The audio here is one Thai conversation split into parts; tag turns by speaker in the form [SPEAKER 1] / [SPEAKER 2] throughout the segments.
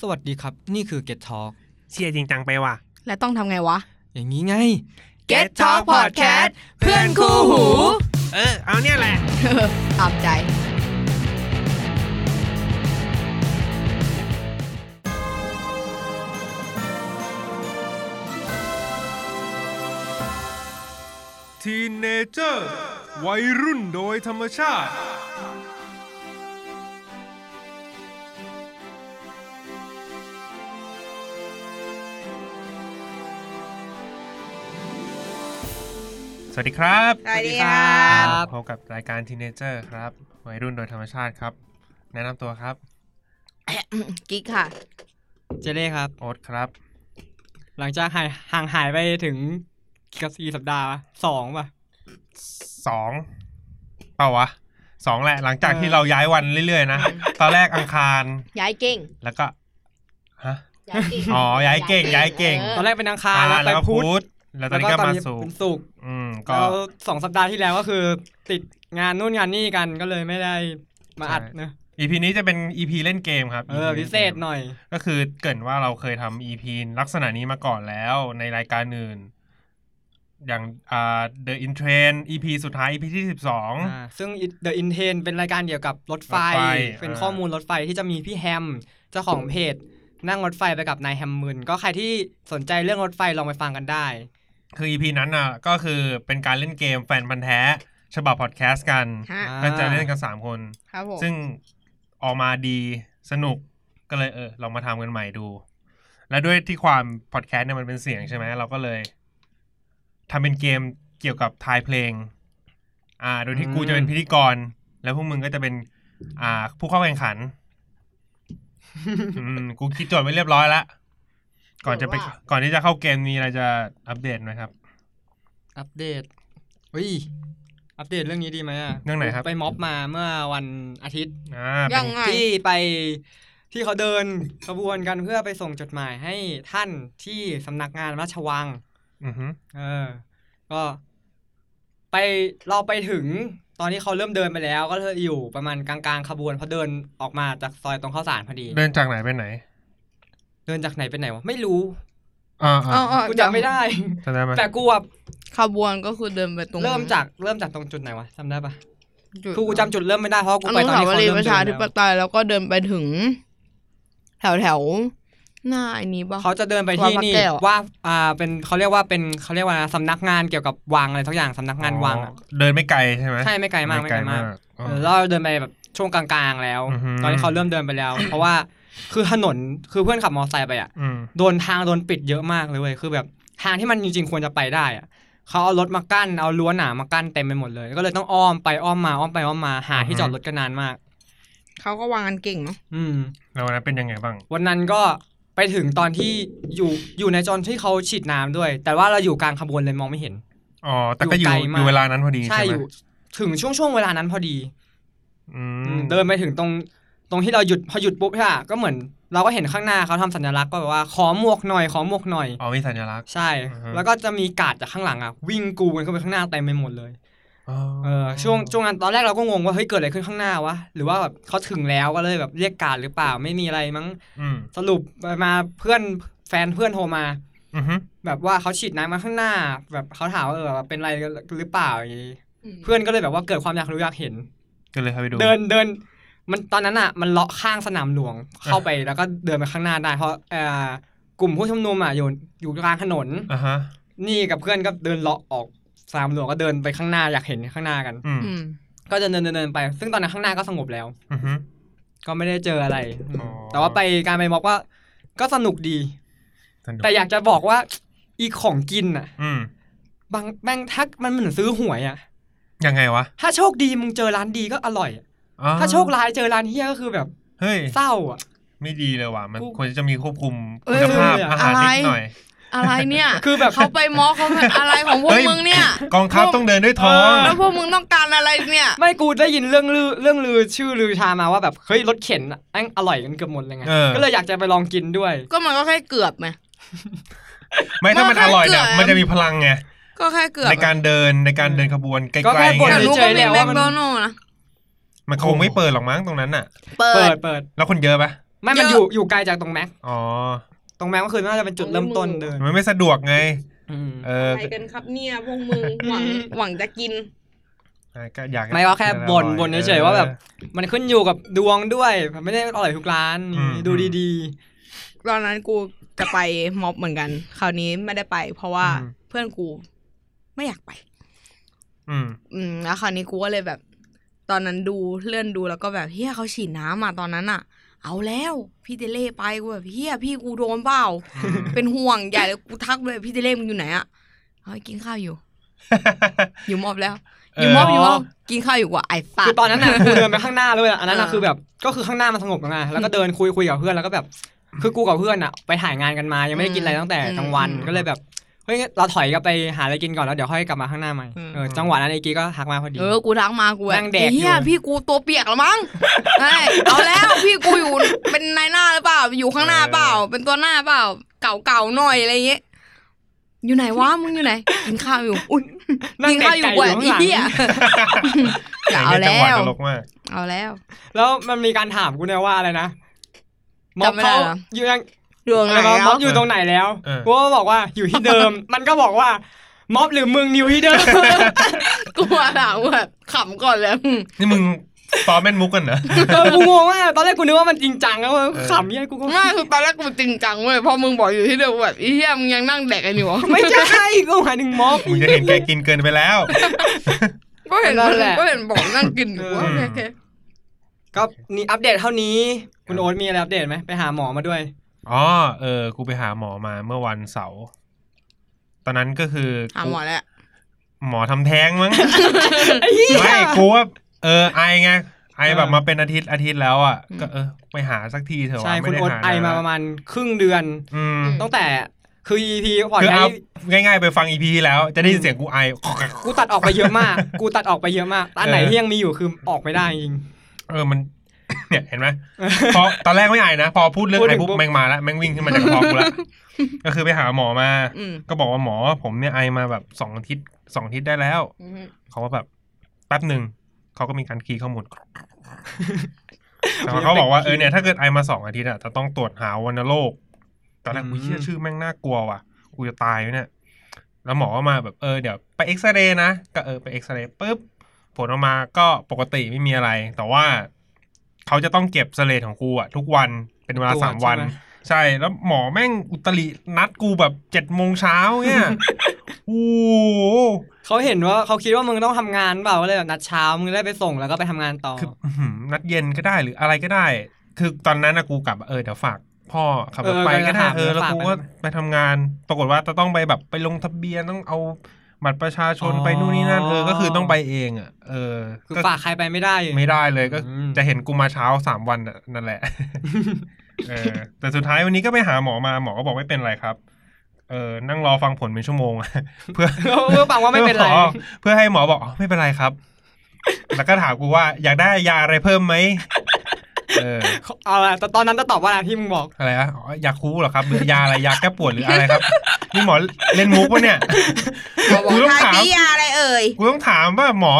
[SPEAKER 1] สวัสดีครับ นี่คือ Get Talk
[SPEAKER 2] เชียร์จริงจังไปว่ะ
[SPEAKER 3] และต้องทำไงวะ
[SPEAKER 1] อย่างนี้ไง
[SPEAKER 2] Get Talk Podcast เพื่อนคู่หู เออ เอาเนี่ยแหละ
[SPEAKER 3] ตามใจ
[SPEAKER 4] ทีเนเจอร์วัยรุ่นโดยธรรมชาติ
[SPEAKER 2] สวัสดีครับ
[SPEAKER 5] สวัสดีครับ
[SPEAKER 2] พบกับรายการทีเนเจอร์ครับ วัยรุ่นโดยธรรมชาติครับ แนะนำตัวครับ
[SPEAKER 3] กิ๊กค่ะ
[SPEAKER 1] เจเล่ครับ
[SPEAKER 2] โอ๊ตครับ
[SPEAKER 1] หลังจากหายห่างหายไปถึงกับสี่สัปดาห์สองป่ะ
[SPEAKER 2] สองเปล่าวะสองแหละ หลังจากที่
[SPEAKER 3] เออ
[SPEAKER 2] เราย้ายวันเรื่อยๆนะ ตอนแรกอังคาร
[SPEAKER 3] ย้ายเก่ง
[SPEAKER 2] แล้วก็ ฮะ
[SPEAKER 3] ย้ายเก่ง
[SPEAKER 2] อ๋อย้ายเก่งย้ายเก่ง
[SPEAKER 3] ออ
[SPEAKER 1] ตอนแรกเป็นอังคาร
[SPEAKER 2] อ่า
[SPEAKER 1] แล้วไป
[SPEAKER 2] แล้วก็
[SPEAKER 1] พุ
[SPEAKER 2] พุ
[SPEAKER 1] ธ
[SPEAKER 2] ธแล้วตอนนี้ก็มา
[SPEAKER 1] แล้ว
[SPEAKER 2] สู่
[SPEAKER 1] เป็นศุกร์
[SPEAKER 2] อืม ก็
[SPEAKER 1] แล้วสองสัปดาห์ที่แล้วก็คือ ติดงานนู่นงานนี่กันก็เลยไม่ได้มาอัด
[SPEAKER 2] ใช่
[SPEAKER 1] เนอะ
[SPEAKER 2] อีพีนี้จะเป็นอีพีเล่นเกมครับ
[SPEAKER 1] เออ พิเศษหน่อย
[SPEAKER 2] ก็คือเกรินว่าเราเคยทำ EP ลักษณะนี้มาก่อนแล้วในรายการอื่น อย่างอ่า The In Train EP สุดท้าย EP ที่
[SPEAKER 1] อ่าซึ่ง The Inten เป็นรายการเกี่ยวกับรถไฟ
[SPEAKER 2] รถไฟ
[SPEAKER 1] เป็น
[SPEAKER 2] อ่า
[SPEAKER 1] ข้อมูลรถไฟที่จะมีพี่แฮมเจ้าของเพจ นั่งรถไฟไปกับนายแฮมมืนก็ใครที่สนใจเรื่องรถไฟลองไปฟังกันได้
[SPEAKER 2] 12 คือ EP นั้นอ่ะก็คือเป็นการเล่นเกมแฟนพันธ์แท้ ฉบับพอดแคสต์กัน
[SPEAKER 3] ฮะ
[SPEAKER 1] อ่า
[SPEAKER 2] ก็จะเล่นกัน 3 คน
[SPEAKER 3] ครับผม
[SPEAKER 2] ซึ่งออกมาดีสนุกก็เลยเออลองมาทำกันใหม่ดู และด้วยที่ความพอดแคสต์เนี่ยมันเป็นเสียงใช่ไหมเราก็เลยทำเป็นเกมเกี่ยวกับทายเพลง อ่า โดยที่
[SPEAKER 1] อืม
[SPEAKER 2] กูจะเป็นพิธีกร แล้วพวกมึงก็จะเป็น อ่า ผู้เข้าแข่งขันอืมกูคิดโจทย์ไว้เรียบร้อยละก่อนจะไปก่อนที่จะเข้าเกมมีอะไรจะอัปเดตไหมครับ
[SPEAKER 1] อัปเดตอุ้ยอัปเดตเรื่องนี้ดีไหมอะ
[SPEAKER 2] เรื่องไหนครับ
[SPEAKER 1] ไปม็อบมาเมื่อวันอาทิตย์
[SPEAKER 2] อ่าเป็
[SPEAKER 3] ยั
[SPEAKER 2] น
[SPEAKER 3] งไง
[SPEAKER 1] ที่ไปที่เขาเดินขบวนกันเพื่อไปส่งจดหมายให้ท่านที่สำนักงานราชวัง
[SPEAKER 2] อือฮึ
[SPEAKER 1] เออ ก็ไปเราไปถึงตอนที่เขาเริ่มเดินไปแล้ว ก็เลยอยู่ประมาณกลางๆขบวนเพราะเดินออกมาจากซอยตรงข้าวสารพอดี
[SPEAKER 2] เดินจากไหนไปไหน
[SPEAKER 1] เดินจากไหนไปไหนวะไม่รู้
[SPEAKER 2] อ่า
[SPEAKER 3] อ๋อ
[SPEAKER 2] อ่า
[SPEAKER 3] อ๋อ
[SPEAKER 1] กูจำไม่ได้
[SPEAKER 2] จำได้ไหม
[SPEAKER 1] แต่กูแบบ
[SPEAKER 3] ขบวนก็คือเดินไปตรง
[SPEAKER 1] เริ่มจากเริ่มจากตรงจุดไหนวะจำได้ปะ
[SPEAKER 3] จุด
[SPEAKER 1] คือกูจำจุดเริ่มไม่ได้เพราะกู
[SPEAKER 3] อ
[SPEAKER 1] ไป
[SPEAKER 3] นุ
[SPEAKER 1] ตอน
[SPEAKER 3] สา
[SPEAKER 1] ที่
[SPEAKER 3] ว
[SPEAKER 1] เขา
[SPEAKER 3] รี
[SPEAKER 1] เริ่
[SPEAKER 3] ย์
[SPEAKER 1] มเดิน
[SPEAKER 3] ประชาธิป
[SPEAKER 1] แล้ว
[SPEAKER 3] ไตยแล้วก็เดินไปถึง แถวแถวๆหน้าไอ้นี้ปะ
[SPEAKER 1] เขาจะเดินไปที่นี่
[SPEAKER 3] วัดพระแก้วอะ
[SPEAKER 1] ว่าอ่าเป็นเขาเรียกว่าเป็นเขาเรียกว่าสำนักงานเกี่ยวกับวังอะไรทั้งอย่างสำนักงานวังอะ
[SPEAKER 2] เดินไม่ไกลใช่ไหม
[SPEAKER 1] ใช่ไม่ไกลมากไม่ไกลมาก
[SPEAKER 2] อ๋อ
[SPEAKER 1] เออแล้วเราเดินไปแบบช่วงกลางๆ แล้ว
[SPEAKER 2] อือหือ
[SPEAKER 1] ตอนที่เขาเริ่มเดินไปแล้ว เพราะว่าคือถนนคือเพื่อนขับมอเตอร์ไซค์ไปอ่ะ
[SPEAKER 2] อืม
[SPEAKER 1] โดนทางโดนปิดเยอะมากเลยเว้ยคือแบบทางที่มันจริงๆควรจะไปได้อ่ะเขาเอารถมากั้นเอารั้วหนามากั้นเต็มไปหมดเลย ก็เลยต้องอ้อมไปอ้อมมาอ้อมไปอ้อมมาหาที่จอดรถกันนานมาก
[SPEAKER 3] เขาก็วางกันเก่งเนาะ
[SPEAKER 1] อืม
[SPEAKER 2] แล้ววันนั้นเป็นยังไงบ้าง
[SPEAKER 1] วันนั้นก็ไปถึงตอนที่อยู่อยู่ในจอนที่เขาฉีดน้ำด้วย แต่ว่าเราอยู่กลางขบวนเลยมองไม่เห็น
[SPEAKER 2] อ๋อ แต่ก็อยู่
[SPEAKER 1] อยู่ไกล
[SPEAKER 2] อ
[SPEAKER 1] มาก
[SPEAKER 2] ยู่เวลานั้นพอดี
[SPEAKER 1] ใช่
[SPEAKER 2] ใช่ไห
[SPEAKER 1] อ
[SPEAKER 2] ม
[SPEAKER 1] ยู่ถึงช่วงช่วงๆเวลานั้นพอดี
[SPEAKER 2] อื
[SPEAKER 1] อื
[SPEAKER 2] ม
[SPEAKER 1] มเดินไปถึงตรงตรงที่เราหยุดพอหยุดปุ๊บค่ะก็เหมือน เราก็เห็นข้างหน้าเขาทำสัญลักษณ์ก็แบบว่าขอหมวกหน่อยขอหมวกหน่อย
[SPEAKER 2] อ๋อมีสัญลักษณ์
[SPEAKER 1] ใช่
[SPEAKER 2] อือฮึ
[SPEAKER 1] แล้วก็จะมีการ์ดจากข้างหลังอ่ะวิ่งกรูกันเข้าไปข้างหน้าเต็มไปหมดเลย
[SPEAKER 2] อ๋อ
[SPEAKER 1] เออช่วงช่วงนั้นตอนแรกเราก็งงว่าเฮ้ยเกิดอะไรขึ้นข้างหน้าวะหรือว่าแบบเขาถึงแล้วก็เลยแบบเรียกการ์ดหรือเปล่าไม่มีอะไรมั้ง
[SPEAKER 2] อืม
[SPEAKER 1] สรุปไปมาเพื่อนแฟนเพื่อนโทรมา
[SPEAKER 2] อือฮึ
[SPEAKER 1] แบบว่าเขาฉีดน้ำมาข้างหน้า แบบเขาถามว่าเออแบบเป็นอะไรหรือเปล่าอย่างงี้เพื่อนก็เลยแบบว่าเกิดความอยากรู้อยากเห็น
[SPEAKER 2] ก็เลยเข้าไปดู
[SPEAKER 1] เดินเดิน มันตอนนั้นอ่ะ มันเลาะข้างสนามหลวงเข้าไปแล้วก็เดินไปข้างหน้าได้ เพราะเอ่อกลุ่มผู้ชุมนุมอ่ะอยู่อยู่กลางถนน
[SPEAKER 2] อ่ะฮะ
[SPEAKER 1] นี่กับเพื่อนก็เดินเลาะออกสนามหลวงก็เดินไปข้างหน้าอยากเห็นข้างหน้ากัน
[SPEAKER 2] อืม
[SPEAKER 3] อืม
[SPEAKER 1] ก็เดินเดินเดินเดินไป ซึ่งตอนนั้นข้างหน้าก็สงบแล้ว
[SPEAKER 2] อือฮึ
[SPEAKER 1] ก็ไม่ได้เจออะไร
[SPEAKER 2] อ๋อ
[SPEAKER 1] แต่ว่าไปการไปม็อบว่า ก็สนุกดี
[SPEAKER 2] สนุก
[SPEAKER 1] แต่อยากจะบอกว่าอีของกินอ่ะ
[SPEAKER 2] อืม
[SPEAKER 1] บางแบงทักมันเหมือนซื้อหวยอ่ะ
[SPEAKER 2] ยังไงวะ
[SPEAKER 1] ถ้าโชคดีมึงเจอร้านดีก็อร่อยอะ
[SPEAKER 2] อ๋อ
[SPEAKER 1] ถ้าโชคร้ายเจอร้านเฮี้ยก็คือแบบ
[SPEAKER 2] เฮ้ย
[SPEAKER 1] เศร้า อ่ะ
[SPEAKER 2] ไม่ดีเลยว่ะ มัน
[SPEAKER 1] กู
[SPEAKER 2] ควรจะมีควบคุม
[SPEAKER 3] เอ้
[SPEAKER 2] คุณ
[SPEAKER 3] ย
[SPEAKER 2] ภาพ
[SPEAKER 1] เอ้ย
[SPEAKER 2] อาหาร
[SPEAKER 3] อะไร
[SPEAKER 2] นิดหน่อย
[SPEAKER 3] อะไร เนี่ย
[SPEAKER 1] คือแบบ
[SPEAKER 3] เขาไปมอเขาอะไรของพว
[SPEAKER 2] เฮ้
[SPEAKER 3] ก
[SPEAKER 2] ย
[SPEAKER 3] มึงเนี่ย
[SPEAKER 2] กองทัพต้องเดินด้วยท้อง
[SPEAKER 3] แล้วพวกมึงต้องการอะไรเนี่ย
[SPEAKER 1] ไม่กูได้ยินเรื่องลือเรื่องลือชื่อลือชามาว่าแบบเฮ้ยรถเข็นอะแม่งอร่อยกันเกือบหมดเลยไง
[SPEAKER 2] เออ
[SPEAKER 1] ก็เลยอยากจะไปลองกินด้วย
[SPEAKER 3] ก็มันก็แค่เกือบไหม
[SPEAKER 2] ไม่ถ้ามัน
[SPEAKER 3] มันก็
[SPEAKER 2] อร่อยเนี่ย
[SPEAKER 3] เกือบ
[SPEAKER 2] มันจะมีพลังไง
[SPEAKER 3] ก็แค่เกือบ
[SPEAKER 2] ในการเดินในการเดินขบวนไกล
[SPEAKER 1] ก็แค่
[SPEAKER 2] ๆ
[SPEAKER 1] บ่น
[SPEAKER 3] แต่
[SPEAKER 2] เงี้ย
[SPEAKER 3] นู้นก็มี
[SPEAKER 1] เฉยๆแล้ว
[SPEAKER 3] แม
[SPEAKER 1] ว่า
[SPEAKER 3] ค
[SPEAKER 1] มัน
[SPEAKER 3] โดนัลล์นะ
[SPEAKER 2] มันคงไม่เปิดหรอกมั้งตรงนั้นน่ะ
[SPEAKER 3] เปิ
[SPEAKER 1] เปิ
[SPEAKER 3] ด
[SPEAKER 1] ดเปิด
[SPEAKER 2] แล้วคนเยอะปะ
[SPEAKER 1] ไม่มันอยู่อยู่ไกลจากตรงแม็ก
[SPEAKER 2] อ๋อ
[SPEAKER 1] ตรงแม็กก็คือน่าจะเป็นจุดเริ่มต้นเดิน
[SPEAKER 2] มันไม่สะดวกไง
[SPEAKER 1] อืม
[SPEAKER 2] เออ
[SPEAKER 5] อะไรกันครับเนี่ยพวกมึงหวังหวังจะกิน
[SPEAKER 2] ก็อยากให้
[SPEAKER 1] ไม่ก็แค่บ่น
[SPEAKER 2] อร่อย
[SPEAKER 1] บ่นเฉยๆว่าแบบ มันขึ้นอยู่กับดวงด้วยมันไม่ได้อร่อยทุกร้าน
[SPEAKER 2] อืม
[SPEAKER 1] ดูดี
[SPEAKER 3] ตอนนั้นกูจะไปม็อบเหมือนกัน คราวนี้ไม่ได้ไป เพราะว่า
[SPEAKER 2] อืม
[SPEAKER 3] เพื่อนกูไม่อยากไป
[SPEAKER 2] อืม
[SPEAKER 3] อืมแล้วคราวนี้กูก็เลยแบบ ตอนนั้นดูเลื่อนดูแล้วก็แบบเฮียเขาฉีดน้ำอ่ะตอนนั้นอ่ะ เอาแล้วพี่เตเล่ไปกูแบบเฮียพี่กูโดนเปล่า
[SPEAKER 2] อืม
[SPEAKER 3] เป็นห่วงใหญ่เลยกูทักเลยพี่เตเล่มึงอยู่ไหนอ่ะเฮ้ยกินข้าวอยู่ อยู่มอบแล้ว อยู่มอบอยู่มอบกินข้าวอยู่กว่าไอ้
[SPEAKER 1] ๆ
[SPEAKER 3] ปา
[SPEAKER 1] คือตอนนั้นน่ะกูเดินไปข้างหน้าเลยอะอันนั้นน่ะ
[SPEAKER 3] เออ
[SPEAKER 1] คือแบบก็คือข้างหน้ามันสงบแล้วไงแล้วก็เดินคุยคุยกับเพื่อนแล้วก็แบบ คือกูกับเพื่อนอะไปถ่ายงานกันมายังไม่ได้กินอะไรตั้งแต่กลางวัน
[SPEAKER 3] อืม
[SPEAKER 1] ก็เลยแบบเฮ้ยงั้นเราถอยกลับไปหาอะไรกินก่อนแล้วเดี๋ยวค่อยกลับมาข้างหน้าใหม่
[SPEAKER 3] อืม
[SPEAKER 1] เออจังหวะนั้นไอ้กีก็ทักมาพอดี
[SPEAKER 3] เออกูทักมากูแบบ
[SPEAKER 1] นั่งแดกอยู่
[SPEAKER 3] เฮียพี่กูตัวเปียกแล้วมั้งเอ้ยเอาแล้วพี่กูอยู่เป็นนายหน้าหรือเปล่า อยู่ข้างหน้าเปล่า เป็นตัวหน้าเปล่า เก่าๆหน่อยอะไรเงี้ยอยู่ไหนวะมึงอยู่ไหนกินข้าวอยู่อุ้ย
[SPEAKER 1] นั่ง
[SPEAKER 3] กิน
[SPEAKER 1] เด็ก
[SPEAKER 3] ข้าวอยู่
[SPEAKER 1] ไก่
[SPEAKER 3] กว่า
[SPEAKER 1] อยู่
[SPEAKER 3] อี
[SPEAKER 1] ข้างหลัง
[SPEAKER 3] เหี้ยอย่าเอา
[SPEAKER 2] จัง
[SPEAKER 3] แล้
[SPEAKER 2] หวะ
[SPEAKER 3] ว
[SPEAKER 2] ตลกมาก
[SPEAKER 3] เอาแล้ว
[SPEAKER 1] แล้วมันมีการถามกูเนี่ยว่าอะไรนะมอบ
[SPEAKER 3] จำไม่ได้
[SPEAKER 1] เขา
[SPEAKER 3] เหรอ
[SPEAKER 1] อยู่ยัง
[SPEAKER 3] ดวงไหน
[SPEAKER 1] แล้ว
[SPEAKER 3] แล้ว
[SPEAKER 1] ม็อบอยู่ตรงไหนแล้ว
[SPEAKER 2] เออ
[SPEAKER 1] กูก็บอกว่าอยู่ที่เดิม มันก็บอกว่าม็อบหรือมึงนิวที่เดิม
[SPEAKER 3] กูว่าถามว่าขำก่อนแล้วอืม
[SPEAKER 2] นี่มึงซ้อมแม่นมุกกันเหรอ
[SPEAKER 1] เออกูงงว่ากตอนแรกกูนึกว่ามันจริงจังแล้วเว้ยขำยัยกูก็
[SPEAKER 3] ไม่คือตอนแรกกูจริงจังเว้ยพอมึงบอกอยู่ที่เดิมกูแบบอีเหี้ยมึงยังนั่งแดกกันอยู่เหรอ
[SPEAKER 1] ไม่ใช่กูหมายถึงม็อบ
[SPEAKER 2] มึงจะเห็นแกกินเกินไปแล้ว
[SPEAKER 3] ก็เห็น
[SPEAKER 1] นั่นแหละ
[SPEAKER 3] ก็เห็นบอกนั่งกินอยู่
[SPEAKER 1] เออ
[SPEAKER 3] โอเคโอเค
[SPEAKER 1] ก็นี่อัปเดตเท่านี้ คุณโอ๊ตมีอะไรอัปเดตไหมไปหาหมอมาด้วย
[SPEAKER 2] อ๋อ เออ กูไปหาหมอมาเมื่อวันเสาร์ ตอนนั้นก็คือ
[SPEAKER 3] หาหมอแล้ว
[SPEAKER 2] หมอทำแท้งมั้ง
[SPEAKER 1] ไอ้เหี้ย
[SPEAKER 2] ไม่กูว่าเออ ไอไง ไอ
[SPEAKER 1] เออ
[SPEAKER 2] แบบมาเป็นอาทิตย์อาทิตย์แล้วอ่ะ ก็เออ ไปหาสักทีเถอะ
[SPEAKER 1] ใช่คุ
[SPEAKER 2] วะไม่
[SPEAKER 1] ณ
[SPEAKER 2] ได้
[SPEAKER 1] โอ๊ต
[SPEAKER 2] หา
[SPEAKER 1] ไอมาประมาณครึ่งเดือน
[SPEAKER 2] อืม
[SPEAKER 1] ตั้งแต่คือ EP ก่อน
[SPEAKER 2] คือ
[SPEAKER 1] หน้า
[SPEAKER 2] เอา
[SPEAKER 1] นี้
[SPEAKER 2] ง่ายๆ ไปฟังอีพีแล้ว จะได้ยินเสียงกูไอ
[SPEAKER 1] กูตัดออกไปเยอะมาก กูตัดออกไปเยอะมากอันไหน
[SPEAKER 2] เออ
[SPEAKER 1] ที่ยังมีอยู่คือออกไม่ได้จริง
[SPEAKER 2] เออ มัน เนี่ย เห็นไหมพอตอนแรกไม่ไอนะ พอพูดเรื่อง
[SPEAKER 1] พูด
[SPEAKER 2] ไอ
[SPEAKER 1] ถึง
[SPEAKER 2] ปุ๊บ
[SPEAKER 1] ปุ๊บ
[SPEAKER 2] แม่งมาแล้วแม่งวิ่งขึ้นมาจากคอกู ละ ก็คือไปหาหมอมา
[SPEAKER 3] อืม
[SPEAKER 2] ก็บอกว่าหมอผมเนี่ยไอมาแบบสองอาทิตย์สองอาทิตย์ได้แล้ว
[SPEAKER 3] อืม
[SPEAKER 2] เขาก็แบบแป๊บหนึ่งเขาก็มีการคีย์ ข้อมูลแต่
[SPEAKER 1] โอ้ย
[SPEAKER 2] ว่าเขาบอกว่า
[SPEAKER 1] เป็น
[SPEAKER 2] เออเนี่ยถ้าเกิดไอมาสองอาทิตย์อ่ะจะต้องตรวจหาวัณโรคตอนแรก
[SPEAKER 1] อืม
[SPEAKER 2] กูเชื่อชื่อแม่งน่ากลัวว่ะกูจะตายไหมเนี่ยแล้วหมอก็มาแบบเออเดี๋ยวไปเอ็กซเรย์นะก็เออไปเอ็กซเรย์ปุ๊บผลออกมาก็ปกติไม่มีอะไร แต่ว่าเขาจะต้องเก็บสเลดของกูอ่ะทุกวันเป็นเวลา
[SPEAKER 1] ตรจ
[SPEAKER 2] สามวัน
[SPEAKER 1] ใช่ไห
[SPEAKER 2] ใช่แล้วหมอแม่งอุตรินัดกูแบบเจ็ดโมงเช้า เนี่ยโอ้โห
[SPEAKER 1] เขาเห็นว่าเขาคิดว่ามึงต้องทำงานเปล่าก็เลยแบบนัดเช้ามึงได้ไปส่งแล้วก็ไปทำงานต่อ
[SPEAKER 2] คืออื้อหือนัดเย็นก็ได้หรืออะไรก็ได้ คือตอนนั้นนะกูกลับเออเดี๋ยวฝากพ่อขับรถ
[SPEAKER 1] เออ
[SPEAKER 2] ไปก็ได้
[SPEAKER 1] เอ
[SPEAKER 2] เอ
[SPEAKER 1] อ
[SPEAKER 2] อ
[SPEAKER 1] เดี๋
[SPEAKER 2] แล้
[SPEAKER 1] ยว
[SPEAKER 2] ว
[SPEAKER 1] ฝาก
[SPEAKER 2] กู
[SPEAKER 1] ไป
[SPEAKER 2] ก็ไปทำงาน ปรากฏว่าจะต้องไปแบบไปลงทะเบียนต้องเอาบัตรประชาชน
[SPEAKER 1] อ๋อ
[SPEAKER 2] ไปนู่นนี่นั่นเออก็คือต้องไปเองอ่ะเออ
[SPEAKER 1] คือ
[SPEAKER 2] ก็
[SPEAKER 1] ฝากใครไปไม่ได้
[SPEAKER 2] ไม่ได้เลยก็
[SPEAKER 1] อืม
[SPEAKER 2] จะเห็นกูมาเช้าสามวันน่ะนั่นแหละ เออแต่สุดท้ายวันนี้ก็ไปหาหมอมาหมอก็บอกไม่เป็นไรครับ เออนั่งรอฟังผลเป็นชั่วโมงอะ เพื่อ
[SPEAKER 1] เพื่อฟังว่าไม่เป็นไร
[SPEAKER 2] พื่อหอเพื่อให้หมอบอกอ๋อไม่เป็นไรครับ แล้วก็ถามกูว่าอยากได้ยาอะไรเพิ่มไหมเออ
[SPEAKER 1] เอาละแต่ตอนนั้นจะตอบว่าอะไรที่มึงบอก
[SPEAKER 2] อะไรอะอ๋ออยากคู้เหรอครับหรือยาอะไรยาแก้ปวดหรืออะไรครับนี่หมอเล่นมุกวะเนี่ย
[SPEAKER 3] บอก
[SPEAKER 2] กูต้อง
[SPEAKER 3] ทา
[SPEAKER 2] ถาม
[SPEAKER 3] กิยาอะไรเอ่ย
[SPEAKER 2] กูต้องถามว่าหมอ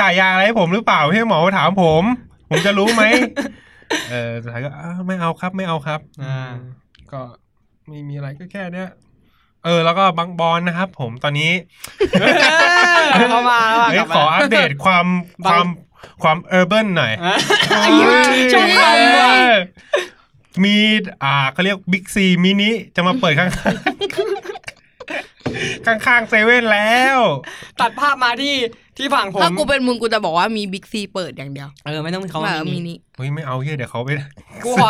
[SPEAKER 2] จ่ายยาอะไรให้ผมหรือเปล่าให้หมอมาถามผม ผมจะรู้ไหมเออสุดท้ายก็อ้าวไม่เอาครับ ไม่เอาครับ
[SPEAKER 1] อ่า
[SPEAKER 2] ก็ไม่มีอะไรก็แค่เนี้ยเออ แล้วก็บังบอลนะครับ ผมตอนนี้
[SPEAKER 1] เออเข้ามาแล้วอะ
[SPEAKER 2] เอ้
[SPEAKER 1] ก
[SPEAKER 2] ย
[SPEAKER 1] ลับ
[SPEAKER 2] ขอ
[SPEAKER 1] มา
[SPEAKER 2] อัป เดตความค
[SPEAKER 1] บาง
[SPEAKER 2] วามความเออร์เบิหน่อย
[SPEAKER 1] อ่ะ
[SPEAKER 3] ชมคำว่ะ
[SPEAKER 2] เออมีอ่าเขาเรียกบิ๊กซีมินิจะมาเปิดข้าง ข้างข้างๆเซเว่นแล้ว
[SPEAKER 1] ตัดภาพมาที่ที่ฝั่งผม
[SPEAKER 3] ถ้ากูเป็นมึงกูจะบอกว่ามีบิ๊กซีเปิดอย่างเดียว
[SPEAKER 1] เออ ไม่ต้องมีเขา
[SPEAKER 3] แบบ
[SPEAKER 1] มี
[SPEAKER 3] มิ
[SPEAKER 1] นี่
[SPEAKER 3] นิ
[SPEAKER 2] เฮ้ย ไม่เอาเหี้ยเดี๋ยวเขาไป
[SPEAKER 1] กูขอ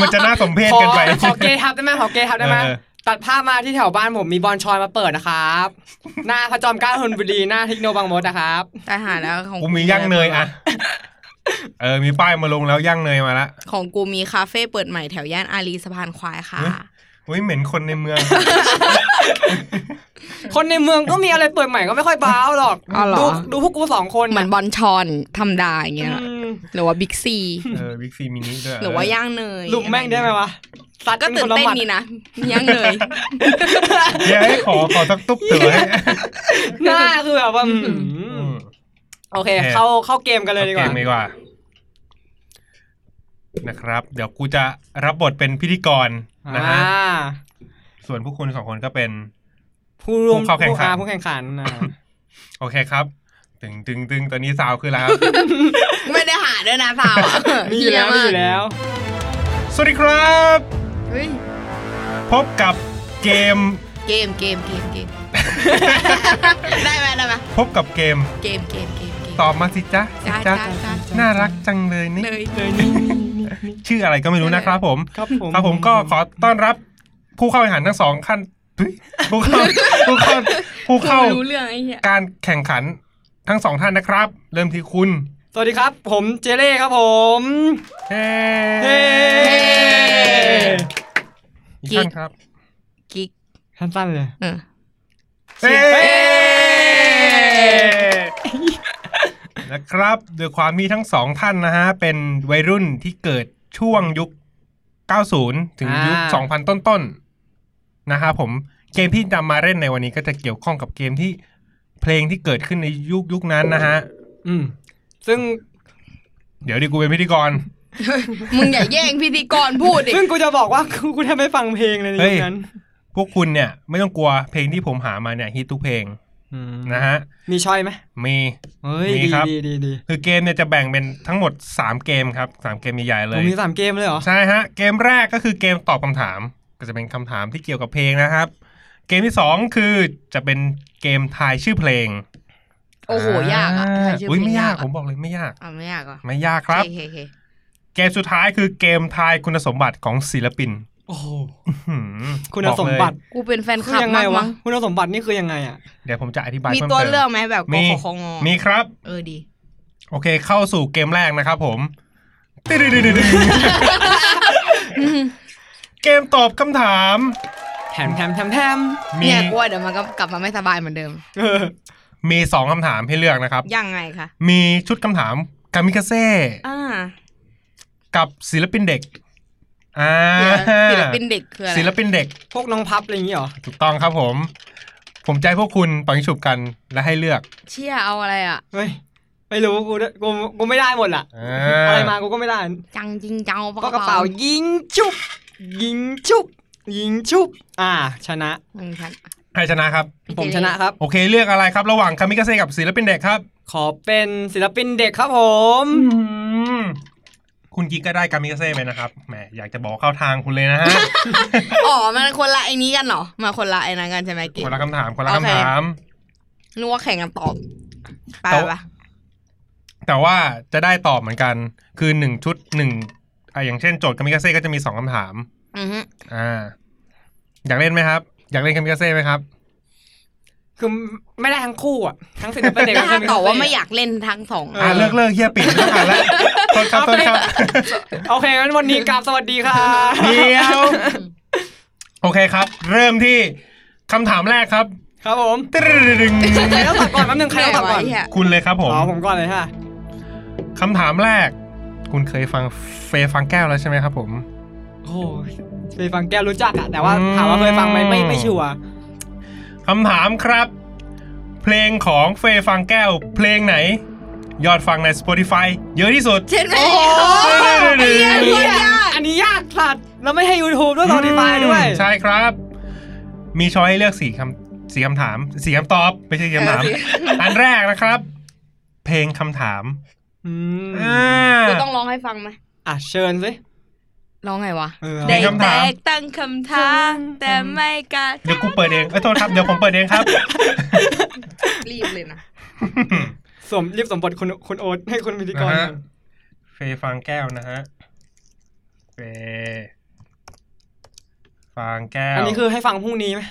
[SPEAKER 2] มันจะน่าสมเพช
[SPEAKER 1] ขอ
[SPEAKER 2] กันไป
[SPEAKER 1] ขอเกย์ทับได้ไหมขอเกย์ทับได้ไหม
[SPEAKER 2] เออ
[SPEAKER 1] ตัดภาพมาที่แถวบ้านผมมีบอลชอยมาเปิดนะครับ หน้าพระจอมเกล้าธนบุรีหน้าเทคโนบางมดนะครับ
[SPEAKER 3] ตายหาแล้วของ
[SPEAKER 2] กูมีย่างเนยอ่ะ เออ มีป้ายมาลงแล้วย่างเนยมาละ
[SPEAKER 3] ของกูมีคาเฟ่เปิดใหม่แถวย่านอารีสะพานควายค่ะ
[SPEAKER 2] เฮ้ยเหม็นคนในเมือง
[SPEAKER 1] คนในเมืองก็มีอะไรเปิดใหม่ก็ไม่ค่อยบ้าวหรอก
[SPEAKER 3] อ๋อเหรอ
[SPEAKER 1] ดูดูพวกกูสองคน
[SPEAKER 3] เหมือนบอลชอนธรรมดาอย่างเงี้ย
[SPEAKER 1] อืม
[SPEAKER 3] หรือว่าบิ๊กซี
[SPEAKER 2] เออบิ๊กซีมินิด้วย
[SPEAKER 3] หรือว่าย่างเนย
[SPEAKER 1] ลุมแม่งได้ไหมวะสัตว์
[SPEAKER 3] ก็ตื่นเต้นดีนะย่างเนย
[SPEAKER 2] เดี๋ยวให้ขอขอสักตุ๊บเต๋อให้
[SPEAKER 1] หน้าคือแบบว่าอืม
[SPEAKER 2] อืม
[SPEAKER 1] โอเค เข้าเข้าเกมกันเลยดีกว่า
[SPEAKER 2] อเกมดีกว่า นะครับ เดี๋ยวกูจะรับบทเป็นพิธีกรนะฮะ
[SPEAKER 1] อ่า
[SPEAKER 2] ส่วนพวกคุณสองคนก็เป็น
[SPEAKER 1] ผู้ร่วม
[SPEAKER 2] ผู้เข้าแข่งขัน
[SPEAKER 1] อ่ผู้แข่งขันอ่ะ
[SPEAKER 2] โอเคครับ ตึงตึงตึงตอนนี้สาวคือแล้วครับ
[SPEAKER 3] ไม่ได้หาด้วยนะสาวอะ
[SPEAKER 1] มีอยู่แล้วมี
[SPEAKER 3] เหี้
[SPEAKER 1] อยู่แล้ว
[SPEAKER 2] สวัสดีครับ
[SPEAKER 3] เฮ้ย
[SPEAKER 2] พบกับเกม
[SPEAKER 3] เกมเกมเกมเกม ได้ไหมได้ไหม
[SPEAKER 2] พบกับเกม
[SPEAKER 3] เกมเกมเกมเกม
[SPEAKER 2] ตอบมาสิจ๊ะสิ
[SPEAKER 3] จ้า
[SPEAKER 2] จ๊ะ
[SPEAKER 3] จ้าจ้า
[SPEAKER 2] น่ารักจังเลยนี่
[SPEAKER 3] เลย
[SPEAKER 1] เลยนี่นี่นี่นี่
[SPEAKER 2] ชื่ออะไรก็ไม่รู้นะครับผม
[SPEAKER 1] ครับผม
[SPEAKER 2] ครับผมก็ขอต้อนรับผู้เข้าแข่งขันทั้งสองขั้นเฮ้ยผู้เข้า ผู้เข้าผู้ เข้า
[SPEAKER 3] ไม่รู้เรื่องไอ้เหี้ย
[SPEAKER 2] การแข่งขันทั้งสองท่านนะครับ เริ่มที่คุณ
[SPEAKER 1] สวัสดีครับ ผมเจเล่ครับผม
[SPEAKER 2] เฮ้
[SPEAKER 1] เฮ้
[SPEAKER 2] อีกท่านครับ
[SPEAKER 3] กิ๊ก
[SPEAKER 1] สั้นๆเลย
[SPEAKER 3] เออ
[SPEAKER 2] เฮ้
[SPEAKER 1] เฮ้
[SPEAKER 2] นะครับโดยความมีทั้งสองท่านนะฮะ เป็นวัยรุ่นที่เกิดช่วงยุค 90 ถึงยุค 2000 ต้นๆนะครับผมเกมที่นำมาเล่นในวันนี้ก็จะเกี่ยวข้องกับเกมที่เพลงที่เกิดขึ้นในยุคยุคนั้นนะฮะ
[SPEAKER 1] อืมซึ่ง
[SPEAKER 2] เดี๋ยวดิกูเป็นพิธีกร
[SPEAKER 3] มึงอย่าแย่งพิธีกรพูดดิ
[SPEAKER 1] ซึ่งกูจะบอกว่า กูกูแทบไม่ฟังเพลงเลยใน
[SPEAKER 2] เฮ้
[SPEAKER 1] ยุ
[SPEAKER 2] ย
[SPEAKER 1] คนั้น
[SPEAKER 2] พวกคุณเนี่ยไม่ต้องกลัวเพลงที่ผมหามาเนี่ยฮิตทุกเพลง
[SPEAKER 1] อืม
[SPEAKER 2] นะฮะ
[SPEAKER 1] มีช้อยไหม
[SPEAKER 2] มี
[SPEAKER 1] เฮ้ย
[SPEAKER 2] มี
[SPEAKER 1] ดี
[SPEAKER 2] ครับ
[SPEAKER 1] ดีดีดี
[SPEAKER 2] คือเกมเนี่ยจะแบ่งเป็นทั้งหมด 3 เกมครับ 3 เกมใหญ่ๆเล
[SPEAKER 1] ผม
[SPEAKER 2] ย
[SPEAKER 1] มีสามเกมเลยเหรอ
[SPEAKER 2] ใช่ฮะ เกมแรกก็คือเกมตอบคำถาม ก็จะเป็นคำถามที่เกี่ยวกับเพลงนะครับ เกมที่ 2 คือจะเป็นเกมทายชื่อเพลง
[SPEAKER 3] โอ้โหยากอะทายชื่อเพลง
[SPEAKER 2] ยไม่ยาก
[SPEAKER 3] ยากอะ
[SPEAKER 2] ผมบอกเลยไม่ยาก
[SPEAKER 3] เอาไม่ยากเหรอ่ะ
[SPEAKER 2] ไม่ยากครับ
[SPEAKER 3] เคเค
[SPEAKER 2] เกมสุดท้ายคือเกมทายคุณสมบัติของศิลปิน
[SPEAKER 1] โอ้โห
[SPEAKER 2] หืม
[SPEAKER 1] คุณ
[SPEAKER 2] อก
[SPEAKER 1] สม
[SPEAKER 2] เลย
[SPEAKER 1] บัติ
[SPEAKER 3] กูเป็นแฟนค
[SPEAKER 1] คื
[SPEAKER 3] ลั
[SPEAKER 1] อบ ยังไง
[SPEAKER 3] มาก
[SPEAKER 1] วะ
[SPEAKER 3] มั้ง
[SPEAKER 1] คุณสมบัตินี่คือยังไงอ่ะ
[SPEAKER 2] เดี๋ยวผมจะอธิบาย
[SPEAKER 3] มี
[SPEAKER 2] เพิ่ม
[SPEAKER 3] ตัว
[SPEAKER 2] เติม
[SPEAKER 3] เลือกไหมแบบก
[SPEAKER 2] มี
[SPEAKER 3] ขคง
[SPEAKER 2] มีครับ
[SPEAKER 3] เออดี
[SPEAKER 2] โอเคเข้าสู่เกมแรกนะครับผมตึ๊ดๆๆๆ เกมตอบคำถาม
[SPEAKER 1] แถมแถมแถมแถม
[SPEAKER 2] มี
[SPEAKER 3] เนี่ยกลัวเดี๋ยวมันก็กลับมาไม่สบายเหมือนเดิม
[SPEAKER 1] เออ
[SPEAKER 2] มีสองคำถามให้เลือกนะครับ
[SPEAKER 3] ยังไงคะ
[SPEAKER 2] มีชุดคำถามกามิกาเซ่
[SPEAKER 3] อ่า
[SPEAKER 2] กับศิลปินเด็กอ่า
[SPEAKER 3] ศิลปินเด็กคืออะไร
[SPEAKER 2] ศิลปินเด็ก
[SPEAKER 1] พวกน้องพับอะไรอย่างงี้เหรอ
[SPEAKER 2] ถูกต้องครับผม ผมใจะให้พวกคุณปังฉุบกันและให้เลือก
[SPEAKER 3] เชี่ยเอาอะไรอ่ะ
[SPEAKER 1] เฮ้ยไม่รู้กูด้วยกูกูไม่ได้หมดล่ะ
[SPEAKER 2] อ่า
[SPEAKER 1] อะไรมากูก็ไม่ได้
[SPEAKER 3] จังจริงเจ้า
[SPEAKER 1] ก็กระเป๋ายิงชุบ ยิงชุบ ยิงชุบ อ่า ชนะ
[SPEAKER 3] หนึ่งชั้น
[SPEAKER 2] ใครชนะครับ
[SPEAKER 3] พี่เจ
[SPEAKER 1] ผมชนะครับ
[SPEAKER 2] โอเคเลือกอะไรครับ ระหว่างกามิกาเซ่กับศิลปินเด็กครับ
[SPEAKER 1] ขอเป็นศิลปินเด็กครับผม
[SPEAKER 2] อืมคุณกิ๊กก็ได้กามิกาเซ่ไปนะครับแหมอยากจะบอกเข้าทางคุณเลยนะ ฮะ
[SPEAKER 3] อ๋อ มันคนละไอ้นี้กันเหรอ มาคนละไอ้นั้นกันใช่ไหมเก
[SPEAKER 2] ค
[SPEAKER 3] ม
[SPEAKER 2] นละคำถามคนละ
[SPEAKER 3] โอ
[SPEAKER 2] คำ
[SPEAKER 3] เค
[SPEAKER 2] ถาม
[SPEAKER 3] นึกว่าแข่งกันตอบไป
[SPEAKER 2] แต่
[SPEAKER 3] ปะ
[SPEAKER 2] แต่ว่าจะได้ตอบเหมือนกัน คือหนึ่งชุดหนึ่งอ่ะอย่างเช่นโจทย์กามิกาเซ่ก็จะมีสองคำถาม
[SPEAKER 3] อือฮึ
[SPEAKER 2] อ่า อยากเล่นไหมครับ อยากเล่นกามิกาเซ่ไหมครับ
[SPEAKER 1] คือไม่ได้ทั้งคู่อ่ะ ทั้งศิลปินเด็ก
[SPEAKER 3] ถ้า
[SPEAKER 1] ศิลปิน
[SPEAKER 3] ตอบว่า
[SPEAKER 1] เะ
[SPEAKER 3] ไม่อยากเล่นทั้งสอง
[SPEAKER 1] เอ
[SPEAKER 2] อ่าเลิกเลิกเฮียปิดไม่ต้อง อ่านแล้วต้นครับต้นครับ
[SPEAKER 1] โอเคงั้นวันนี้กราบสวัสดีค่ะ
[SPEAKER 2] เดียว โอเคครับ เริ่มที่คำถามแรกครับ
[SPEAKER 1] ครับผม
[SPEAKER 2] ตึ๊ดึง
[SPEAKER 1] ใครต้องตอบก่อนแป๊บนึงใคร
[SPEAKER 3] แข่
[SPEAKER 1] ต้อง งตอบ
[SPEAKER 3] ไว้
[SPEAKER 1] ก่อน
[SPEAKER 3] อะ
[SPEAKER 2] คุณเลยครับผม
[SPEAKER 1] อ๋อผมก่อนเลยค่ะ
[SPEAKER 2] คำถามแรก คุณเคยฟังเฟย์ฟังแก้วแล้วใช่ไหมครับผม
[SPEAKER 1] โอ้โหเคยฟังแก้วรู้จักอะแต่ว่า
[SPEAKER 2] อืม
[SPEAKER 1] ถามว่าเคยฟังไหมไม่ไม่ชัวร์
[SPEAKER 2] คำถามครับ เพลงของเฟย์ฟังแก้ว เพลงไหน ยอดฟังใน Spotify เยอะที่สุด
[SPEAKER 3] เช่นไหม
[SPEAKER 2] ไอ้
[SPEAKER 1] อัน
[SPEAKER 2] เหี้ย
[SPEAKER 1] นี้ยากอันนี้ยากสัตว์แล้วไม่ให้ YouTube ด้วย Spotify ด้วย
[SPEAKER 2] ใช่ครับ มีช้อยให้เลือกสี่คำสี่คำถามสี่คำตอบ ไม่ใช่สี่คำถาม อันแรกนะครับ เพลงคำถาม
[SPEAKER 1] อืม
[SPEAKER 2] อ่า
[SPEAKER 3] กูต้องร้องให้ฟังไหม
[SPEAKER 1] อ่ะเชิญสิ
[SPEAKER 3] ร้องไงวะ
[SPEAKER 1] เออ
[SPEAKER 2] ได้
[SPEAKER 3] ได้
[SPEAKER 2] คำถาม
[SPEAKER 3] แตกตั้งคำถาม แต่ไม่กล้า
[SPEAKER 2] เดี๋ยวกูเปิดเองเอ้ยโทษครับ เดี๋ยวผมเปิดเองครับ
[SPEAKER 3] รีบเลยนะ
[SPEAKER 1] สวมรีบสวมบทคุณคุณโอ๊ตให้คุณพิธีกร
[SPEAKER 2] นะฮะ เฟย์ฟังแก้วนะฮะ เฟย์ฟังแก้ว
[SPEAKER 1] อันนี้คือให้ฟังพรุ่งนี้ไหม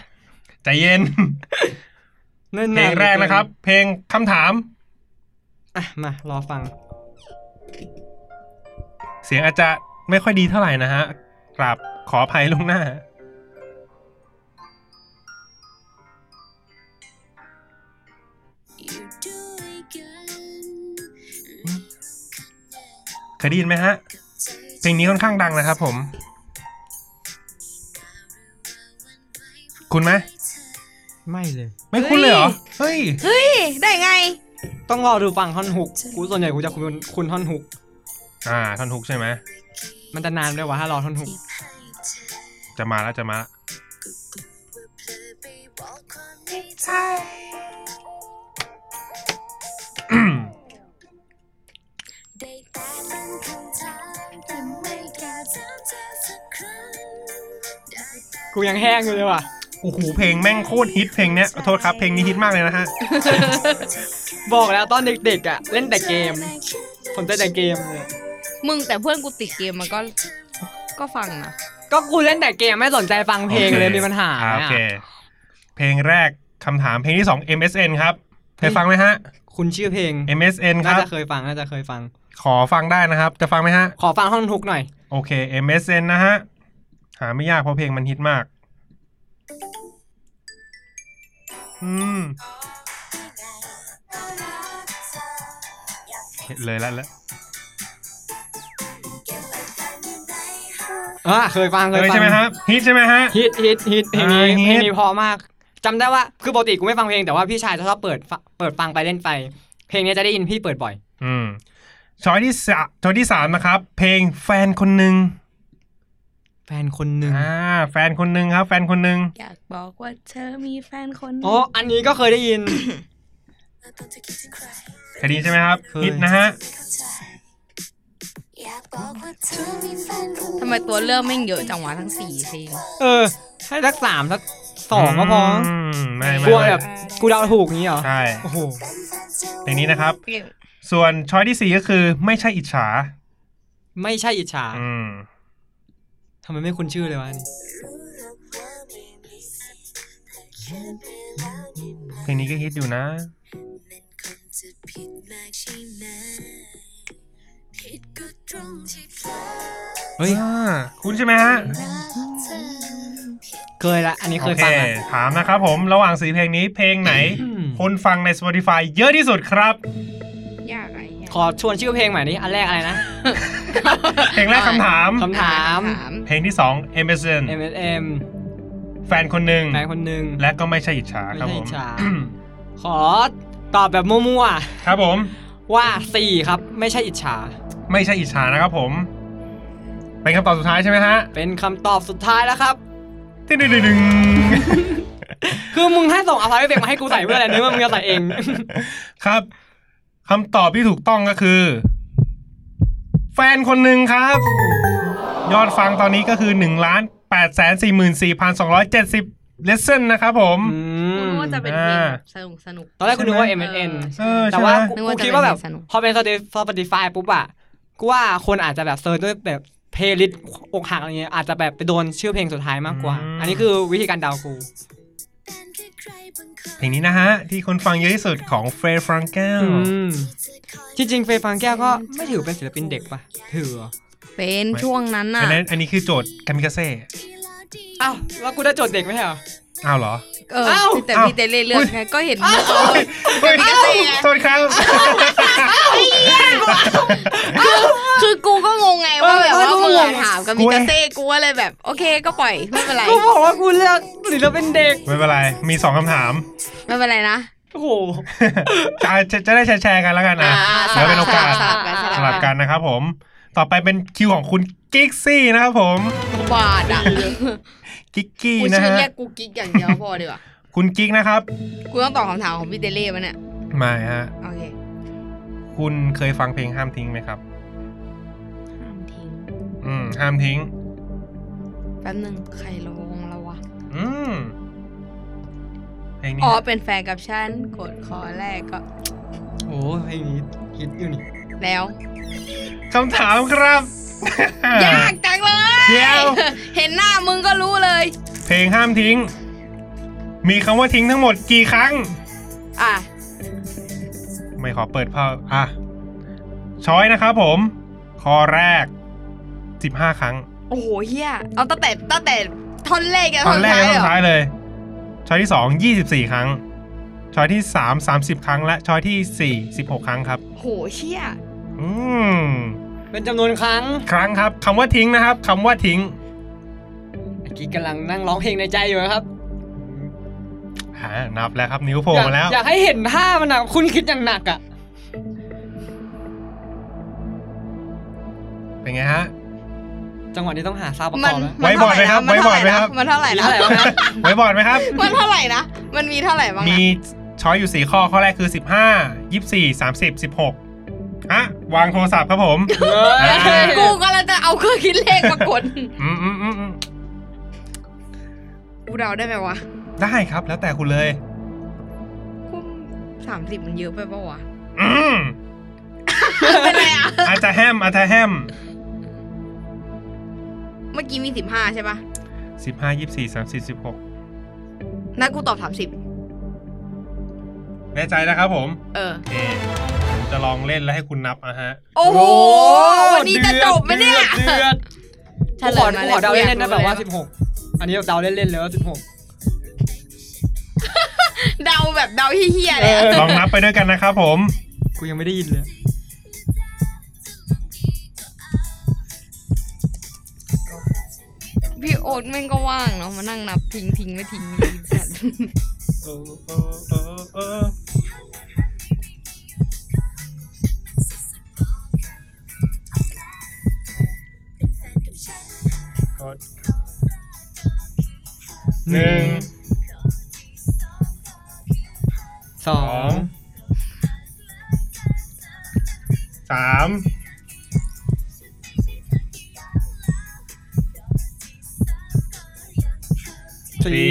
[SPEAKER 2] ใจเย็น
[SPEAKER 1] นิ่น
[SPEAKER 2] เพ
[SPEAKER 1] นาน
[SPEAKER 2] ลงแรกนะครับ เพลงคำถาม
[SPEAKER 1] อ่ะมารอฟัง
[SPEAKER 2] เสียงอาจจะไม่ค่อยดีเท่าไหร่นะฮะกราบขออภัยล่วงหน้า เคยได้ยินไหมฮะ เพลงนี้ค่อนข้างดังนะครับผม คุณไหม
[SPEAKER 1] ไม่เลย
[SPEAKER 2] ไม่คุ้นเลยเหรอ เฮ้ย
[SPEAKER 3] เฮ้ย ได้ไง
[SPEAKER 1] ต้องรอดูฟังท่อนฮุกกูส่วนใหญ่กูจะคุณคุณท่อนฮุก
[SPEAKER 2] อ่าท่อนฮุกใช่ไหม
[SPEAKER 1] มันจะนานด้วยวะถ้ารอท่อนฮุก
[SPEAKER 2] จะมาแล้วจะมาละอืม
[SPEAKER 1] กูยังแห้งอยู่เลยว่ะ
[SPEAKER 2] โอ้โหเพลงแม่งโคตรฮิตเพลงเนี้ยขอโทษครับเพลงนี้ฮิตมากเลยนะฮะ
[SPEAKER 1] บอกแล้วตอนเด็กๆอ่ะเล่นแต่เกมผมเล่นแต่เกมเลย
[SPEAKER 3] มึงแต่เพื่อนกูติดเกมมันก็ ก็ฟังนะ
[SPEAKER 1] ก็กูเล่นแต่เกมไม่สนใจฟังเพลงเลยมีปัญหา
[SPEAKER 2] อ่โอ
[SPEAKER 1] อะ
[SPEAKER 2] เค เพลงแรกคำถามเพลงที่สอง MSN ครับเคยฟังไหมฮะ
[SPEAKER 1] คุณชื่อเพลง
[SPEAKER 2] MSN ค
[SPEAKER 1] น่า
[SPEAKER 2] รับ
[SPEAKER 1] จะเคยฟังน่าจะเคยฟัง
[SPEAKER 2] ขอฟังได้นะครับ จะฟังไหมฮะ
[SPEAKER 1] ขอฟังท่อนฮุกหน่อย
[SPEAKER 2] โอเค MSN นะฮะ หาไม่ยากเพราะเพลงมันฮิตมาก อืมเห็นเลยละแล้ว
[SPEAKER 1] อ่าเคยฟังเค
[SPEAKER 2] เลยย
[SPEAKER 1] ฟัง
[SPEAKER 2] ใช่ไหมครับฮิตใช่ไหมฮะ
[SPEAKER 1] ฮิตฮิตฮิตเพลงนี้
[SPEAKER 2] อ่า
[SPEAKER 1] เพ
[SPEAKER 2] ฮิต
[SPEAKER 1] ลงนี้เพอมากจำได้ว่าคือปกติกูไม่ฟังเพลงแต่ว่าพี่ชายชอบเปิดฟังเปิดฟังไปเล่นไป เพลงนี้จะได้ยินพี่เปิดบ่อย
[SPEAKER 2] อืมช้อยที่สามช้อยที่สามนะครับ เพลงแฟนคนหนึ่ง
[SPEAKER 1] แฟนคนหนึ่ง
[SPEAKER 2] อ่าแฟนคนหนึ่งครับ แฟนคนหนึ่ง
[SPEAKER 3] อยากบอกว่าเธอมีแฟนคนหนึ่ง
[SPEAKER 1] อ๋ออันนี้ก็เคยได้ยิน
[SPEAKER 2] คดีใช่ไหมครับ
[SPEAKER 1] เคย
[SPEAKER 2] ฮิตนะฮะ
[SPEAKER 3] ทำไมตัวเลือกแม่งเยอะจังวะทั้งสี่เพลง
[SPEAKER 1] เออ ให้สักสามสักสองก็พอ
[SPEAKER 2] มไม่
[SPEAKER 1] ก
[SPEAKER 2] ไม่
[SPEAKER 1] ลัว
[SPEAKER 2] ไม่
[SPEAKER 1] แบบกูเดาถูกอย่างนี้เหรอ
[SPEAKER 2] ใช่
[SPEAKER 1] โอ้โห
[SPEAKER 2] เพลงนี้นะครับ ส่วนช้อยที่สี่ก็คือไม่ใช่อิจฉา
[SPEAKER 1] ไม่ใช่อิจฉา
[SPEAKER 2] อืม
[SPEAKER 1] ทำไมไม่คุ้นชื่อเลยวะอันนี่
[SPEAKER 2] เพลงนี้ก็ฮิตอยู่นะ
[SPEAKER 1] เฮ้ย
[SPEAKER 2] อ่า คุณใช่ไหมฮะ
[SPEAKER 1] เคยละ อันนี้เค
[SPEAKER 2] โอย เค
[SPEAKER 1] ฟังละ
[SPEAKER 2] ถามนะครับผมระหว่างสีเพลงนี้เพลงไหน
[SPEAKER 1] อืม
[SPEAKER 2] คนฟังใน Spotify เยอะที่สุดครับ
[SPEAKER 3] ยากอะไรเนี่ย
[SPEAKER 1] ขอชวนชื่อเพลงใหม่นี้อันแรกอะไรนะ
[SPEAKER 2] เพลงแรกคำถาม
[SPEAKER 1] คำถาม
[SPEAKER 3] ถาม
[SPEAKER 2] เพลงที่สอง Amazon
[SPEAKER 1] M S M
[SPEAKER 2] แฟนคนหนึ่ง
[SPEAKER 1] แฟนคนหนึ่ง
[SPEAKER 2] และก็ไม่ใช่อิจฉาครับผ
[SPEAKER 1] ไม่ใช่อิ
[SPEAKER 2] ม
[SPEAKER 1] จฉา
[SPEAKER 2] อืม
[SPEAKER 1] ขอตอบแบบมั่ว
[SPEAKER 2] ครับผม
[SPEAKER 1] ๆ ว่าสี่ครับ ไม่ใช่อิจฉา
[SPEAKER 2] ไม่ใช่อิจฉานะครับผม เป็นคำตอบสุดท้ายใช่ไหมฮะ
[SPEAKER 1] เป็นคำตอบสุดท้ายแล้วครับ
[SPEAKER 2] ดึงดึงดึงดึง
[SPEAKER 1] คือมึงให้ส่งอภัยไปเบรกมาให้กูใส่เพื่ออะไรเนี่ยมึงจะใส่เอง
[SPEAKER 2] ครับคำตอบที่ถูกต้องก็คือ แฟนคนหนึ่งครับ ยอดฟังตอนนี้ก็คือ1ล้าน8 4 4 2 7 0 lesson นะครับผม
[SPEAKER 1] อื
[SPEAKER 3] กู
[SPEAKER 1] ม
[SPEAKER 3] รู้ว่าจะเป็นเพลงแบบสนุกสนุก
[SPEAKER 1] ตอนแรกกูนึกว่า M N
[SPEAKER 2] เออ
[SPEAKER 1] แต่
[SPEAKER 2] ใช่ไหม
[SPEAKER 1] ว่า
[SPEAKER 3] นึก
[SPEAKER 1] กู
[SPEAKER 3] ว่าจะ
[SPEAKER 1] คิดว่าแบบ
[SPEAKER 3] เป็นเพลงสนุก
[SPEAKER 1] พอเป็น Spotify- Spotify ปุ๊บอะกูว่าคนอาจจะแบบเซิร์ชด้วยแบบเพลย์ลิสต์อกหักอะไรเงี้ยอาจจะแบบไปโดนชื่อเพลงสุดท้ายมากกว่า อันนี้คือวิธีการเดากู
[SPEAKER 2] เพลงนี้นะฮะ ที่คนฟังเยอะที่สุดของเฟร f r ังเกล
[SPEAKER 1] อืมจริงๆเฟย์ฟางแก้วก็ไม่ถือเป็นศิลปินเด็กปะถือเหรอ
[SPEAKER 3] เป็นช่วงนั้นน่ะ
[SPEAKER 2] อันนั้นอันนี้คือโจทย์คามิกาเซ่
[SPEAKER 1] อ้าวแล้วกูได้โจทย์เด็กไหมใช่เหรอ
[SPEAKER 2] อ้าวเหรอ
[SPEAKER 3] เออ
[SPEAKER 1] เอ้า
[SPEAKER 3] แต่
[SPEAKER 2] เอ้า
[SPEAKER 3] พี่เต้เล่นเลือกไงก็เห็นมุก
[SPEAKER 2] เฮ้ยโทษครับ
[SPEAKER 3] คือกูก็งงไงว่าแบบว่า
[SPEAKER 1] เออกู
[SPEAKER 3] มึ
[SPEAKER 1] ก็
[SPEAKER 3] ง
[SPEAKER 1] งง
[SPEAKER 3] อะถามกับมิกาเซ่กูก็เลยแบบ โอเคก็ปล่อยไม่เป็นไร
[SPEAKER 1] กูบอกว่ากูเลือกศิลปินเด็ก
[SPEAKER 2] ไม่เป็นไร มีสองคำถาม
[SPEAKER 3] ไม่เป็นไรนะ
[SPEAKER 1] โอ้โห
[SPEAKER 2] จะจะจะได้แชร์ๆกันแล้วกันนะ
[SPEAKER 3] อ่า
[SPEAKER 2] เดี๋ยวเป็นโอกาส
[SPEAKER 3] สลับกันส
[SPEAKER 2] ส
[SPEAKER 3] ลั
[SPEAKER 2] ลั
[SPEAKER 3] บบ กั
[SPEAKER 2] กัน นนะครับผม ต่อไปเป็นคิวของคุณกิกซี่นะครับผม
[SPEAKER 3] กูบาดอ่ะ
[SPEAKER 2] กิกกี้
[SPEAKER 3] กู
[SPEAKER 2] นะ
[SPEAKER 3] ชื่อ
[SPEAKER 2] ฮะ
[SPEAKER 3] เรียกกูกิ๊กอย่างเดียวพอดีกว่า
[SPEAKER 2] คุณกิ๊กนะครับ
[SPEAKER 3] กูต้องตอบคำถามของพี่เต้เล่ปะเนี่ย
[SPEAKER 2] ไม่ฮะ
[SPEAKER 3] โอเค
[SPEAKER 2] คุณเคยฟังเพลงห้ามทิ้งไหมครับ
[SPEAKER 3] ห้ามทิ้ง
[SPEAKER 2] อืม ห้ามทิ้ง
[SPEAKER 3] แป๊บนึงใครระวงระวะ
[SPEAKER 2] อืม เพลงนี้
[SPEAKER 3] อ๋อ
[SPEAKER 2] ฮะ
[SPEAKER 3] เป็นแฟนกับฉันกดคอแรกก็
[SPEAKER 1] โอ้เพลงนี้ฮิตอยู่นี่
[SPEAKER 3] แล้ว
[SPEAKER 2] คำถามครับ
[SPEAKER 3] ยากจังเลย
[SPEAKER 2] เดี๋ยว
[SPEAKER 3] เห็นหน้ามึงก็รู้เลย
[SPEAKER 2] เพลงห้ามทิ้ง มีคำว่าทิ้งทั้งหมดกี่ครั้ง
[SPEAKER 3] อ่ะ
[SPEAKER 2] ไม่ขอเปิดภาพอ่ะ ช้อยนะครับผม ข้อแรก 15 ครั้ง
[SPEAKER 3] โอ้โหเฮียเอาตั้งแต่ตั้งแต่ท่อนแรกจน
[SPEAKER 2] ต
[SPEAKER 3] ท่
[SPEAKER 2] อ
[SPEAKER 3] อน น
[SPEAKER 2] แรก
[SPEAKER 3] ท้า
[SPEAKER 2] ตอ
[SPEAKER 3] ย
[SPEAKER 2] น
[SPEAKER 3] เหรอ
[SPEAKER 2] ท้ายเลย ช้อยที่สองยี่สิบสี่ครั้ง ช้อยที่สามสามสิบครั้ง และช้อยที่สี่สิบหกครั้งครับ
[SPEAKER 3] โอ้โหเฮีย
[SPEAKER 2] อืม
[SPEAKER 1] เป็นจำนวนครั้ง
[SPEAKER 2] ครั้งครับคำว่าทิ้งนะครับคำว่าทิ้ง
[SPEAKER 1] เมื่อกี้กำลังนั่งร้องเพลงในใจอยู่นะครับ
[SPEAKER 2] หา นับแล้วครับ นิ้วโผล่
[SPEAKER 1] อยาก
[SPEAKER 2] มาแล้ว
[SPEAKER 1] อยากให้เห็นท่ามันนะคุณคิดอย่างหนักอ่ะ
[SPEAKER 2] เป็นไงฮะ
[SPEAKER 1] จังหวะนี้ต้องหาซาวด์ประก
[SPEAKER 3] มั
[SPEAKER 1] อน บแล้ว
[SPEAKER 3] มันเท่าไหร่นะ
[SPEAKER 2] ไว้บอ
[SPEAKER 3] มัน
[SPEAKER 2] ร์ดไห
[SPEAKER 3] เท่าไห
[SPEAKER 2] ม
[SPEAKER 3] ร่
[SPEAKER 2] ครับ
[SPEAKER 3] นะมันเท่าไหร่
[SPEAKER 1] มี
[SPEAKER 3] นะ
[SPEAKER 1] เท่าไหร่วะ
[SPEAKER 2] ไว้บอร์ดไหมครับ
[SPEAKER 3] มันเท่าไหร่นะมันมีเท่าไหร่บ้าง
[SPEAKER 2] มี
[SPEAKER 3] นะ
[SPEAKER 2] ช้อยอยู่สี่ข้อ ข้อแรกคือสิบห้ายี่สี่สามสิบสิบหกฮะ วางโทรศัพท์ครับผม
[SPEAKER 1] เฮ้ย
[SPEAKER 3] กูกำลังจะเอา เครื่องคิดเลขมากด
[SPEAKER 2] อืมอืมอืมอืม
[SPEAKER 3] กูเดาได้ไหมวะ
[SPEAKER 2] ได้ครับ แล้วแต่คุณเลย
[SPEAKER 3] กูสามสิบมันเยอะไปปะวะ
[SPEAKER 2] อืม
[SPEAKER 3] เป็นไรอ่ะ
[SPEAKER 2] อาจจะแฮมอาจจะแฮม
[SPEAKER 3] เมื่อกี้มีสิบห้าใช่ปะ
[SPEAKER 2] สิบห้ายี่สี่สามสิบสิบหก
[SPEAKER 3] นั่นกูตอบสามสิบ
[SPEAKER 2] แน่ใจนะครับผม
[SPEAKER 3] เออ
[SPEAKER 2] โอเคผมจะลองเล่นแล้วให้คุณนับนะฮะ
[SPEAKER 3] โอ้โหวันนี้จะจบไหมเนี่ย
[SPEAKER 1] เดือด
[SPEAKER 3] เฉ
[SPEAKER 1] กู
[SPEAKER 3] ล
[SPEAKER 1] ขอย
[SPEAKER 3] ม
[SPEAKER 1] กูข
[SPEAKER 3] ย
[SPEAKER 1] อเดาเล่นๆนะ
[SPEAKER 3] กู
[SPEAKER 1] แบ
[SPEAKER 3] อยก
[SPEAKER 1] บว่า
[SPEAKER 3] รู้เลย
[SPEAKER 1] 16 อันนี้เดาเล่นๆเลยว่า
[SPEAKER 3] เดาแบบเดาเฮี้ยๆเลยอะ
[SPEAKER 2] ลองนับไปด้วยกันนะครับผม
[SPEAKER 1] 16 กูยังไม่ได้ยินเลย
[SPEAKER 3] พี่โอ๊ตแม่งก็ว่างเนาะมานั่งนับทิ้งทิ้งๆไม่ทิ้งทิ้งสัตว์
[SPEAKER 2] หนึ่ง
[SPEAKER 1] สอ
[SPEAKER 2] สอง ง สาม
[SPEAKER 1] สี่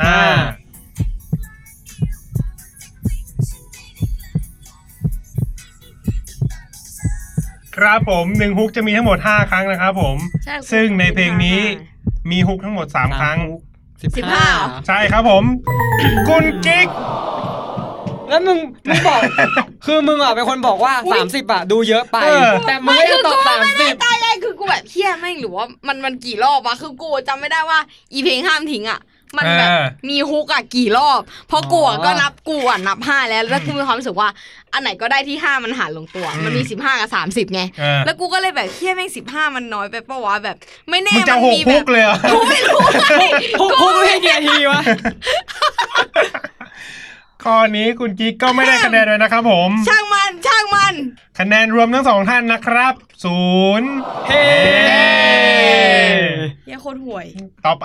[SPEAKER 2] ห้า
[SPEAKER 1] ห้า
[SPEAKER 2] ครับผมหนึ่งฮุกจะมีทั้งหมด 5 ครั้งนะครับผม
[SPEAKER 3] ใช่กู
[SPEAKER 2] ซึ่งในเพลงนี้มีฮุกทั้งหมด 3 ครั้ง
[SPEAKER 3] สิบห้าเหรอ
[SPEAKER 2] ใช่ครับผม คุณกิ๊ก
[SPEAKER 1] แล้วมึงมึงบอก คือมึงอ่ะเป็นคนบอกว่า 30 อ่ะ ดูเยอะไป
[SPEAKER 2] เออ
[SPEAKER 1] แต่มึงก็ยังตอบ
[SPEAKER 3] ตายเลยคือกูแบบเฮี้ยแม่งหรือว่ามันมันกี่รอบวะคือกูจำไม่ได้ว่า อีเพลงห้ามทิ้งอ่ะ มันแบบ
[SPEAKER 2] เออ
[SPEAKER 3] มีฮุกอ่ะกี่รอบ เพราะกูอะ
[SPEAKER 1] อ๋อ
[SPEAKER 3] ก็นับกูอ่ะนับห้าแล้วแล้วกูมีความรู้สึกว่า อันไหนก็ได้ที่ห้ามันหารลงตัว มันมีสิบห้ากับสามสิบไง
[SPEAKER 2] เออ
[SPEAKER 3] แล้วกูก็เลยแบบเฮี้ยแม่งสิบห้ามันน้อยไปปะวะแบบ ไม่แน่
[SPEAKER 2] มึงจะหก
[SPEAKER 3] มีแบ
[SPEAKER 2] ฮุ
[SPEAKER 3] บ
[SPEAKER 2] ก เลยเหรอ
[SPEAKER 3] กูไม่รู้ไง
[SPEAKER 1] 30พวก พวกไม่ให้เกียรติทีวะ
[SPEAKER 2] ข้อนี้คุณกิ๊กก็ไม่ได้คะแนนเลยนะครับผม
[SPEAKER 3] ช่างมันช่างมัน
[SPEAKER 2] คะแนนรวมทั้งสองท่านนะครับศูนย์
[SPEAKER 1] เฮ้
[SPEAKER 3] เฮียโคตรห่วย
[SPEAKER 2] ต่อไป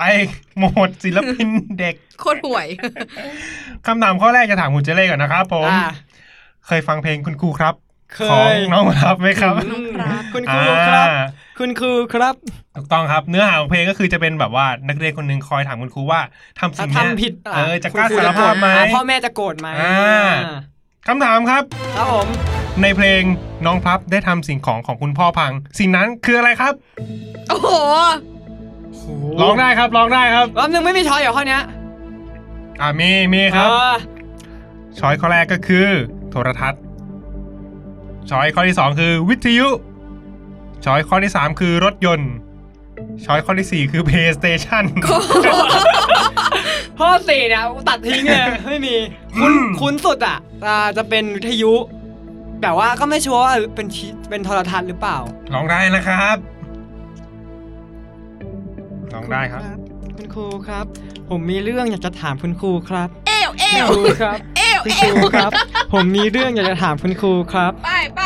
[SPEAKER 2] โหมดศิลปินเด็ก
[SPEAKER 3] โคตรห่วย
[SPEAKER 2] คำถามข้อแรกจะถามคุณเจเล่ก่อนนะครับผม
[SPEAKER 1] อ่ะ
[SPEAKER 2] เคยฟังเพลงคุณครูครับ
[SPEAKER 1] เค
[SPEAKER 2] ของ
[SPEAKER 1] ย
[SPEAKER 2] น้องครับไหมครับ
[SPEAKER 1] อืมคุณครูครับ
[SPEAKER 2] อ่า
[SPEAKER 1] คุณครูครับ
[SPEAKER 2] ถูกต้องครับ เนื้อหาของเพลงก็คือจะเป็นแบบว่านักเรียนคนหนึ่งคอยถามคุณครูว่าทำ
[SPEAKER 1] ถ้า
[SPEAKER 2] สิ่งเนี้ย
[SPEAKER 1] ทำผิด
[SPEAKER 2] เออจะกล้า
[SPEAKER 1] คุณค
[SPEAKER 2] สาร
[SPEAKER 1] โก
[SPEAKER 2] ภา
[SPEAKER 1] ธ
[SPEAKER 2] พไหม
[SPEAKER 1] อ่ะพ่อแม่จะโกรธไหม
[SPEAKER 2] อ่า
[SPEAKER 1] อ่า
[SPEAKER 2] คำถามครับ
[SPEAKER 1] ครับผม
[SPEAKER 2] ในเพลงน้องพลับได้ทำสิ่งของของคุณพ่อพัง สิ่งนั้นคืออะไรครับ
[SPEAKER 3] โอ้โห
[SPEAKER 2] ร้องได้ครับร้องได้ครับ
[SPEAKER 1] รอบนึงไม่มีช้อยเหรอข้อเนี้ย
[SPEAKER 2] อ่ามีมีครับ
[SPEAKER 1] เออ
[SPEAKER 2] ช้อยข้อแรกก็คือ โทรทัศน์ช้อยข้อที่สองคือวิทยุ ช้อยข้อที่สามคือรถยนต์ ช้อยข้อที่สี่คือ PlayStation
[SPEAKER 1] ข้อสี่เนี่ยตัดทิ้ง เลยไม่มี
[SPEAKER 2] คุณ
[SPEAKER 1] คุ้นสุดอ่ะอ่าจะเป็นวิทยุ แต่ว่าก็ไม่ชัวร์ว่าเป็นชีเป็นโทรทัศน์หรือเปล่า
[SPEAKER 2] ร้องได้นะครับร้องได้ครับ
[SPEAKER 1] คุณครูครับ ผมมีเรื่องอยากจะถามคุณครูครับ
[SPEAKER 3] เอวเอ
[SPEAKER 1] คุณค
[SPEAKER 3] ว
[SPEAKER 1] รูครับ
[SPEAKER 3] เอว
[SPEAKER 1] คุณ
[SPEAKER 3] เอ
[SPEAKER 1] ครู
[SPEAKER 3] ว
[SPEAKER 1] ครับ ผมมีเรื่องอยากจะถามคุณครูครับ
[SPEAKER 3] ไปไป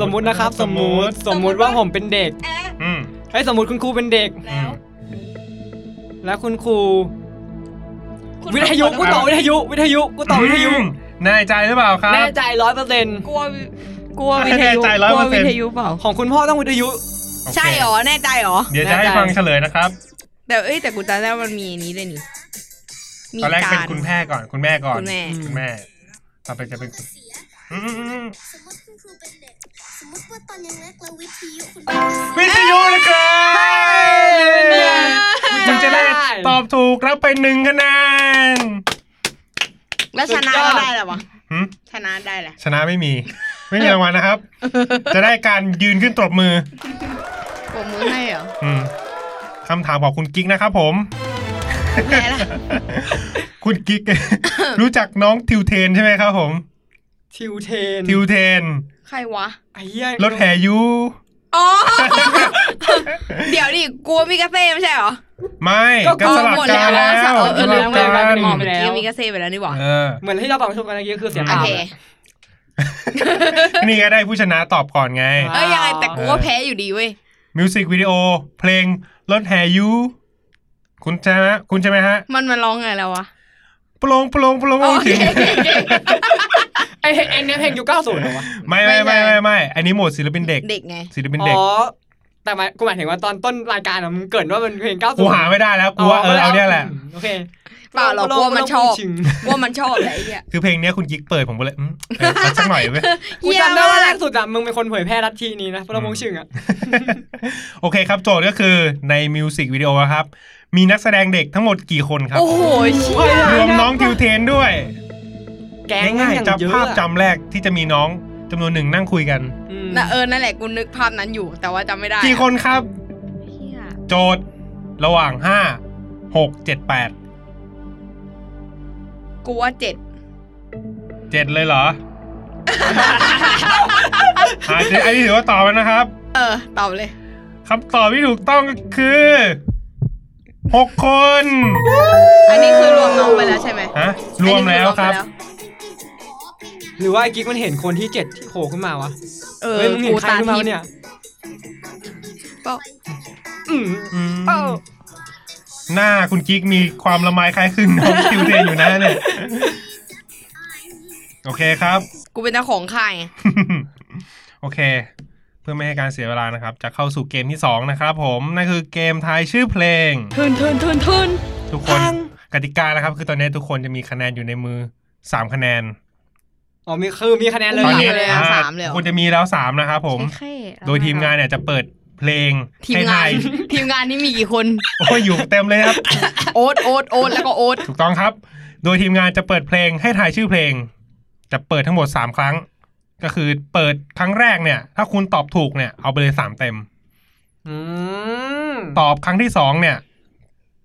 [SPEAKER 1] สมมุตินะครับ สมมุติสมมุติว่าผมเป็นเด็ก
[SPEAKER 3] เออ
[SPEAKER 2] อืม
[SPEAKER 1] ไอ้ยสมมุติคุณครูเป็นเด็ก
[SPEAKER 2] อืม
[SPEAKER 1] แล้วคุณครู วิทยุกูตอบวิทยุ วิทยุกูตอบวิทยุ
[SPEAKER 2] อืมแน่ใจหรือเปล่าครับ
[SPEAKER 1] แน่ใจร้อยเปอร์เซ็นต์
[SPEAKER 3] กลัวกลัววิท
[SPEAKER 2] แน่
[SPEAKER 3] ยุ
[SPEAKER 2] ใจ
[SPEAKER 3] ก
[SPEAKER 2] ร้อย
[SPEAKER 3] ลั
[SPEAKER 2] เป
[SPEAKER 3] ว
[SPEAKER 2] อร์เซ็น
[SPEAKER 3] วิ
[SPEAKER 2] ต์
[SPEAKER 3] ทยุเปล่า
[SPEAKER 1] ของคุณพ่อต้องวิทยุ
[SPEAKER 2] โเค
[SPEAKER 3] ใช่เหรอ แน่ใจเหรอ
[SPEAKER 2] เดี๋ยวจะให้ฟังเฉลยนะครับ
[SPEAKER 3] แต่เอ้ยแต่กูจำได้ว่ามันมีอันนี้ด้วยนี่มี
[SPEAKER 2] ตอนแรก
[SPEAKER 3] การ
[SPEAKER 2] เป็นคุณแม่ก่อน คุณแม่ก่อน
[SPEAKER 3] คุณแม่
[SPEAKER 1] อืม
[SPEAKER 2] คุณแม่ต่อไปจะเป็นคุณอืมอืมอืม
[SPEAKER 6] สมมติคุณครูเป็นเด็ก สมมติว่าตอนยังเล็กเราวิทยุคุณ
[SPEAKER 2] วิทยุนะครับคุณจะได้ตอบถูกรับไปหนึ่งคะแนน
[SPEAKER 3] แล้วชนะ
[SPEAKER 1] สุดยอ
[SPEAKER 3] ก็
[SPEAKER 1] ด
[SPEAKER 3] ได้แหละวะ
[SPEAKER 2] หึ
[SPEAKER 3] ชนะได้แหละ
[SPEAKER 2] ชนะไม่มี ไม่มีรางวัลนะครับ จะได้การยืนขึ้นตบมือ
[SPEAKER 3] ปรบมือให้เหรอ
[SPEAKER 2] อืมคำถามของคุณกิ๊กนะครับผม
[SPEAKER 3] แม่ละ
[SPEAKER 2] คุณกิ๊ก รู้จักน้องทิวเทนใช่ไหมครับผม
[SPEAKER 1] ทิวเทน
[SPEAKER 2] ทิวเทน
[SPEAKER 3] ใครวะ
[SPEAKER 1] ไอ้เหี้ย
[SPEAKER 2] รถแห่ยู
[SPEAKER 3] อ๋อ เดี๋ยวดิกลัวมิกาเซ่ไม่ใช่เหรอ
[SPEAKER 2] ไม่ก็สลับ
[SPEAKER 3] หมด
[SPEAKER 2] กั
[SPEAKER 3] แล้
[SPEAKER 2] น
[SPEAKER 3] ว
[SPEAKER 2] แล้ว
[SPEAKER 3] เออ
[SPEAKER 2] ส
[SPEAKER 3] เออ
[SPEAKER 2] ลั
[SPEAKER 3] ลื
[SPEAKER 2] บ
[SPEAKER 3] มไป
[SPEAKER 2] กั
[SPEAKER 3] แล้ว
[SPEAKER 2] น
[SPEAKER 3] อ๋อเมื่อกี้มิกาเซ่ไปแล้วนี่หว่า
[SPEAKER 2] เออ
[SPEAKER 1] เหมือนที่เราบอกชมกันเมื่อกี้คือเสียง
[SPEAKER 3] โอ
[SPEAKER 1] อ่าว
[SPEAKER 3] เค
[SPEAKER 1] อะ
[SPEAKER 2] นี่ก็ได้ผู้ชนะตอบก่อนไง
[SPEAKER 1] ว้าว
[SPEAKER 3] เอ้ยยังไงแต่กูก็แพ้อยู่ดีเว้ย
[SPEAKER 2] มิวสิกวิดีโอเพลงรถแห่ยูคุณใช่ไหมคุณใช่ไหมฮะ
[SPEAKER 3] มันมาร้องไงแล้ววะ
[SPEAKER 2] ปลงปลงปลง
[SPEAKER 3] โอเค
[SPEAKER 2] ถึง
[SPEAKER 1] ไอไอเนี้ยเพลงยุคเก้าศูนย์เหรอวะ
[SPEAKER 2] ไม่ไม่ไม่ไม่ไม่อันนี้โหมดศิลปินเด็ก
[SPEAKER 3] เด็กไง
[SPEAKER 2] ศิลปิน
[SPEAKER 1] อ๋
[SPEAKER 2] เด็ก
[SPEAKER 1] อแต่หมายกูหมายถึงว่าตอนต้นรายการอะมึงเกริดว่าเป็นเพลงเก้าศู
[SPEAKER 2] กู
[SPEAKER 1] นย์
[SPEAKER 2] หาไม่ได้แล้ว กูว่าเออเอาเนี่ยแหละ
[SPEAKER 1] โอเค
[SPEAKER 3] เปล่าหรอกกลัวมันชอบ กลัวมันชอบแหละไอ้เหี้ย
[SPEAKER 2] คือเพลงเนี้ยคุณกิ๊กเปิดผมก็เลยอืมเออเอาสักหน่อยเว้ย
[SPEAKER 1] กูจำได้ว่าแรกสุดอะมึงเป็นคนเผยแพร่ลัทธินี้นะพระลงชิงอะ
[SPEAKER 2] โอเคครับโจทย์ก็คือในมิวสิกวิดีโอครับ มีนักแสดงเด็กทั้งหมดกี่คนครับ
[SPEAKER 3] โอ้โหเชี่ย
[SPEAKER 2] รวมน้องทิวเทนด้วย
[SPEAKER 1] แกง
[SPEAKER 2] ง่ายๆจับภาพจำแรกที่จะมีน้องจำนวนหนึ่งนั่งคุยกัน
[SPEAKER 3] นะเออ นั่นแหละกูนึกภาพนั้นอยู่ แต่ว่าจำไม่ได้
[SPEAKER 2] กี่คนครับ
[SPEAKER 3] เหี้ย
[SPEAKER 2] โจทย์ระหว่างห้าหกเจ็ดแปด
[SPEAKER 3] กูว่าเจ็ด
[SPEAKER 2] เจ็ดเลยเหรอ อ่ะเจ็ดอันนี้ถือว่าตอบแล้วนะครับ
[SPEAKER 3] เออตอบเลย
[SPEAKER 2] คำตอบที่ถูกต้องก็คือหกคน
[SPEAKER 3] อันนี้คือรวมน้องไปแล้วใช่ไหม
[SPEAKER 2] ฮะรวมแล้วครับ
[SPEAKER 3] อันนี้อวมไป
[SPEAKER 1] หรือว่าไอ้กิ๊กมันเห็นคนที่เจ็ดที่โผล่ขึ้นมาวะ
[SPEAKER 3] เออ
[SPEAKER 1] เฮ้ยมึงเห็
[SPEAKER 3] กู
[SPEAKER 1] นใคร
[SPEAKER 3] ตา
[SPEAKER 1] ขึ้นมา
[SPEAKER 3] ทิ
[SPEAKER 1] วะ
[SPEAKER 3] พย์
[SPEAKER 1] เนี่ย
[SPEAKER 3] เปล่า
[SPEAKER 1] อืม
[SPEAKER 2] อืมหน้าคุณกิ๊กมีความละไมคล้ายคลึงน้องทิวเทนอยู่นะ เนี่ย โอเคครับ
[SPEAKER 3] กูเป็นเจ้าของค่ายไง
[SPEAKER 2] โอเค เพื่อไม่ให้การเสียเวลานะครับ จะเข้าสู่เกมที่ 2 นะครับผมนั่นคือเกมทายชื่อเพลง
[SPEAKER 3] เทินเทินเทินเทิน
[SPEAKER 2] ทุกคน
[SPEAKER 3] ทาง
[SPEAKER 2] กติกานะครับ คือตอนนี้ทุกคนจะมีคะแนนอยู่ในมือ 3 คะแนน
[SPEAKER 1] อ๋อมีคือมีคะแนนเลย
[SPEAKER 2] ตอน
[SPEAKER 1] เหร
[SPEAKER 2] นี้
[SPEAKER 1] อ
[SPEAKER 3] เลยอะ
[SPEAKER 2] อ่
[SPEAKER 3] สามเลยเหรอ
[SPEAKER 2] ทุกคนจะมีแล้ว 3 นะครับผม
[SPEAKER 3] ใช่ๆ
[SPEAKER 2] โดยทีมงานเนี่ยจะเปิดเพลง
[SPEAKER 3] ทีม
[SPEAKER 2] ให้ทา
[SPEAKER 3] งา
[SPEAKER 2] น ย
[SPEAKER 3] ทีมงานนี่มีกี่คน
[SPEAKER 2] โอ้ยอยู่เต็มเลยครับ
[SPEAKER 3] โอ๊ตโอ๊ตโอ๊ตแล้วก็โอ๊ต
[SPEAKER 2] ถูกต้องครับ โดยทีมงานจะเปิดเพลงให้ทายชื่อเพลง จะเปิดทั้งหมด 3 ครั้ง ก็คือเปิดครั้งแรกเนี่ย ถ้าคุณตอบถูกเนี่ยเอาไปเลย 3 เต็ม
[SPEAKER 1] อืม
[SPEAKER 2] ตอบครั้งที่ 2 เนี่ย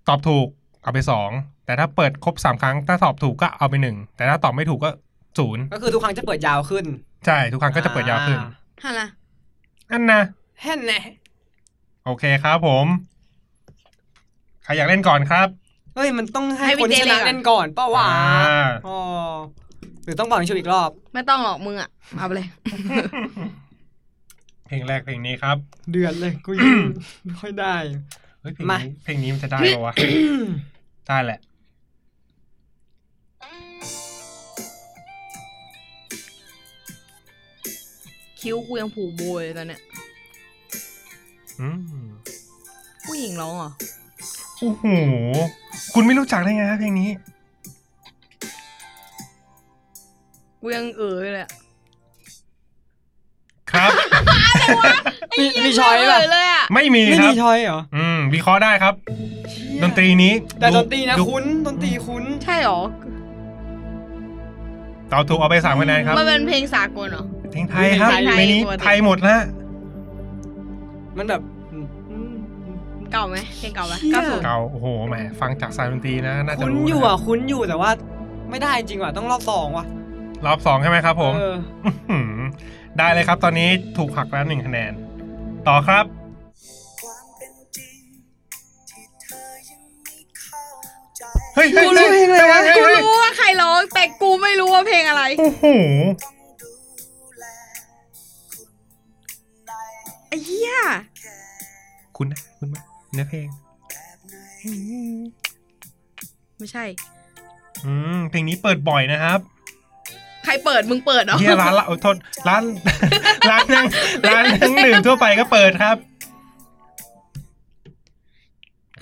[SPEAKER 2] ตอบถูกเอาไป 2 แต่ถ้าเปิดครบ 3 ครั้ง ถ้าตอบถูกก็เอาไป 1 แต่ถ้าตอบไม่ถูกก็ศูนย์
[SPEAKER 1] ก็คือทุกครั้งจะเปิดยาวขึ้น
[SPEAKER 2] ใช่ทุกครั้งก็จะเปิดยาวขึ้น
[SPEAKER 1] อ่
[SPEAKER 3] ฮะนะ
[SPEAKER 2] อันนะ
[SPEAKER 1] แฮ่นแน่
[SPEAKER 2] โอเคครับผม ใครอยากเล่นก่อนครับ
[SPEAKER 1] เฮ้ยมันต้องให้คนที่ชนะเล่นก่อนเป้าวะ
[SPEAKER 2] อ่า
[SPEAKER 1] อ๋อหรือต้องบอกให้ชูอีกรอบ
[SPEAKER 3] ไม่ต้องหรอกมึงอ่ะ เอาไปเลย
[SPEAKER 2] เพลงแรกเพลงนี้ครับ
[SPEAKER 1] เดือดเลยกูยังไม่ค่อยได้
[SPEAKER 2] เฮ้ยเพลง
[SPEAKER 1] มา
[SPEAKER 2] นี้เพลงนี้มันจะได้ปะ วะ ได้แหละ
[SPEAKER 3] คิ้วกูยังผูกโบยเลยตอนเนี้ย
[SPEAKER 2] อืม
[SPEAKER 3] ผู้หญิงร้องเหรอ
[SPEAKER 2] โอ้โห คุณไม่รู้จักได้ไงฮะเพลงนี้
[SPEAKER 3] กูยังเอ๋ยเลยอะ
[SPEAKER 2] ครับ
[SPEAKER 1] มีมีช้อย
[SPEAKER 3] เอ
[SPEAKER 1] ป่ะ
[SPEAKER 3] ยเลยอ่ะ
[SPEAKER 2] ไม่มี
[SPEAKER 1] ไม่
[SPEAKER 2] ครั
[SPEAKER 1] มี
[SPEAKER 2] บ
[SPEAKER 1] ช้อยเหรอ
[SPEAKER 2] อืม วิเคราะห์ได้ครับ ดนตรีนี้
[SPEAKER 1] แต่ดนตรีนะ
[SPEAKER 2] ดู
[SPEAKER 1] คุ้นดนตรีคุ้น
[SPEAKER 3] ใช่เหรอ
[SPEAKER 2] ตอบถูกเอาไปสามคะแนนครับ
[SPEAKER 3] มันเป็นเพลงสากลเหรอ
[SPEAKER 2] เพลงไทยครับ
[SPEAKER 3] เพลงไทย
[SPEAKER 2] เพลงนี้
[SPEAKER 3] ปกติ
[SPEAKER 2] ไทยหมดนะ
[SPEAKER 1] มันแบบ
[SPEAKER 3] เก่าไหมเพลงเก่าไหม
[SPEAKER 1] เชี่ย
[SPEAKER 3] เก้าสิบ
[SPEAKER 2] เก่า โอ้โห แหม ฟังจากสายดนตรีนะ น่าจะ
[SPEAKER 1] คุ้น
[SPEAKER 2] รู้
[SPEAKER 1] อยู่
[SPEAKER 2] นะ
[SPEAKER 1] อ่ะคุ้นอยู่แต่ว่า ไม่ได้จริงว่ะต้องรอบสองว่ะ
[SPEAKER 2] รอบสองใช่ไหมครับผม
[SPEAKER 1] เออ
[SPEAKER 2] อื้อหือได้เลยครับ ตอนนี้ถูกหักแล้วหนึ่งคะแนน ต่อครับ
[SPEAKER 6] ความเป็นจริง ที่เธอยังไม่เข้าใจ
[SPEAKER 2] เฮ้ยเฮ้ยเฮ้ยเฮ้ยเฮ้ย
[SPEAKER 3] กู
[SPEAKER 2] เฮ้ย
[SPEAKER 3] รู้ว่าใครร้อง แต่กูไม่รู้ว่าเพลงอะไร
[SPEAKER 2] โอ้โห
[SPEAKER 6] ต้องดูแล คุณใน
[SPEAKER 3] ไอ้เหี้ย
[SPEAKER 2] คุณนะคุณมาเนื้อเพลง
[SPEAKER 6] แบบไหน
[SPEAKER 3] ไม่ใช่
[SPEAKER 2] อืม เพลงนี้เปิดบ่อยนะครับ
[SPEAKER 3] ใครเปิด มึงเปิดเหรอ
[SPEAKER 2] เฮียร้านละโอ้โทษร้าน ร้านนั่งร้านนั่งดื่มทั่วไปก็เปิดครับ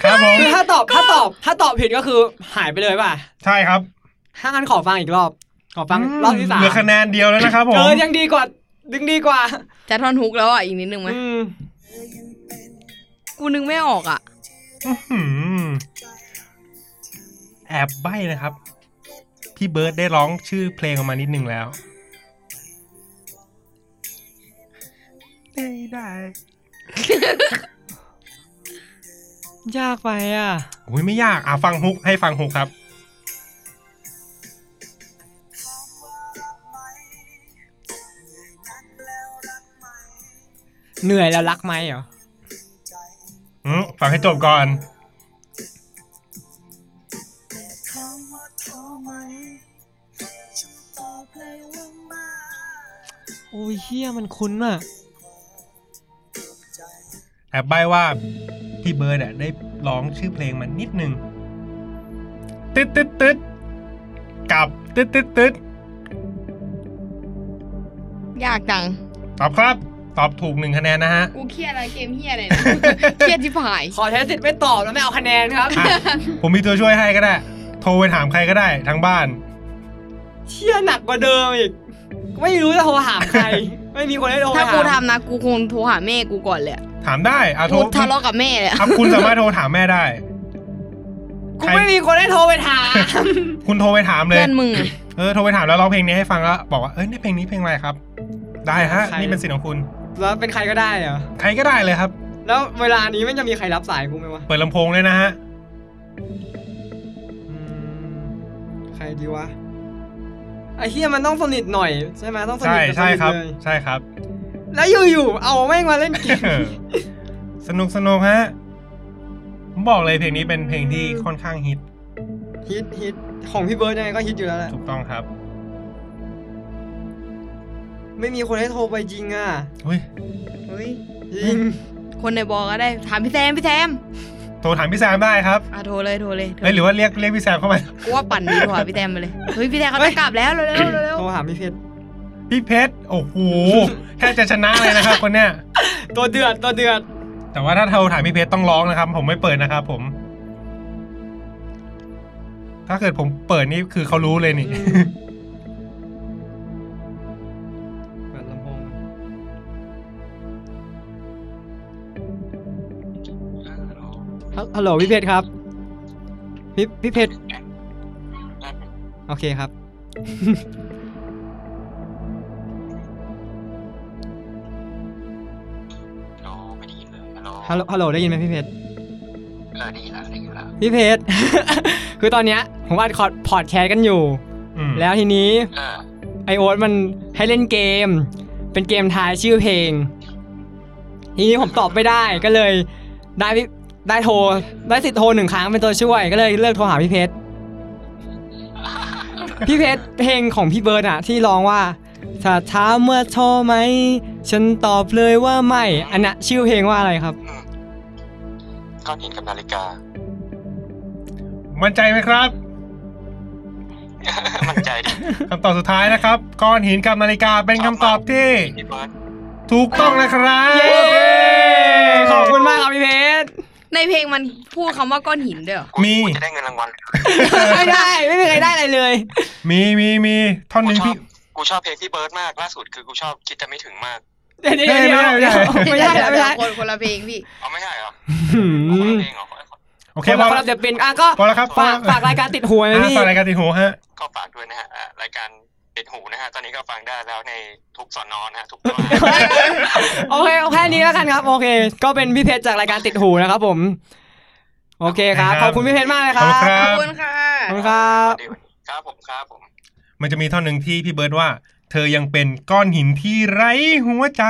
[SPEAKER 2] ครับผม
[SPEAKER 1] คือถ้าตอบถ้าตอบถ้าตอบผิดก็คือหายไปเลยป่ะ
[SPEAKER 2] ใช่ครับ
[SPEAKER 1] ถ้างั้นขอฟังอีกรอบ ขอฟัง
[SPEAKER 2] ม
[SPEAKER 1] รอบที่สาม
[SPEAKER 2] เหลือคะแนนเดียวแล้วนะครับผม
[SPEAKER 1] เออยังดีกว่า ดึงดีกว่า
[SPEAKER 3] จะท่อนฮุกแล้วอ่ะ อีกนิดนึงไหม
[SPEAKER 1] อืม
[SPEAKER 3] กูนึกไม่ออกอ่ะ
[SPEAKER 2] อื้อหือแอบใบ้นะครับ พี่เบิร์ดได้ร้องชื่อเพลงออกมานิดนึงแล้วได้ได้
[SPEAKER 1] ยากไปอ่ะ
[SPEAKER 2] โอ้ยไม่ยากอ่ะฟังฮุกให้ฟังฮุกครับ
[SPEAKER 1] เหนื่อยแล้วรักไหมเหรอ
[SPEAKER 2] อืมฟังให้จบก่อน
[SPEAKER 6] ถามว่าท้อไหมฉันตอบเลยว่าไม่
[SPEAKER 1] โอ้ยเฮียมันคุ้นอะ
[SPEAKER 2] แอบใบ้ว่าพี่เบิร์ดอะได้ร้องชื่อเพลงมันนิดนึงตึ๊ดตึ๊ดตึ๊ดกับตึ๊ดตึ๊ดตึ๊ด
[SPEAKER 3] ยากจัง
[SPEAKER 2] ตอบครับ ตอบถูกหนึ่งคะแนนนะฮะ
[SPEAKER 5] กูเครียดอะไรเกมเฮียอะไร
[SPEAKER 3] เครียดที่ผาย
[SPEAKER 1] ขอแทสติดไม่ตอบแล้วไม่เอาคะแนนครับ
[SPEAKER 2] อ่ะผมมีตัวช่วยให้ก็ได้ โทรไปถามใครก็ได้ทั้งบ้าน
[SPEAKER 1] เชี่ยหนักกว่าเดิมอีกไม่รู้จะโทรหาใคร ไม่มีคนให้โทร
[SPEAKER 3] ถ้า
[SPEAKER 1] หา
[SPEAKER 3] กูทำนะกูคงโทรหาแม่กูก่อนเลยอะ
[SPEAKER 2] ถามได้เอาโทร
[SPEAKER 3] กูทะเลาะกับแม่เลยอะ
[SPEAKER 2] อ่ะคุณสามารถโทรถามแม่ได้
[SPEAKER 1] กูไม่มีคนให้โทรไปถาม
[SPEAKER 2] คุณโทรไปถามเลย
[SPEAKER 3] เพื่อนมึงอะ
[SPEAKER 2] เออโทรไปถามแล้วร้องเพลงนี้ให้ฟังแล้วบอกว่าเอ้ยนี่เพลงนี้เพลงอะไรครับ ได้ฮะ
[SPEAKER 1] ใคร
[SPEAKER 2] นี่เป็นสิทธิ์ของคุณ
[SPEAKER 1] แล้วเป็นใครก็ได้เหรอ
[SPEAKER 2] ใครก็ได้เลยครับ
[SPEAKER 1] แล้วเวลานี้มันจะมีใครรับสายกูไหมวะ
[SPEAKER 2] เปิดลำโพงเลยนะฮะ
[SPEAKER 1] อืมใครดีวะไอ้เฮียมันต้องสนิทหน่อยใช่ไหมต้องสนิ
[SPEAKER 2] ใช่
[SPEAKER 1] ทกับสนิท
[SPEAKER 2] ใช่ครับ
[SPEAKER 1] เลย
[SPEAKER 2] ใช่ครับ
[SPEAKER 1] แล้วอยู่ๆเอาแม่งมาเล่นเกม
[SPEAKER 2] สนุกสนุกฮะผมบอกเลยเพลงนี้เป็นเพลงที่ค่อนข้างฮิต
[SPEAKER 1] ฮิตฮิตของพี่เบิร์ดยังไงก็ฮิตอยู่แล้วแหละ
[SPEAKER 2] ถูกต้องครับ
[SPEAKER 1] ไม่มีคนให้โทรไปจริงอ่ะ
[SPEAKER 2] อุ้ย
[SPEAKER 3] เฮ้ย
[SPEAKER 1] จริง
[SPEAKER 3] คนในบอกก็ได้ ถามพี่แซมพี่แซม
[SPEAKER 2] โทรถามพี่แซมได้ครับ
[SPEAKER 3] อ่ะโทรเลยโทรเลยโทร
[SPEAKER 2] เอ้ยหรือว่าเรียกเรียกพี่แซมเข้ามา
[SPEAKER 3] กูว่าปั่นดีกว่าพี่แซมไปเลย เฮ้ยพี่แซมเขาจะกลับแล้วเร็วๆเร็วๆ
[SPEAKER 1] โทรหาพี่เพชร
[SPEAKER 2] พี่เพชรโอ้โหแค่จะชนะเลยนะครับ คนเนี้ย
[SPEAKER 1] ตัวเดือดตัวเดือด
[SPEAKER 2] แต่ว่าถ้าโทรถามพี่เพชรต้องร้องนะครับ ผมไม่เปิดนะครับผม ถ้าเกิดผมเปิดนี่คือเขารู้เลยนี่
[SPEAKER 1] เปิดลำโพงก่อนฮัลฮัลโหลพี่เพชรครับพี่พี่เพชรโอเคครับ
[SPEAKER 7] ฮัลโหลไม่ได้ยินเลยฮัลโหล
[SPEAKER 1] ฮัลโหลฮัลโหลได้ยินไหมพี่เพชร
[SPEAKER 7] เออได้ยินแล้วได้ยินแล้ว
[SPEAKER 1] พี่เพชร คือตอนเนี้ยผมอัดคอร์ดพอดแคสต์กันอยู่
[SPEAKER 2] อืม
[SPEAKER 1] แล้วทีนี้
[SPEAKER 7] เออ
[SPEAKER 1] ไอโอ๊ตมันให้เล่นเกม เป็นเกมทายชื่อเพลง ทีนี้ผมตอบไม่ได้ก็เลย ได้พี่ได้โทร ได้สิทธิ์โทรหนึ่งครั้งเป็นตัวช่วย ก็เลยเลือกโทรหาพี่เพชร พี่เพชรเพลงของพี่เบิร์ดอะที่ร้องว่าถ้าถามเมื่อโทรไหม ฉันตอบเลยว่าไม่ อันน่ะชื่อเพลงว่าอะไรครับ
[SPEAKER 7] ก้อนหินกับนาฬิกา
[SPEAKER 2] มั่นใจไหมครับ
[SPEAKER 7] มั่นใจดิ
[SPEAKER 2] คำตอบสุดท้ายนะครับก้อนหินกับนาฬิกาเป็นคำตอบที่
[SPEAKER 7] พี่เบิร์ด
[SPEAKER 2] ถูกต้องนะครับ
[SPEAKER 1] เย้ขอบคุณมากครับพี่เพชร
[SPEAKER 3] ในเพลงมันพูดคำว่าก้อนหินด้วยเหรอ
[SPEAKER 2] มี
[SPEAKER 7] กูจะได้เงินรางวัล
[SPEAKER 1] ไม่ได้ไม่มีใครได้อะไรเลย
[SPEAKER 2] มีมีมีท่อนห
[SPEAKER 7] กู
[SPEAKER 2] นึ่ง
[SPEAKER 7] ชอบ
[SPEAKER 2] พี่
[SPEAKER 7] กูชอบเพลงพี่เบิร์ดมาก ล่าสุดคือกูชอบคิดแต่ไม่ถึงมาก
[SPEAKER 1] เดี๋ยวเดี๋ยวเดี๋ยว
[SPEAKER 2] ไม่ได้
[SPEAKER 1] ไม่ได้ไม่ได้
[SPEAKER 3] คนคนละเพลงพี่
[SPEAKER 7] เอาไม่ใช่เหรอ
[SPEAKER 1] หื
[SPEAKER 7] เอาค
[SPEAKER 1] ม
[SPEAKER 7] นละเพลงเหรอ
[SPEAKER 2] โอเค
[SPEAKER 1] คน
[SPEAKER 2] พ
[SPEAKER 1] ละ
[SPEAKER 2] อ
[SPEAKER 1] คนละ
[SPEAKER 2] แล้ว
[SPEAKER 1] เดี๋ยวเป็นอ่ะก็
[SPEAKER 2] พอแล้วครับพอ
[SPEAKER 1] ฝาก
[SPEAKER 2] แล้ว
[SPEAKER 1] ฝากรายการติดหูไหม
[SPEAKER 2] อ่ะ
[SPEAKER 1] พี่
[SPEAKER 2] ฝากรายการติดหูฮะ
[SPEAKER 7] ก็ฝากด้วยนะฮะอ่ะรายการติดหูนะฮะ ตอนนี้ก็ฟังได้แล้วในทุกสอนอนะฮะทุกตอน
[SPEAKER 1] โอเคเอาแค่นี้แล้วกันครับ โอเค ก็เป็นพี่เพชรจากรายการติดหูนะครับผม โอเคครับ
[SPEAKER 2] ค
[SPEAKER 1] ข
[SPEAKER 2] รับ
[SPEAKER 1] อบคุณพี่เพชรมากเลย
[SPEAKER 2] ข
[SPEAKER 1] ค
[SPEAKER 2] อบ
[SPEAKER 1] รับ
[SPEAKER 2] คุณครั
[SPEAKER 5] ขอบบ คุณค่ะ
[SPEAKER 1] ขอบคุณครับ
[SPEAKER 7] ครับผมครับผม
[SPEAKER 2] มันจะมีท่อนหนึ่งที่พี่เบิร์ดว่า เธอยังเป็นก้อนหินที่ไร้หัวใจ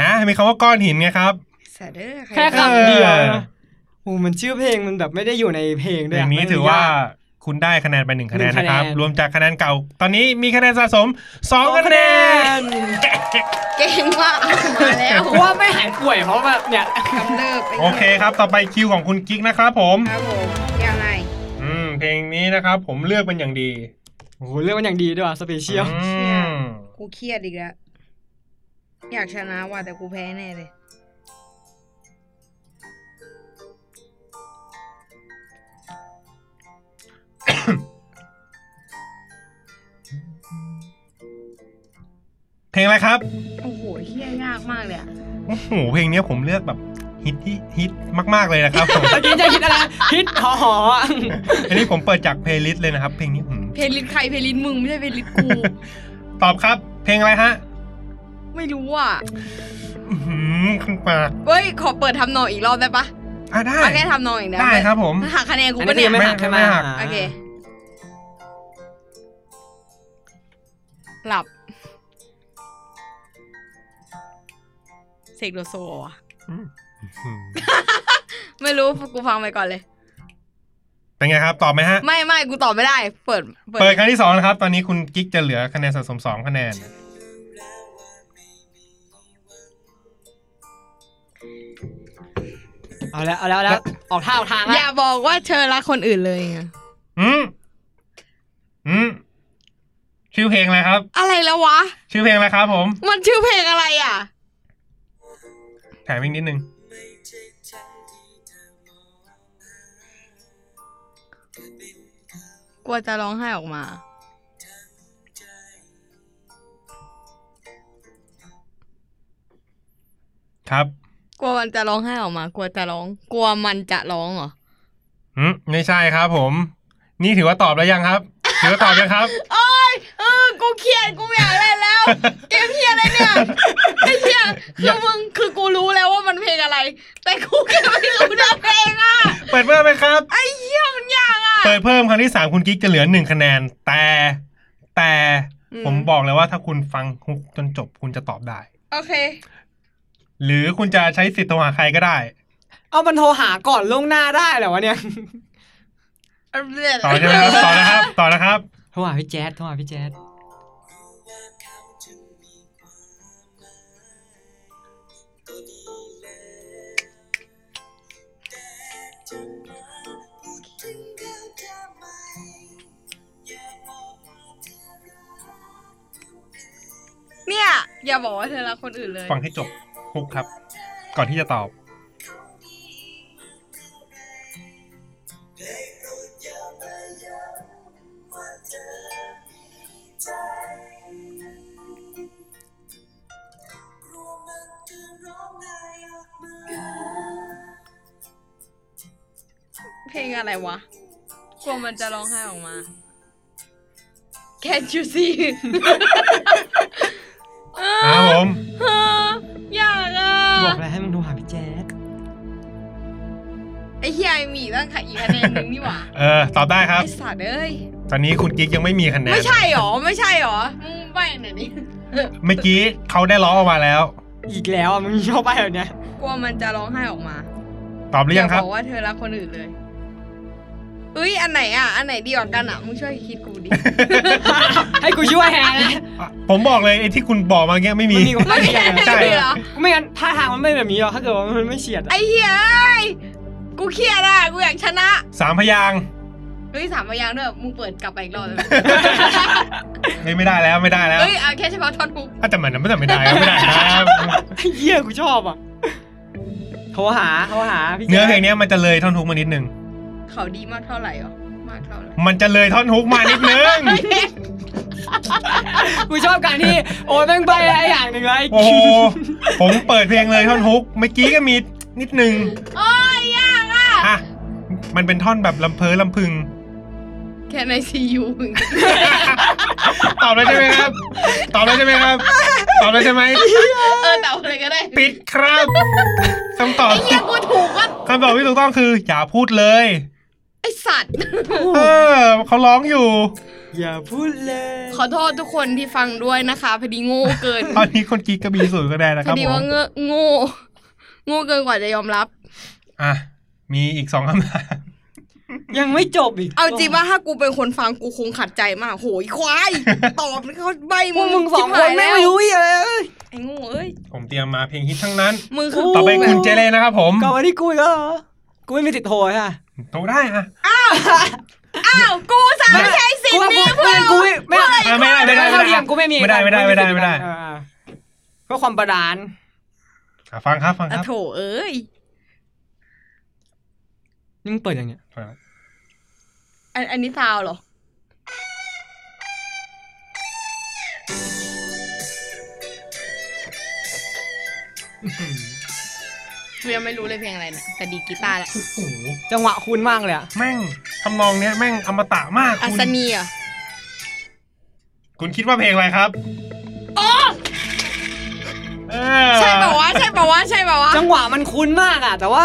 [SPEAKER 2] ฮะมีคำว่าก้อนหินไงครับ
[SPEAKER 3] สัตว์เด้อใร
[SPEAKER 1] แค่
[SPEAKER 3] จะ
[SPEAKER 1] คำเดียวนะโอ้มันชื่อเพลงมันแบบไม่ได้อยู่ในเพลงด้วย
[SPEAKER 2] อ
[SPEAKER 1] อะ
[SPEAKER 2] ย่างนี้
[SPEAKER 1] มั
[SPEAKER 2] ถือว่า
[SPEAKER 1] ไม่ได้
[SPEAKER 2] คุณได้คะแนนไปหนึ่งคะแนน
[SPEAKER 1] หนึ่งคะแนน
[SPEAKER 2] นะครับ รวมจากคะแนนเก่า ตอนนี้มีคะแนนสะสมสองคะแน
[SPEAKER 1] น
[SPEAKER 2] น
[SPEAKER 3] เก่งมากมาแล้ว
[SPEAKER 1] ว่าไม่หายป่วยเพราะแบบเนี่ย
[SPEAKER 3] กำเริบไป
[SPEAKER 2] โอเคครับ ต่อไปคิวของคุณกิ๊กนะครับผม
[SPEAKER 5] ครับผมยังไง
[SPEAKER 2] อืม เพลงนี้นะครับ ผมเลือกเป็นอย่างดี
[SPEAKER 1] โอ้โหเรื่องมันอย่างดีด้วยว่ะสเปเชียล
[SPEAKER 2] อืม
[SPEAKER 5] กูเครียดอีกแล้ว อยากชนะว่ะแต่กูแพ้แน่เลย
[SPEAKER 2] เพลงอะไรครับ
[SPEAKER 5] โอ้โหเครียดยากมากเลยอะ
[SPEAKER 2] โอ้โหเพลงเนี้ยผมเลือกแบบฮิตที่ฮิตมาก ๆ เลยนะครับผม
[SPEAKER 1] ตะกี้จะคิดอะไร คิดหอหอๆอะ
[SPEAKER 2] อันนี้ผมเปิดจากเพลย์ลิสต์เลยนะครับ เพลงนี้อืม
[SPEAKER 3] เพลงลินใครเพลงลินมึงไม่ใช่เพลงลินกู
[SPEAKER 2] ตอบครับ เพลงอะไรฮะ
[SPEAKER 3] ไม่รู้อ่ะ
[SPEAKER 2] อื้อหือขึ้นปาก
[SPEAKER 3] เฮ้ย ขอเปิดทำนองอีกรอบได้ปะ
[SPEAKER 2] อ่ะได้
[SPEAKER 3] เอาแค่ทำนองอีกนะ
[SPEAKER 2] ได้ครับผม
[SPEAKER 3] มันหักคะแนนกู
[SPEAKER 1] อัน
[SPEAKER 3] ปะ
[SPEAKER 1] นี้
[SPEAKER 3] เนี่ย
[SPEAKER 1] ยังไม่หักใช่ไหม
[SPEAKER 2] ไม่หัก
[SPEAKER 3] โอเค หลับ เสกโลโซเหรอ่ะ ไม่รู้กูฟังไปก่อนเลย
[SPEAKER 2] เป็นไงครับ ตอบไหมฮะ
[SPEAKER 3] ไม่ไม่กูตอบไม่ได้ เปิด
[SPEAKER 2] เปิดครั้งที่สองนะครับ ตอนนี้คุณกิ๊กจะเหลือคะแนนสะสมสองคะแนน
[SPEAKER 6] แล้ว
[SPEAKER 1] เอาแล้วเอาแล้วเอาแล้ว ออกท่าออกทาง
[SPEAKER 3] อ
[SPEAKER 1] แล้ว
[SPEAKER 3] ย่าบอกว่าเธอรักคนอื่นเลยอะ
[SPEAKER 2] อืมอืมชื่อเพลงอะไรครับ
[SPEAKER 3] อะไรแล้ววะ
[SPEAKER 2] ชื่อเพลงอะไรครับผม
[SPEAKER 3] มันชื่อเพลงอะไรอ่ะ
[SPEAKER 2] แถมอีกนิดนึง
[SPEAKER 6] ไม่ใช่ฉันที่เธอมองหาก
[SPEAKER 3] ลัวจะร้องไห้ออกมา
[SPEAKER 2] ครับ
[SPEAKER 3] กลัวมันจะร้องไห้ออกมา กลัวจะร้อง กลัวมันจะร้องเหรอ
[SPEAKER 2] อืมไม่ใช่ครับ ผม นี่ถือว่าตอบแล้วยังครับ ถือว่าตอบยังครับ
[SPEAKER 3] โอ๊ยเออ กูเครียด กูไม่อยากเล่นแล้ว เกมเฮียอะไรเนี่ย ไอ้เฮีย
[SPEAKER 2] อ
[SPEAKER 3] คือย่
[SPEAKER 2] า
[SPEAKER 3] อมึง คือกูรู้แล้วว่ามันเพลงอะไร แต่กูแค่ไม่รู้เนื้อเพลงอ่ะ
[SPEAKER 2] เปิดเพิ่มไหมครับ
[SPEAKER 3] ไอ้เฮียมันยากอ่ะ
[SPEAKER 2] เปิดเพิ่มครั้งที่สามคุณกิ๊กจะเหลือหนึ่งคะแนน แต่แต่
[SPEAKER 3] อืม
[SPEAKER 2] ผมบอกเลยว่าถ้าคุณฟังจนจบคุณจะตอบได้
[SPEAKER 5] โอเค
[SPEAKER 2] หรือคุณจะใช้สิทธิ์โทรหาใครก็ได้
[SPEAKER 1] เอามันโทรหาก่อนล่วงหน้าได้เหรอวะเนี่ย
[SPEAKER 2] ต่อใช่ไหมครับต่อนะครับ ต่อนะครับ
[SPEAKER 1] โทรหาพี่แจ๊ดโทรหาพี่แจ๊ด
[SPEAKER 3] เนี่ย อย่าบอกว่าเธอรักคนอื่นเลย
[SPEAKER 2] ฟังให้จบคุกครับ ก่อนที่จะตอบ
[SPEAKER 6] กลัวมันจะร้องไห้ออกมา
[SPEAKER 3] เพลงอะไรวะ กลัวมันจะร้องไห้ออกมา Can't you see เออ
[SPEAKER 2] ครับผม
[SPEAKER 3] เอออยากอ่ะ
[SPEAKER 1] บอกแล้วให้มึงโทรหาพี่แจ๊ด
[SPEAKER 3] ไอ้เฮียมีตั้งค่ะอีกคะแนนหนึ่งนี่หว่า
[SPEAKER 2] เออ ตอบได้ครับ
[SPEAKER 3] ไอ้สัตว์เอ้ย
[SPEAKER 2] ตอนนี้คุณกิ๊กยังไม่มีคะแนน
[SPEAKER 3] ไม่ใช่หรอ ไม่ใช่หรอ มึงใบ้หน่อยดิ
[SPEAKER 2] เมื่อกี้เขาได้ล้อออกมาแล้ว
[SPEAKER 1] อีกแล้วอะมึงชอบไปแบบเนี้ย
[SPEAKER 3] กลัวมันจะร้องไห้ออกมา
[SPEAKER 2] ตอบหรือยังครั
[SPEAKER 3] อบ ย่าบอกว่าเธอรักคนอื่นเลยเอ้ย อันไหนอ่ะ อันไหนดีกว่ากันอ่ะ มึงช่วยคิดกูดิ
[SPEAKER 1] ให้กูช่วยแฮนนะ
[SPEAKER 2] ผมบอกเลยไอ้ที่คุณบอกมาเงี้ยไม่
[SPEAKER 1] มัน
[SPEAKER 2] มี
[SPEAKER 1] มีกว่า
[SPEAKER 3] ไม่
[SPEAKER 1] เฉียด
[SPEAKER 3] มี
[SPEAKER 1] อะ
[SPEAKER 2] ใช่
[SPEAKER 3] เหรอ
[SPEAKER 1] ไม่งั้นท่าทางมันไม่แบบนี้หรอกถ้าเกิดว่ามันไม่เฉียดอะ
[SPEAKER 3] ไอ้เฮียเอ้ย กูเครียดอ่ะ กูอยากชนะ
[SPEAKER 2] สามพยางค์
[SPEAKER 3] เฮ้ยสามพยางค์ด้วย มึงเปิดกลับไปอีกรอบเลย
[SPEAKER 2] เฮ้ยไม่ได้แล้วไม่ได้แล้ว
[SPEAKER 3] เฮ้ยเอาแค่เฉพาะท่อนฮุก
[SPEAKER 2] อ่ะแต่มันไม่แต่ไม่ได้ครับไม่ได้ ครับ
[SPEAKER 1] ไอ้เหี้ยกูชอบอ่ะโทรหาโทรหาพี่
[SPEAKER 2] เนื้อเพลง
[SPEAKER 1] แจ๊ค
[SPEAKER 2] เนี้ยมันจะเลยท่อนฮุกมานิดนึง
[SPEAKER 3] เขาดีมากเท่าไหร่หรอ มากเท่าไหร่
[SPEAKER 2] มันจะเลยท่อนฮุกมานิด นึง
[SPEAKER 1] กูชอบการที่โอ้ยแม่งไปอะไรอย่างหนึ่งเลย
[SPEAKER 2] โอ้โห ผมเปิดเพลงเลยท่อนฮุก เมื่อกี้ก็มีนิดนึง
[SPEAKER 3] โอ้ยยากอ่ะ
[SPEAKER 2] อ่ะ มันเป็นท่อนแบบลำเพอลำพึง
[SPEAKER 3] แค่ในซี ยูมึง
[SPEAKER 2] ตอบแล้วใช่ไหมครับ ตอบแล้วใช่ไหม ครับ ตอบแล้วใช่ไหม
[SPEAKER 3] เออแต่เอาอะไรก็ได้
[SPEAKER 2] ปิดครับคำตอบ
[SPEAKER 3] ไอ้เหี้ยกูถูกว่า
[SPEAKER 2] คำตอบที่ถูกต้องคือ อย่าพูดเลย
[SPEAKER 3] ไอ้สัตว์
[SPEAKER 2] เออเขาร้องอยู่
[SPEAKER 1] อย่าพูดเลย
[SPEAKER 3] ขอโทษทุกคนที่ฟังด้วยนะคะพอดีโง่เกิน
[SPEAKER 2] ตอนนี้คนกรีกก็มีสูตรก็ได้นะ
[SPEAKER 3] พ
[SPEAKER 2] ค
[SPEAKER 3] อ
[SPEAKER 2] รับ
[SPEAKER 3] ดี
[SPEAKER 2] ผ
[SPEAKER 3] ว่าม เงอะโง่โง่เกินกว่าจะยอมรับ
[SPEAKER 2] อ่ะ มีอีกสองคำถาม
[SPEAKER 1] ยังไม่จบอีก
[SPEAKER 3] เอาจริงว่าถ้ากูเป็นคนฟังกูคงขัดใจมาก โหยควาย ตอบเขาใบ
[SPEAKER 1] พวกมึงสองคนไม่รู้อีกเลย
[SPEAKER 3] ไอ้โง่เอ้ย
[SPEAKER 2] ผมเตรียมมาเพลงฮิตทั้งนั้น
[SPEAKER 3] มึงคือ
[SPEAKER 2] ต่อไปคุณ
[SPEAKER 3] แบบ
[SPEAKER 2] เจเลนะครับผม
[SPEAKER 1] กลับมาที่กูอีกแล้วเหรอ กูไม่มีติดโทรค่ะ
[SPEAKER 2] โตได้อ่ะ
[SPEAKER 3] อ้าว กูสามใช้สิทธิ์นี้
[SPEAKER 1] ไม่
[SPEAKER 3] เพื่อ
[SPEAKER 1] กูไม่ไม่
[SPEAKER 2] อ่ะไม่ได้ไม่ได้
[SPEAKER 1] ไม่เท่าเทียมกูไม่มี
[SPEAKER 2] ไม่ได้ไม่ได้ไม่ได้ไม่ได้
[SPEAKER 1] เออเออเพื่อความประดาน
[SPEAKER 2] อ่ะฟังครับฟังค
[SPEAKER 3] อะ
[SPEAKER 2] รับ
[SPEAKER 3] โถเอ้ย
[SPEAKER 1] นี่มึงเปิดอย่างเนี้ย
[SPEAKER 2] ฟังครับ
[SPEAKER 3] อันอันนี้ซาวเหรอ กูยังไม่รู้เลยเพลงอะไรนะแต่ดีดกีตาร์ละ
[SPEAKER 2] โอ้โห
[SPEAKER 1] จังหวะคุณมากเลยอะ
[SPEAKER 2] แม่งทำนองเนี้ยแม่งอมตะมาก
[SPEAKER 3] อั
[SPEAKER 2] คุณ
[SPEAKER 3] ศนีเหรอ่ะ
[SPEAKER 2] คุณคิดว่าเพลงอะไรครับเออ
[SPEAKER 3] ใช่ป่าวะ ใช่ป่าวะ ใช่ป่าวะ
[SPEAKER 1] จังหวะมันคุ้นมากอะแต่ว่า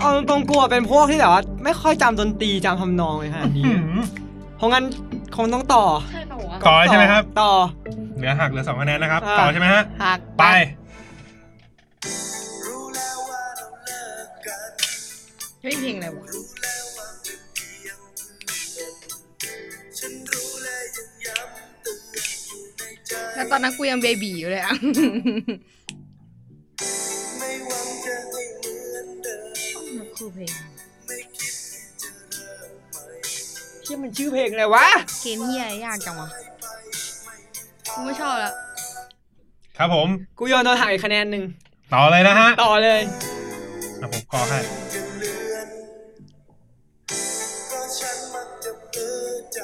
[SPEAKER 1] เอาตรงๆกลัวเป็นพวกที่แบบว่า ไม่ค่อยจำดนตรีจำทำนองเลยขนาดนี้
[SPEAKER 2] อืม
[SPEAKER 1] เพราะงั้นคงต้องต่อ
[SPEAKER 3] ใช่ป่าวะ
[SPEAKER 2] ต่อเลยใช่ไหมครับ
[SPEAKER 1] ต่อ
[SPEAKER 2] เหลือหักเหลือสองคะแนนนะครับ
[SPEAKER 1] อ่า
[SPEAKER 2] ต่อใช่ไหมฮะ
[SPEAKER 1] หัก
[SPEAKER 2] ไป
[SPEAKER 6] รู้แล้วว่าเราเลิกกัน
[SPEAKER 3] เฮ้ยเพลงอะไรวะ
[SPEAKER 6] รู้แล้วว่าเป็นเพียงฉันรู้และยังย้ำเตือนอยู่ในใจ
[SPEAKER 3] แล้วตอนนั้นกูยังเบบีอยู่เลยอ่ะ
[SPEAKER 6] ไม่หวัง
[SPEAKER 5] คือเพลง
[SPEAKER 1] เชี่ยมันชื่อเพลงอะไรวะ
[SPEAKER 3] เกมเฮียยากจังวะกูไม่ชอบแล้ว
[SPEAKER 2] ครับผม
[SPEAKER 1] กูโยนตัวถังอีกคะแนนหนึ่ง
[SPEAKER 2] ต่อเลยนะฮะ
[SPEAKER 1] ต่อเลย
[SPEAKER 2] อ่ะผมกอให้
[SPEAKER 6] ก็ฉันมักจะเบื่อใจ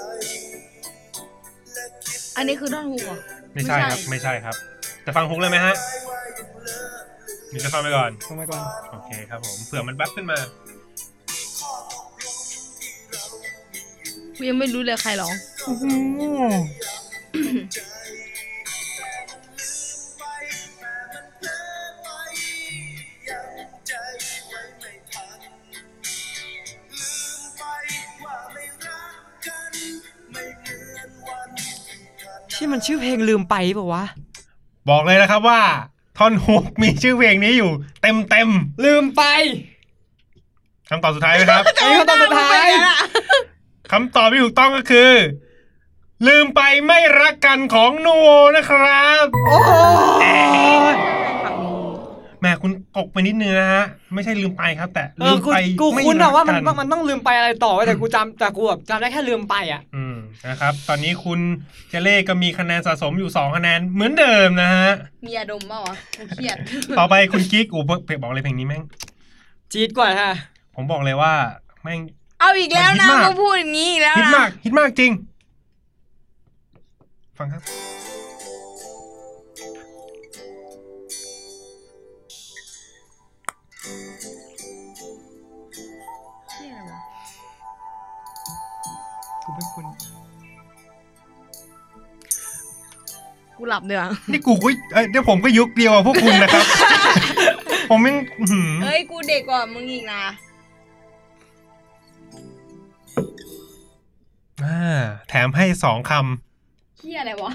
[SPEAKER 5] อันนี้คือด้อนหูเหรอ
[SPEAKER 2] ไม่ใช่ครับ ไม่ใช่ครับ แต่ฟังฮุกเลยไหมฮะมีจะฟังไปก่อน
[SPEAKER 1] ลงไปก่อน
[SPEAKER 2] โอเคครับผม เผื่อมันแป๊บขึ้นมา
[SPEAKER 3] กูยังไม่รู้เลยใครร้อง
[SPEAKER 1] ที่มันชื่อเพลงลืมไปเปล่าวะ
[SPEAKER 2] บอกเลยนะครับว่า ท่อนฮุกมีชื่อเพลงนี้อยู่ เต็มเต็ม
[SPEAKER 1] ลืมไป
[SPEAKER 2] ๆคำตอบสุดท้ายนะครับ
[SPEAKER 1] ไอ้คำตอบสุดท้าย
[SPEAKER 2] คำตอบที่ถูกต้องก็คือ ลืมไปไม่รักกันของนูโวนะครับ
[SPEAKER 1] โอ้โห
[SPEAKER 2] แหม่คุณตกไปนิดนึงนะฮะ ไม่ใช่ลืมไปครับ แต่
[SPEAKER 1] เอ
[SPEAKER 2] ลื
[SPEAKER 1] อ
[SPEAKER 2] ม
[SPEAKER 1] กู
[SPEAKER 2] ไป
[SPEAKER 1] กู
[SPEAKER 2] ไม่
[SPEAKER 1] คุ้น
[SPEAKER 2] รั
[SPEAKER 1] อะว่ามัน
[SPEAKER 2] กั
[SPEAKER 1] ว่ามันต้องลืมไปอะไรต่อไว้แต่กูจำแต่กูแบบจำได้แค่ลืมไปอะ
[SPEAKER 2] อืมนะครับ ตอนนี้คุณเจเล่ก็มีคะแนนสะสมอยู่ 2 คะแนนเหมือนเดิมนะฮะ
[SPEAKER 5] มียาดมเปล่าวะกูเครียด
[SPEAKER 2] ต่อไปคุณกิ๊กอูเพลงบอกเลยเพลงนี้แม่ง
[SPEAKER 1] จี๊ดกว่าค่ะ
[SPEAKER 2] ผมบอกเลยว่า แม่ง
[SPEAKER 3] เอาอีกแล้วนะ
[SPEAKER 2] มันฮิตมาก
[SPEAKER 3] กูพูดอย่างนี้อีกแล้ว
[SPEAKER 2] ฮิต
[SPEAKER 3] นะ
[SPEAKER 2] มากฮิตมากจริง ฟังครับ
[SPEAKER 1] กูเป็นคน
[SPEAKER 3] กูหลับเดี๋ยวา
[SPEAKER 2] นี่กูก็เอ้ยเดี๋ยวผมก็ยุคเดียวกับพวกคุณนะครับ ผมยังอื้อหือ
[SPEAKER 5] เอ้ย กูเด็กกว่ามึงอีกนะ
[SPEAKER 2] อ่าแถมให้สองค
[SPEAKER 5] เครียดอะไร วะ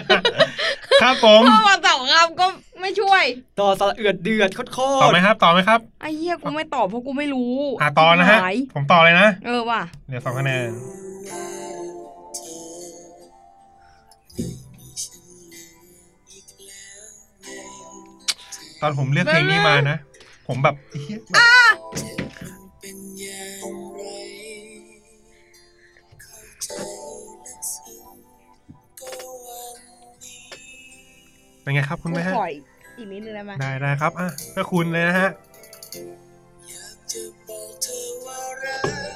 [SPEAKER 2] ำ ครับผม
[SPEAKER 5] พ่อมาตอบคำก็ไม่ช่วย
[SPEAKER 1] ต่อสระเอือดเดือดโคตร
[SPEAKER 2] ต่อไหม
[SPEAKER 1] ๆ
[SPEAKER 2] ครับ ต่อไหมครับ
[SPEAKER 3] ไอ้เหี้ยกูไม่ตอบเพราะกูไม่รู้
[SPEAKER 2] อ่าต่อนะฮะ
[SPEAKER 3] หาย
[SPEAKER 2] ผมต่อเลยนะ
[SPEAKER 3] เออว่ะ
[SPEAKER 2] เหลือสองคะแนนตอนผมเลือกเพลงนี้มานะ ผมแบบเหี้ยเป็นไงครับคุณ
[SPEAKER 5] กู
[SPEAKER 2] แม่ฮะ
[SPEAKER 5] ขออีกอีกนิดนึงได้ไหม
[SPEAKER 2] ได้ได้ครับ อ่ะเพื่อคุณเลยนะฮะ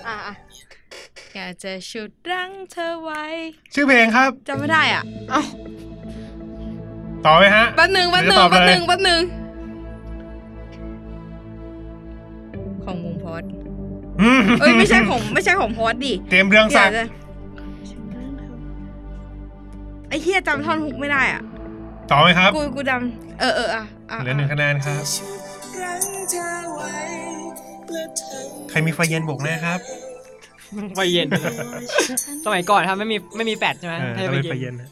[SPEAKER 5] อ่ะอ่ะ
[SPEAKER 3] อยากจะชุดรั้งเธอไว้
[SPEAKER 2] ชื่อเพลงครับ
[SPEAKER 3] จำไม่ได้อ่ะ เอ้า
[SPEAKER 2] ต่อไหมฮะ
[SPEAKER 3] แป๊บหนึ่งแป๊บหนึ่ง
[SPEAKER 2] เดี๋ยวตอบ
[SPEAKER 3] แป๊บหนึ่ง
[SPEAKER 2] เลย
[SPEAKER 3] แป๊บหนึ่งของวงพอด
[SPEAKER 2] อืม
[SPEAKER 3] เอ้ยไม่ใช่ของไม่ใช่ของพอดดิ
[SPEAKER 2] เตรียมเรื่อง
[SPEAKER 3] อ
[SPEAKER 2] สั
[SPEAKER 3] ยาก
[SPEAKER 2] กดิ์
[SPEAKER 3] จะไอ้เหี้ยจำท่อนฮุกไม่ได้อ่ะ
[SPEAKER 2] ต่อไหมครับ
[SPEAKER 3] กูกูจำเออเอออ่ะอ่ะ
[SPEAKER 2] เหลือหนึ่งคะแนนครับ ใครมีไฟเย็นบวกแน่ครับ
[SPEAKER 1] ไฟเย็น สมัยก่อนครับไม่มีไม่มีแปดใช่ไหม
[SPEAKER 2] เออ
[SPEAKER 1] ให้
[SPEAKER 2] ต้อง
[SPEAKER 1] ไป
[SPEAKER 2] เป็นไฟ
[SPEAKER 1] เย็น
[SPEAKER 2] เย็นนะ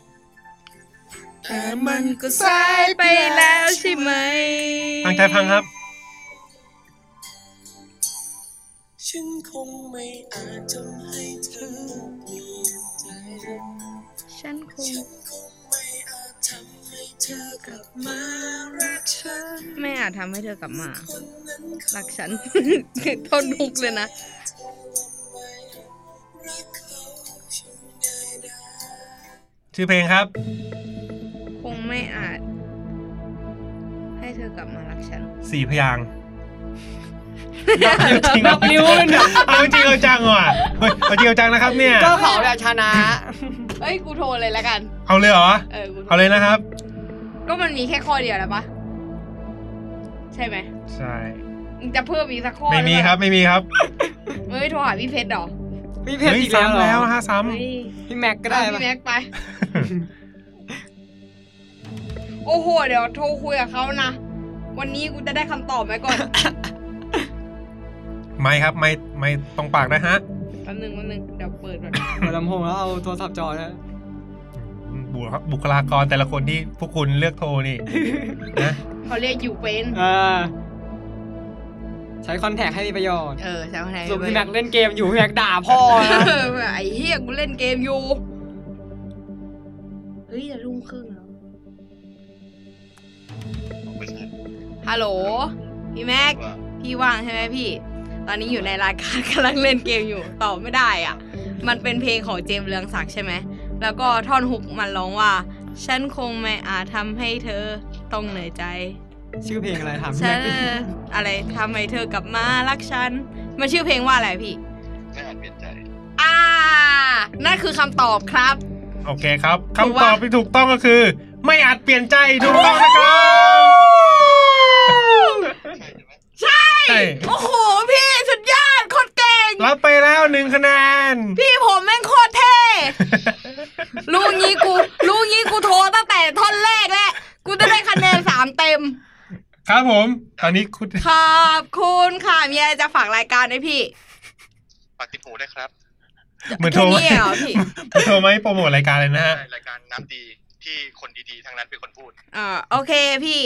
[SPEAKER 3] แต่มันก็สายไปแล้วใช่ไหม
[SPEAKER 2] ตั้งใจฟังครับ
[SPEAKER 6] ฉันคงไม่อาจทำให้เธอเปลี่ยนใจ
[SPEAKER 3] ฉันคง
[SPEAKER 6] คงไม่อาจทำให้เธอกลับมารักฉัน
[SPEAKER 3] ไม่อาจทำให้เธอกลับมารักฉั น ทนทุกข์เลยนะ
[SPEAKER 2] ชื่อเพลงครับ
[SPEAKER 3] คงไม่อาจ ให้เธอกลับมารักฉัน
[SPEAKER 2] สี่พยางค์
[SPEAKER 1] นับนิ้วเลยเนี่ย
[SPEAKER 2] เอาจริงเอาจังว่ะเฮ้ยเอาจริงเอาจังนะครับเนี่ย
[SPEAKER 1] เจ้าเขาเนี่ยชนะ
[SPEAKER 5] เอ้ย กูโทรเลยแล้วกัน
[SPEAKER 2] เอาเลยเหรอ
[SPEAKER 5] เออ กูโทร
[SPEAKER 2] เอาเลยนะครับ
[SPEAKER 5] ก็มันมีแค่ข้อเดียวแล้วปะใช่ไหม
[SPEAKER 2] ใช่
[SPEAKER 5] มึงจะเพิ่มอีกสักข้อ
[SPEAKER 2] ไม่มี
[SPEAKER 5] หอเปล่า
[SPEAKER 2] ครับ ไม่มีครับ
[SPEAKER 5] เอ้ย โทรหาพี่เพชรดอก
[SPEAKER 1] มีเพจ
[SPEAKER 2] เฮ้ย
[SPEAKER 1] อีกแล้ว
[SPEAKER 2] ซ้ำ
[SPEAKER 1] เหร
[SPEAKER 2] แล้ว
[SPEAKER 1] อ
[SPEAKER 2] นะฮะซ้
[SPEAKER 5] เฮ้ย
[SPEAKER 1] พี่แม็กก็ได้
[SPEAKER 5] เอา
[SPEAKER 1] ปะ
[SPEAKER 5] พี่แม็กไป โอ้โห เดี๋ยวโทรคุยกับเขานะ วันนี้กูจะได้คำตอบไหม ก่อน
[SPEAKER 2] ำไม่ครับ ไม่ไม่ตรงปากนะฮะ
[SPEAKER 5] แป๊บหนึงแป๊บหนึงเดี๋ยวเปิดก่อน
[SPEAKER 1] เปิดลำโพงแล้วเอาโทรศัพท์จอนะ
[SPEAKER 2] อืมบุคบุคลากรแต่ละคนที่พวกคุณเลือกโทรนี่นะ
[SPEAKER 5] เขาเรียกอยู่เป็น
[SPEAKER 1] เออใช้คอนแทคให้มีประโยชน์
[SPEAKER 5] เออใช่ไหม
[SPEAKER 1] ส่วนพี่แม็ก เล่นเกมอยู่พี่แม็กด่าพ่อนะ
[SPEAKER 5] เออไอ้เฮียกูเล่นเกมอยู่เฮ้ยจะรุ่งครึ่งแล้ว ฮัลโหล พี่แม็ก พี่ว่างใช่ไหมพี่
[SPEAKER 7] ค
[SPEAKER 3] ตอนนี้อยู่ในรายการ กำลังเล่นเกมอยู่ตอบไม่ได้อ่ะ มันเป็นเพลงของเจมส์เรืองศักดิ์ใช่ไหม แล้วก็ท่อนฮุกมันร้องว่า ฉันคงไม่อาจทำให้เธอต้องเหนื่อยใจ
[SPEAKER 1] ชื่อเพลงอะไรถามพี่
[SPEAKER 3] ฉั
[SPEAKER 1] แม็
[SPEAKER 3] น
[SPEAKER 1] กซ์ดิ
[SPEAKER 3] อะไรทำให้เธอกลับมารักฉัน มันชื่อเพลงว่าอะไรพี่
[SPEAKER 7] ไม่อาจเปลี่ยนใจ
[SPEAKER 3] อ่า นั่นคือคำตอบครับ
[SPEAKER 2] โอเคครับ
[SPEAKER 3] ถูก
[SPEAKER 2] คำ
[SPEAKER 3] ปะ
[SPEAKER 2] ตอบที่ถูกต้องก็คือ ไม่อาจเปลี่ยนใจถูกต้องนะครับใช่
[SPEAKER 3] โอ้โห พี่สุดยอดโคตรเก่ง
[SPEAKER 2] รับไปแล้วหนึ่งคะแนน
[SPEAKER 3] พี่ผมแม่งโคตรเท่ รู้งี้กู รู้งี้กูโทรตั้งแต่ท่อนแรกแหละกูจะได้คะแนนสามเต็ม
[SPEAKER 2] ครับผม ตอนนี้คุณ
[SPEAKER 3] ขอบคุณค่ะ มีอะไรจะฝากรายการไหมพี่
[SPEAKER 7] ฝากติดหูด้วยครับ
[SPEAKER 2] เหมือนโทร
[SPEAKER 3] แค่นี้เหรอพี่
[SPEAKER 2] เหมือนโทรมาให้โปรโมทรายการเลยนะฮะ
[SPEAKER 7] รายการน้ำดีที่คนดีๆทั้งนั้นเป็นคนพูด
[SPEAKER 3] อ่าโอเคพี่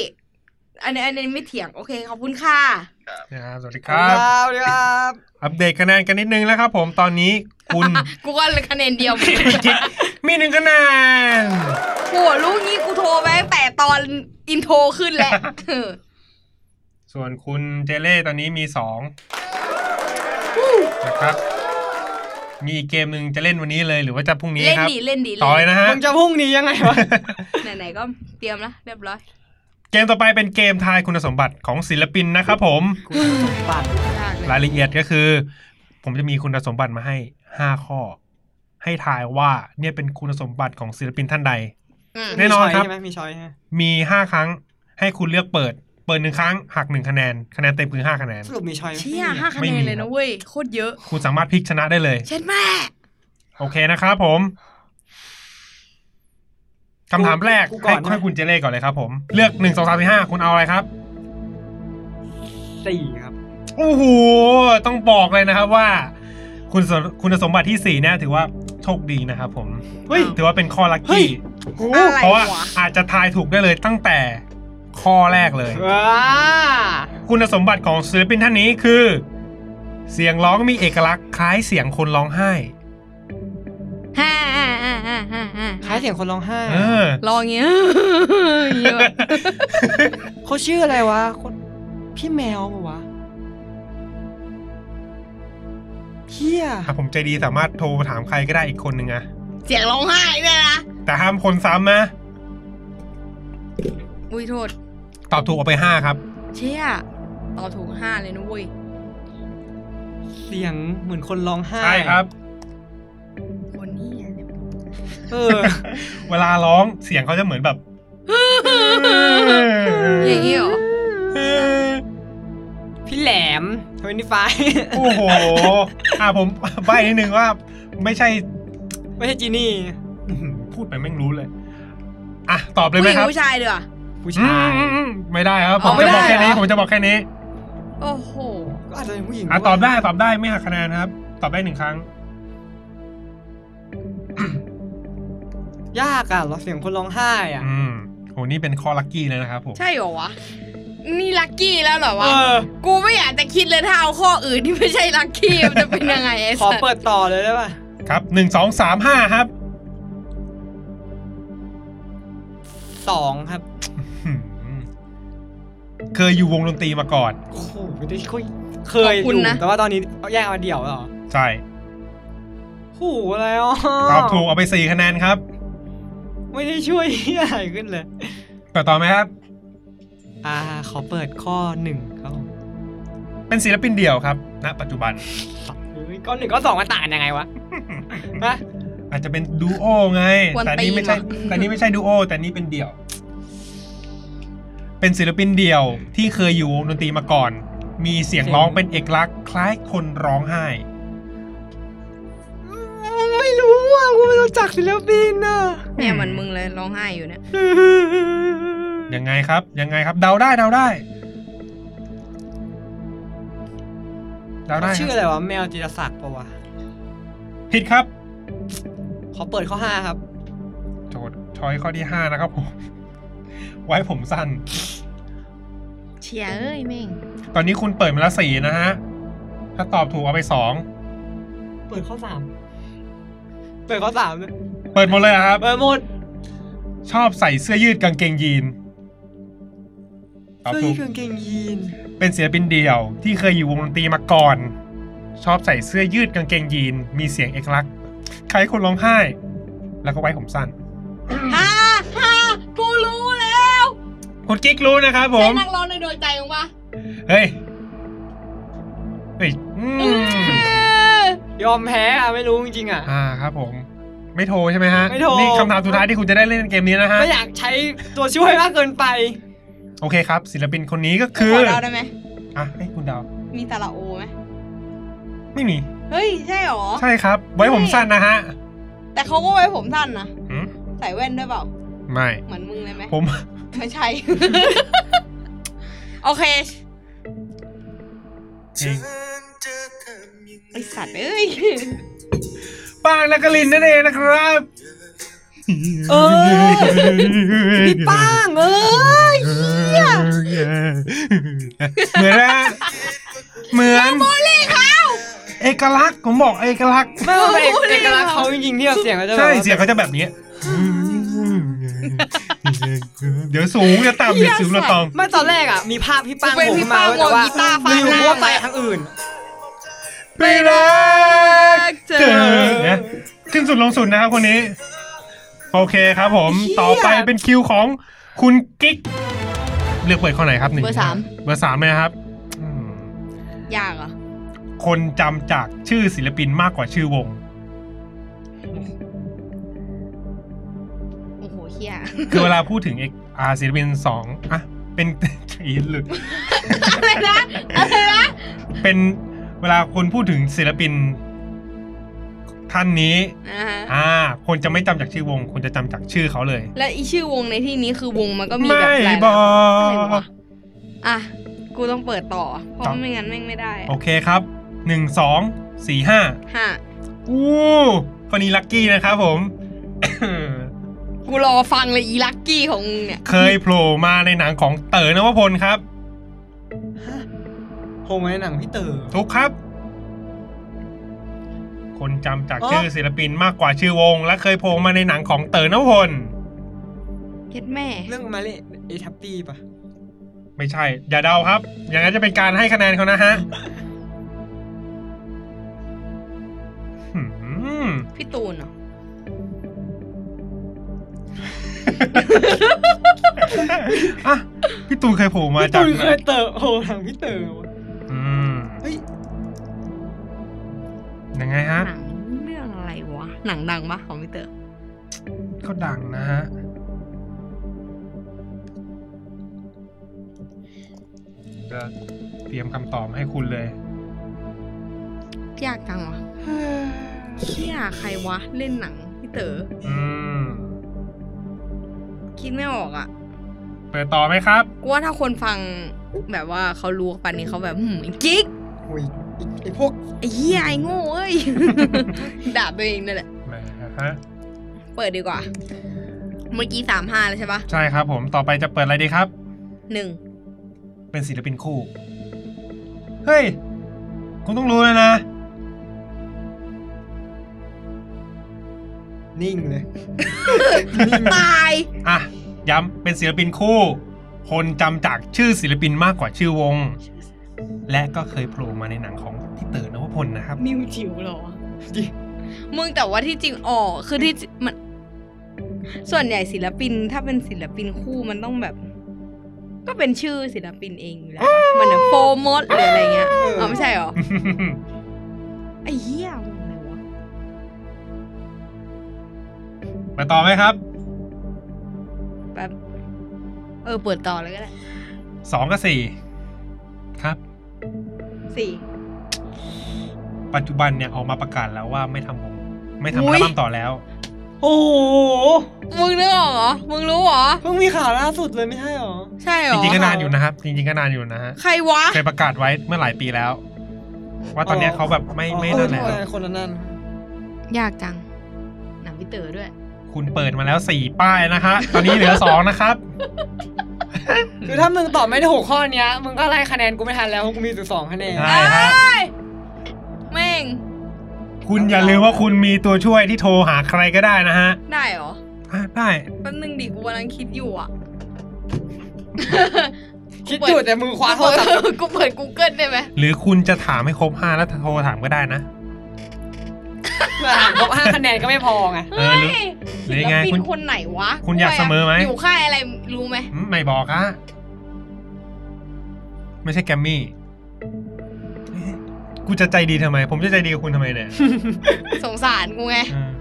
[SPEAKER 3] อันนี้อันนี้ไม่เถียง โอเค ขอบคุณค่ะ
[SPEAKER 7] ครับ
[SPEAKER 2] ครับสวัสดีครับ
[SPEAKER 1] สวัสดีครับ
[SPEAKER 2] อัปเดตคะแนนกันนิดนึงแล้วครับผม ตอนนี้คุณ
[SPEAKER 3] กูก็เลยคะแนนเดียว
[SPEAKER 2] มีหนึ่งคะแนน
[SPEAKER 3] กูอะรู้งี้กูโทรไปตั้งแต่ตอนอินโทรขึ้นแหละ
[SPEAKER 2] ส่วนคุณเจเล่ตอนนี้มีสองนะครับ มีอีกเกมหนึ่งจะเล่นวันนี้เลยหรือว่าจะพรุ่งนี้
[SPEAKER 3] เล่น
[SPEAKER 2] ครับ
[SPEAKER 3] ดีเล่นดีเล่
[SPEAKER 2] ต่อย
[SPEAKER 3] น
[SPEAKER 2] นะฮะ
[SPEAKER 1] มึงจะพรุ่งนี้ยังไงวะ
[SPEAKER 3] ดีไหนๆก็เตรียมละเรียบร้อย
[SPEAKER 2] เกมต่อไปเป็นเกมทายคุณสมบัติของศิลปินนะครับผม
[SPEAKER 1] ปัด
[SPEAKER 2] รายละเอียดก็คือ ผมจะมีคุณสมบัติมาให้ห้าข้อ ให้ทายว่าเนี่ยเป็นคุณสมบัติของศิลปินท่านใด
[SPEAKER 3] อืม
[SPEAKER 2] แน่นอนครับ
[SPEAKER 1] มีช้ยใช่ไหมมีช้อยใช่ไหม
[SPEAKER 2] มีห้าครั้งให้คุณเลือกเปิด เปิดหนึ่งครั้งหักหนึ่งคะแนน คะแนนเต็มคือห้าคะแนน
[SPEAKER 1] สรุปมีช้อยไหม
[SPEAKER 3] เชี่ยห้าคะ
[SPEAKER 2] ไม่
[SPEAKER 3] แน
[SPEAKER 2] มี
[SPEAKER 3] น
[SPEAKER 2] ค
[SPEAKER 3] เล
[SPEAKER 2] รับ
[SPEAKER 3] ยนะเว้ย โคตรเยอะ
[SPEAKER 2] คุณสามารถพลิกชนะได้เลย
[SPEAKER 3] เช่นแม่
[SPEAKER 2] โอเคนะครับผมคำถามแรกให้ให้คุณเจเล่ก่อนเลยครับ ผม เลือกหนึ่งสองสามสี่ห้าคุณเอาอะไรครับ
[SPEAKER 1] สี่ครับ
[SPEAKER 2] โอ้โห ต้องบอกเลยนะครับว่า คุณสคุณสมบัติที่สี่เนี่ยถือว่าโชคดีนะครับผม
[SPEAKER 1] เฮ้ย
[SPEAKER 2] ถือว่าเป็นข้อลัค
[SPEAKER 1] เฮ้ย
[SPEAKER 2] กี้
[SPEAKER 3] อะไร
[SPEAKER 2] เพราะว่าว
[SPEAKER 3] ะ
[SPEAKER 2] อาจจะทายถูกได้เลยตั้งแต่ข้อแรกเลย
[SPEAKER 1] ว้า
[SPEAKER 2] คุณสมบัติของศิลปินท่านนี้คือ เสียงร้องมีเอกลักษณ์คล้ายเสียงคนร้องไห้
[SPEAKER 3] ฮ่าฮ่าฮ่าฮ่าฮ่าฮ่า
[SPEAKER 1] คล้ายเสียงคนร้องไห้
[SPEAKER 2] เออ
[SPEAKER 3] ลองอย่างเงี้ย เยอะ
[SPEAKER 1] เขาชื่ออะไรวะคนพี่แมวปะวะเฮีย
[SPEAKER 2] ถ้าผมใจดีสามารถโทรถามใครก็ได้อีกคนหนึ่งอะ
[SPEAKER 3] เสียงร้องไห้เนี่ยนะ
[SPEAKER 2] แต่ห้ามคนซ้ำนะ
[SPEAKER 3] อุ้ยโทษ
[SPEAKER 2] ตอบถูกเอาไปห้าครับ
[SPEAKER 3] เชี่ยตอบถูกห้าเลยนะเว้ย
[SPEAKER 1] เสียงเหมือนคนร้องไห้
[SPEAKER 2] ใช่ครับ
[SPEAKER 3] คนนี้อะ
[SPEAKER 1] เออ
[SPEAKER 2] เวลาร้องเสียงเขาจะเหมือนแบบ
[SPEAKER 3] อย่างงี้เหรอ
[SPEAKER 1] พี่แหลมทวินิฟาย
[SPEAKER 2] โอ้โห อ่ะผม ใบ้นิดนึงว่า ไม่ใช่
[SPEAKER 1] ไม่ใช่จีนี่
[SPEAKER 2] อื้อหือพูดไปแม่งรู้เลย อ่ะ ตอบเลย
[SPEAKER 3] ผู้
[SPEAKER 2] ไหม
[SPEAKER 3] หญิง
[SPEAKER 2] ครับ
[SPEAKER 3] ผู้ชายเด้อ
[SPEAKER 1] ผู้
[SPEAKER 2] อื
[SPEAKER 1] ชาย
[SPEAKER 2] มไม่ได้ครับ ผ
[SPEAKER 3] อ๋อ
[SPEAKER 2] มจะ
[SPEAKER 3] ไม่
[SPEAKER 2] บอก
[SPEAKER 3] ได้
[SPEAKER 2] แค่นี้
[SPEAKER 3] เหรอ
[SPEAKER 2] ผมจะบอกแค่นี้
[SPEAKER 3] โอ้โห
[SPEAKER 1] ก็อาจจะเป็นผู้หญิง
[SPEAKER 2] อ่ะ
[SPEAKER 1] วย
[SPEAKER 2] ตอบได้ ตอบได้ ไม่หักคะแนนครับ ตอบได้หนึ่งครั้ง
[SPEAKER 1] ยากอ่ะเราเสียงคนร้องไห้อ่ะ
[SPEAKER 2] อืมโห นี่เป็นข้อลัคกี้เลยนะครับผม
[SPEAKER 3] ใช่เหรอวะ นี่ลักกี้แล้วเหรอ
[SPEAKER 1] เอ
[SPEAKER 3] วะ
[SPEAKER 1] อ
[SPEAKER 3] กูไม่อยากจะคิดเลยถ้าเอาข้ออื่นที่ไม่ใช่ลักกี้มันจะเป็นยังไงไอ้
[SPEAKER 1] ขอ
[SPEAKER 3] สัส
[SPEAKER 1] เปิดต่อเลยได้ป่ะ
[SPEAKER 2] ครับหนึ่งสองสามห้าครับ
[SPEAKER 1] สองครับ
[SPEAKER 2] อืมเคยอยู่วงดนตรีมาก่อน
[SPEAKER 1] โอ้โหไม่ได้คุยเคยอยู่แต่ว่าตอนนี้เอาแยกมาเดี่ยวแล้วเหรอ
[SPEAKER 2] ใช่
[SPEAKER 1] โอ้โหอะไรอ่ะ
[SPEAKER 2] ตอบถูกเอาไปสี่คะแนนครับ
[SPEAKER 1] ไม่ได้ช่วยอะไรขึ้นเลย
[SPEAKER 2] เปิดต่อไหมครับ
[SPEAKER 1] อ่า ขอเปิดข้อหนึ่งครับผม
[SPEAKER 2] เป็นศิลปินเดี่ยวครับ ณ ปัจจุบัน
[SPEAKER 1] เฮ้ยข้อหนึ่งข้อสองมันต่างกันยังไงวะฮะ
[SPEAKER 2] อาจจะเป็นดูโอไง
[SPEAKER 3] กวน
[SPEAKER 2] แต่
[SPEAKER 3] ตี
[SPEAKER 2] นี่
[SPEAKER 3] น
[SPEAKER 2] ไม่ใช่
[SPEAKER 3] อะ
[SPEAKER 2] แต่นี่ไม่ใช่ดูโอ แต่นี่เป็นเดี่ยว เป็นศิลปินเดี่ยวที่เคยอยู่วงดนตรีมาก่อน มีเสียงร้องเป็นเอกลักษณ์คล้ายคนร้องไห้
[SPEAKER 1] ไม่รู้อ่ะกูไม่รู้จักศิลปินอ่ะ
[SPEAKER 3] เนี่ยเหมันมึงเลยร้องไห้อยู่เนี่ย
[SPEAKER 2] ยังไงครับ ยังไงครับ เดาได้ เดาได้ เดาได้
[SPEAKER 1] ชื่อ
[SPEAKER 2] ครับ
[SPEAKER 1] อะไรวะแมวจิรศักดิ์ปะวะ
[SPEAKER 2] ผิดครับ
[SPEAKER 1] ขอเปิดข้อห้าครับ
[SPEAKER 2] โจทย์ช้อยข้อที่ห้านะครับผม ไว้ผมสั้น
[SPEAKER 3] เชียเอ้ยแม่ง
[SPEAKER 2] ตอนนี้คุณเปิดมาแล้วสี่นะฮะ ถ้าตอบถูกเอาไปสอง
[SPEAKER 1] เปิดข้อสามเปิดข้อสามเลย
[SPEAKER 2] เปิดหมดเลยเหรอครับ
[SPEAKER 1] เปิดหมด
[SPEAKER 2] ชอบใส่เสื้อยืดกางเกงยีน ครับ
[SPEAKER 1] เสื้อ
[SPEAKER 2] ผ
[SPEAKER 1] ยืดกา
[SPEAKER 2] ม
[SPEAKER 1] งเกงยีน
[SPEAKER 2] เป็นศิลปินเดี่ยวที่เคยอยู่วงดนตรีมาก่อน ชอบใส่เสื้อยืดกางเกงยีน มีเสียงเอกลักษณ์ใครคนร้องไห้ แล้วก็ไว้ผมสั้น
[SPEAKER 3] ฮ่าฮ่ากูรู้แล้ว
[SPEAKER 2] คุณกิ๊กรู้นะครับผ
[SPEAKER 3] ใช่
[SPEAKER 2] ม
[SPEAKER 3] นักร้องในดวงใจของปะ
[SPEAKER 2] เฮ้ย เฮ้ยอืม
[SPEAKER 1] ยอมแพ้อะไม่รู้จริงๆอะ
[SPEAKER 2] อ่าครับผม ไม่โทรใช่ไหมฮะ
[SPEAKER 1] ไม่โทร
[SPEAKER 2] นี่คำถามสุดท้ายที่คุณจะได้เล่นเกมนี้นะฮะ
[SPEAKER 1] ไม่อยากใช้ตัวช่วยมากเกินไป
[SPEAKER 2] โอเคครับ ศิลปินคนนี้ก็คือ
[SPEAKER 3] ขอเดาได้ไหม
[SPEAKER 2] อ่ะให้คุณเดาว
[SPEAKER 3] มีสระโอไหม
[SPEAKER 2] ไม่มี
[SPEAKER 3] เฮ้ยใช่หรอ
[SPEAKER 2] ใช่ครับ ไว้ผมสั้นนะฮะ
[SPEAKER 3] แต่เขาก็ไว้ผมสั้นนะ
[SPEAKER 2] หืม
[SPEAKER 3] ใส่แว่นด้วยเปล่า
[SPEAKER 2] ไม่
[SPEAKER 3] เหมือนมึงเลยไหม
[SPEAKER 2] ผม
[SPEAKER 3] ไม่ ใช่ โอเค
[SPEAKER 2] จริง
[SPEAKER 3] ไอสัตว์เอ้ย
[SPEAKER 2] ปางและกลินนั่นเองนะครับ
[SPEAKER 1] เออ พี่ป้างเออ
[SPEAKER 2] เหมือนนะเหมือนเอกลักษณ์ผมบอกเอกลักษณ์
[SPEAKER 1] ไม่ไม่เอกลักษณ์เขาจริงๆที่แบบเสียงเขาจะแบบ
[SPEAKER 2] ใช่
[SPEAKER 1] ว่า
[SPEAKER 2] เสียงเขาจะแบบนี้ เดี๋ยวสูงเดี๋ยวต่ำเดี๋ยวสูงเดี๋ยวต่
[SPEAKER 1] ไม่ตอนแรกอะมีภาพพี่ป้าง
[SPEAKER 3] เป็น
[SPEAKER 1] โผล่
[SPEAKER 3] พี่
[SPEAKER 1] ขึ้นมา
[SPEAKER 3] ป้าง
[SPEAKER 1] แต่ว่า
[SPEAKER 3] โดนกีตาร์ฟาด
[SPEAKER 1] ลืม
[SPEAKER 3] หน้า
[SPEAKER 1] ว่าไปทางอื่น
[SPEAKER 2] ำไปรักเจอนะขึ้นสุดลงสุดนะครับคนนี้ โอเคครับผม ต่อไปเป็นคิวของคุณกิ๊ก เลือกเปิดข้อไหนครับหนึ่ง
[SPEAKER 3] เบอร์สาม
[SPEAKER 2] เบอร์สามเลยนะครับอืม
[SPEAKER 3] ยากเหรอ่ะ
[SPEAKER 2] คนจำจากชื่อศิลปินมากกว่าชื่อวง
[SPEAKER 3] โอ้โหเฮีย
[SPEAKER 2] คือเวลาพูดถึงเอกอาศิลปินสองอ่ะ เป็น อีนหลุด
[SPEAKER 3] อะไรนะอะไรนะ
[SPEAKER 2] เป็นเวลาคนพูดถึงศิลปิน ท่านนี้
[SPEAKER 3] อ่าฮะ
[SPEAKER 2] อ่า คนจะไม่จำจากชื่อวง คนจะจำจากชื่อเขาเลย
[SPEAKER 3] และอีชื่อวงในที่นี้คือวงมันก็มีแบบ
[SPEAKER 2] ไม่
[SPEAKER 3] หลาย
[SPEAKER 2] บอ
[SPEAKER 3] อะไรวะ
[SPEAKER 2] ก
[SPEAKER 3] อ่ะ กูต้องเปิดต่อ เพ
[SPEAKER 2] ต่
[SPEAKER 3] ราะ
[SPEAKER 2] อ
[SPEAKER 3] ไม่งั้นแม่งไม่ได้
[SPEAKER 2] โอเคครับ หนึ่งสองสี่ห้า
[SPEAKER 3] ห้า
[SPEAKER 2] อู้คนนี้ลัคกี้นะครับผม
[SPEAKER 3] กูรอฟังเลยอีลักกี้ของมึงเนี่ย
[SPEAKER 2] เคยโผล่มาในหนังของเต๋อนวพลครับ
[SPEAKER 1] โผล่มาในหนังพี่เต๋อ
[SPEAKER 2] ทุกครับ คนจำจาก
[SPEAKER 1] อ๋อ
[SPEAKER 2] ชื่อศิลปินมากกว่าชื่อวง และเคยโผล่มาในหนังของเต๋อนวพล
[SPEAKER 3] เฮ็ดแม่
[SPEAKER 1] เรื่องมาเลเอทัปปี้ปะ
[SPEAKER 2] ไม่ใช่ อย่าเดาครับ อย่างนั้นจะเป็นการให้คะแนนเขานะฮะหืม
[SPEAKER 3] พี่ตูนเหรอ
[SPEAKER 2] อ่ะพี่ตูนเคยโผล่มา
[SPEAKER 1] พี่
[SPEAKER 2] จาก
[SPEAKER 1] เตุ้ยเคยเต๋อโผล่หนังพี่เต๋อวะ
[SPEAKER 2] อืม
[SPEAKER 1] เฮ้ย
[SPEAKER 2] ยังไงฮะ
[SPEAKER 3] หนังเรื่องอะไรวะ หนังดังปะของพี่เต๋อ
[SPEAKER 2] ก็ดังนะฮะ จะเตรียมคำตอบให้คุณเลย
[SPEAKER 3] ยากจังวะ เชี่ยใครวะ เล่นหนังพี่เต๋อ
[SPEAKER 2] อืม
[SPEAKER 3] คิดไม่ออกอ่ะ
[SPEAKER 2] เปิดต่อไหมครับ
[SPEAKER 3] กูว่าถ้าคนฟังแบบว่าเขารู้ปันนี้เขาแบบหืมไอ้กิ๊ก
[SPEAKER 1] โอ้ยไอ้ไอพวก
[SPEAKER 3] ไอ้เหี้ยไอ้โง่เอ้ย ด่าตัวเองนั่นแหละ
[SPEAKER 2] แหมฮะ
[SPEAKER 3] เปิดดีกว่า เมื่อกี้สามห้าแล้วใช่ปะ
[SPEAKER 2] ใช่ครับผม ต่อไปจะเปิดอะไรดีครับ
[SPEAKER 3] หนึ่ง
[SPEAKER 2] เป็นศิลปินคู่ เฮ้ย คุณต้องรู้แล้วนะ
[SPEAKER 1] นิ่งเลย
[SPEAKER 3] ตาย
[SPEAKER 2] อ่ะ ย้ำ เป็นศิลปินคู่ คนจำจากชื่อศิลปินมากกว่าชื่อวง และก็เคยโผล่มาในหนังของพี่เต๋อนวพลนะครับ
[SPEAKER 3] นิวจิ๋วเหรอ มึงแต่ว่าที่จริงอ๋อคือที่จริงมัน ส่วนใหญ่ศิลปินถ้าเป็นศิลปินคู่มันต้องแบบ ก็เป็นชื่อศิลปินเองอยู่แล้วเหมันโฟมดหรืออะไรเงี้ยอ๋อไม่ใช่เหรอ ไอ้เหี้ยมึงอะไรวะ
[SPEAKER 2] ไปต่อไหมครับ
[SPEAKER 3] แบบเออ เปิดต่อเลยก็ได้
[SPEAKER 2] สองกับสี่ครับ
[SPEAKER 3] สี่
[SPEAKER 2] ปัจจุบันเนี่ยออกมาประกาศแล้วว่าไม่ทำวง ไม่ทำ
[SPEAKER 3] อุ๊
[SPEAKER 2] อั
[SPEAKER 3] ย
[SPEAKER 2] ลบั้มต่อแล้ว
[SPEAKER 1] โอ้โห
[SPEAKER 3] มึงนึกออกเหรอ มึงรู้เหรอ
[SPEAKER 1] เพิ่งมีข่าวล่าสุดเลยไม่ใช่หรอ
[SPEAKER 3] ใช่เหร
[SPEAKER 2] จ
[SPEAKER 3] อ
[SPEAKER 2] ริงๆก็นานอยู่นะครับ จริงๆก็นานอยู่นะฮะ
[SPEAKER 3] ใครวะ
[SPEAKER 2] เคยประกาศไว้เมื่อหลายปีแล้ว ว่าตอนเนี้ยเขาแบบไม่ไม่
[SPEAKER 1] อ๋อ
[SPEAKER 2] นั่นแล้ว
[SPEAKER 1] เออคนละนั่น
[SPEAKER 3] ยากจัง หนังพี่เต๋อด้วย
[SPEAKER 2] คุณเปิดมาแล้วสี่ป้ายนะฮะ ตอนนี้เหลือสองนะครับ
[SPEAKER 1] คือถ้ามึงตอบไม่ได้หกข้อเนี้ย มึงก็ไล่คะแนนกูไม่ทันแล้วเพราะกูมีสิบสองคะแนน
[SPEAKER 2] ใช่ฮะ
[SPEAKER 3] แม่ง
[SPEAKER 2] คุณอย่าลืมว่าคุณมีตัวช่วยที่โทรหาใครก็ได้นะฮะ
[SPEAKER 3] ได้เหรอ
[SPEAKER 2] อ่ะได้
[SPEAKER 3] แป๊บนึงดิกูกำลังคิดอยู่อ่ะ
[SPEAKER 1] คิด คิดอยู่แต่มือคว้าโทรศัพท์
[SPEAKER 3] กูเปิด Google ได้ไหม
[SPEAKER 2] หรือคุณจะถามให้ครบห้าแล้วโทรถามก็ได้นะ
[SPEAKER 1] ครบห้าคะแนนก็ไม่พอไง
[SPEAKER 2] เออหรือ
[SPEAKER 3] เฮ้ย
[SPEAKER 2] หรือยังไง
[SPEAKER 3] ศิลปิ
[SPEAKER 2] คุณ
[SPEAKER 3] นคนไหนวะ
[SPEAKER 2] คุณอยากเสมอไหม
[SPEAKER 3] ยู่ค่ายอะไรรู้ไหม
[SPEAKER 2] อืมไม่บอกอะไม่ใช่แกมมี่เอ๊ะกูจะใจดีทำไม ผมจะใจดีกับคุณทำไมเนี่ย
[SPEAKER 3] สงสารกูไง
[SPEAKER 2] อืม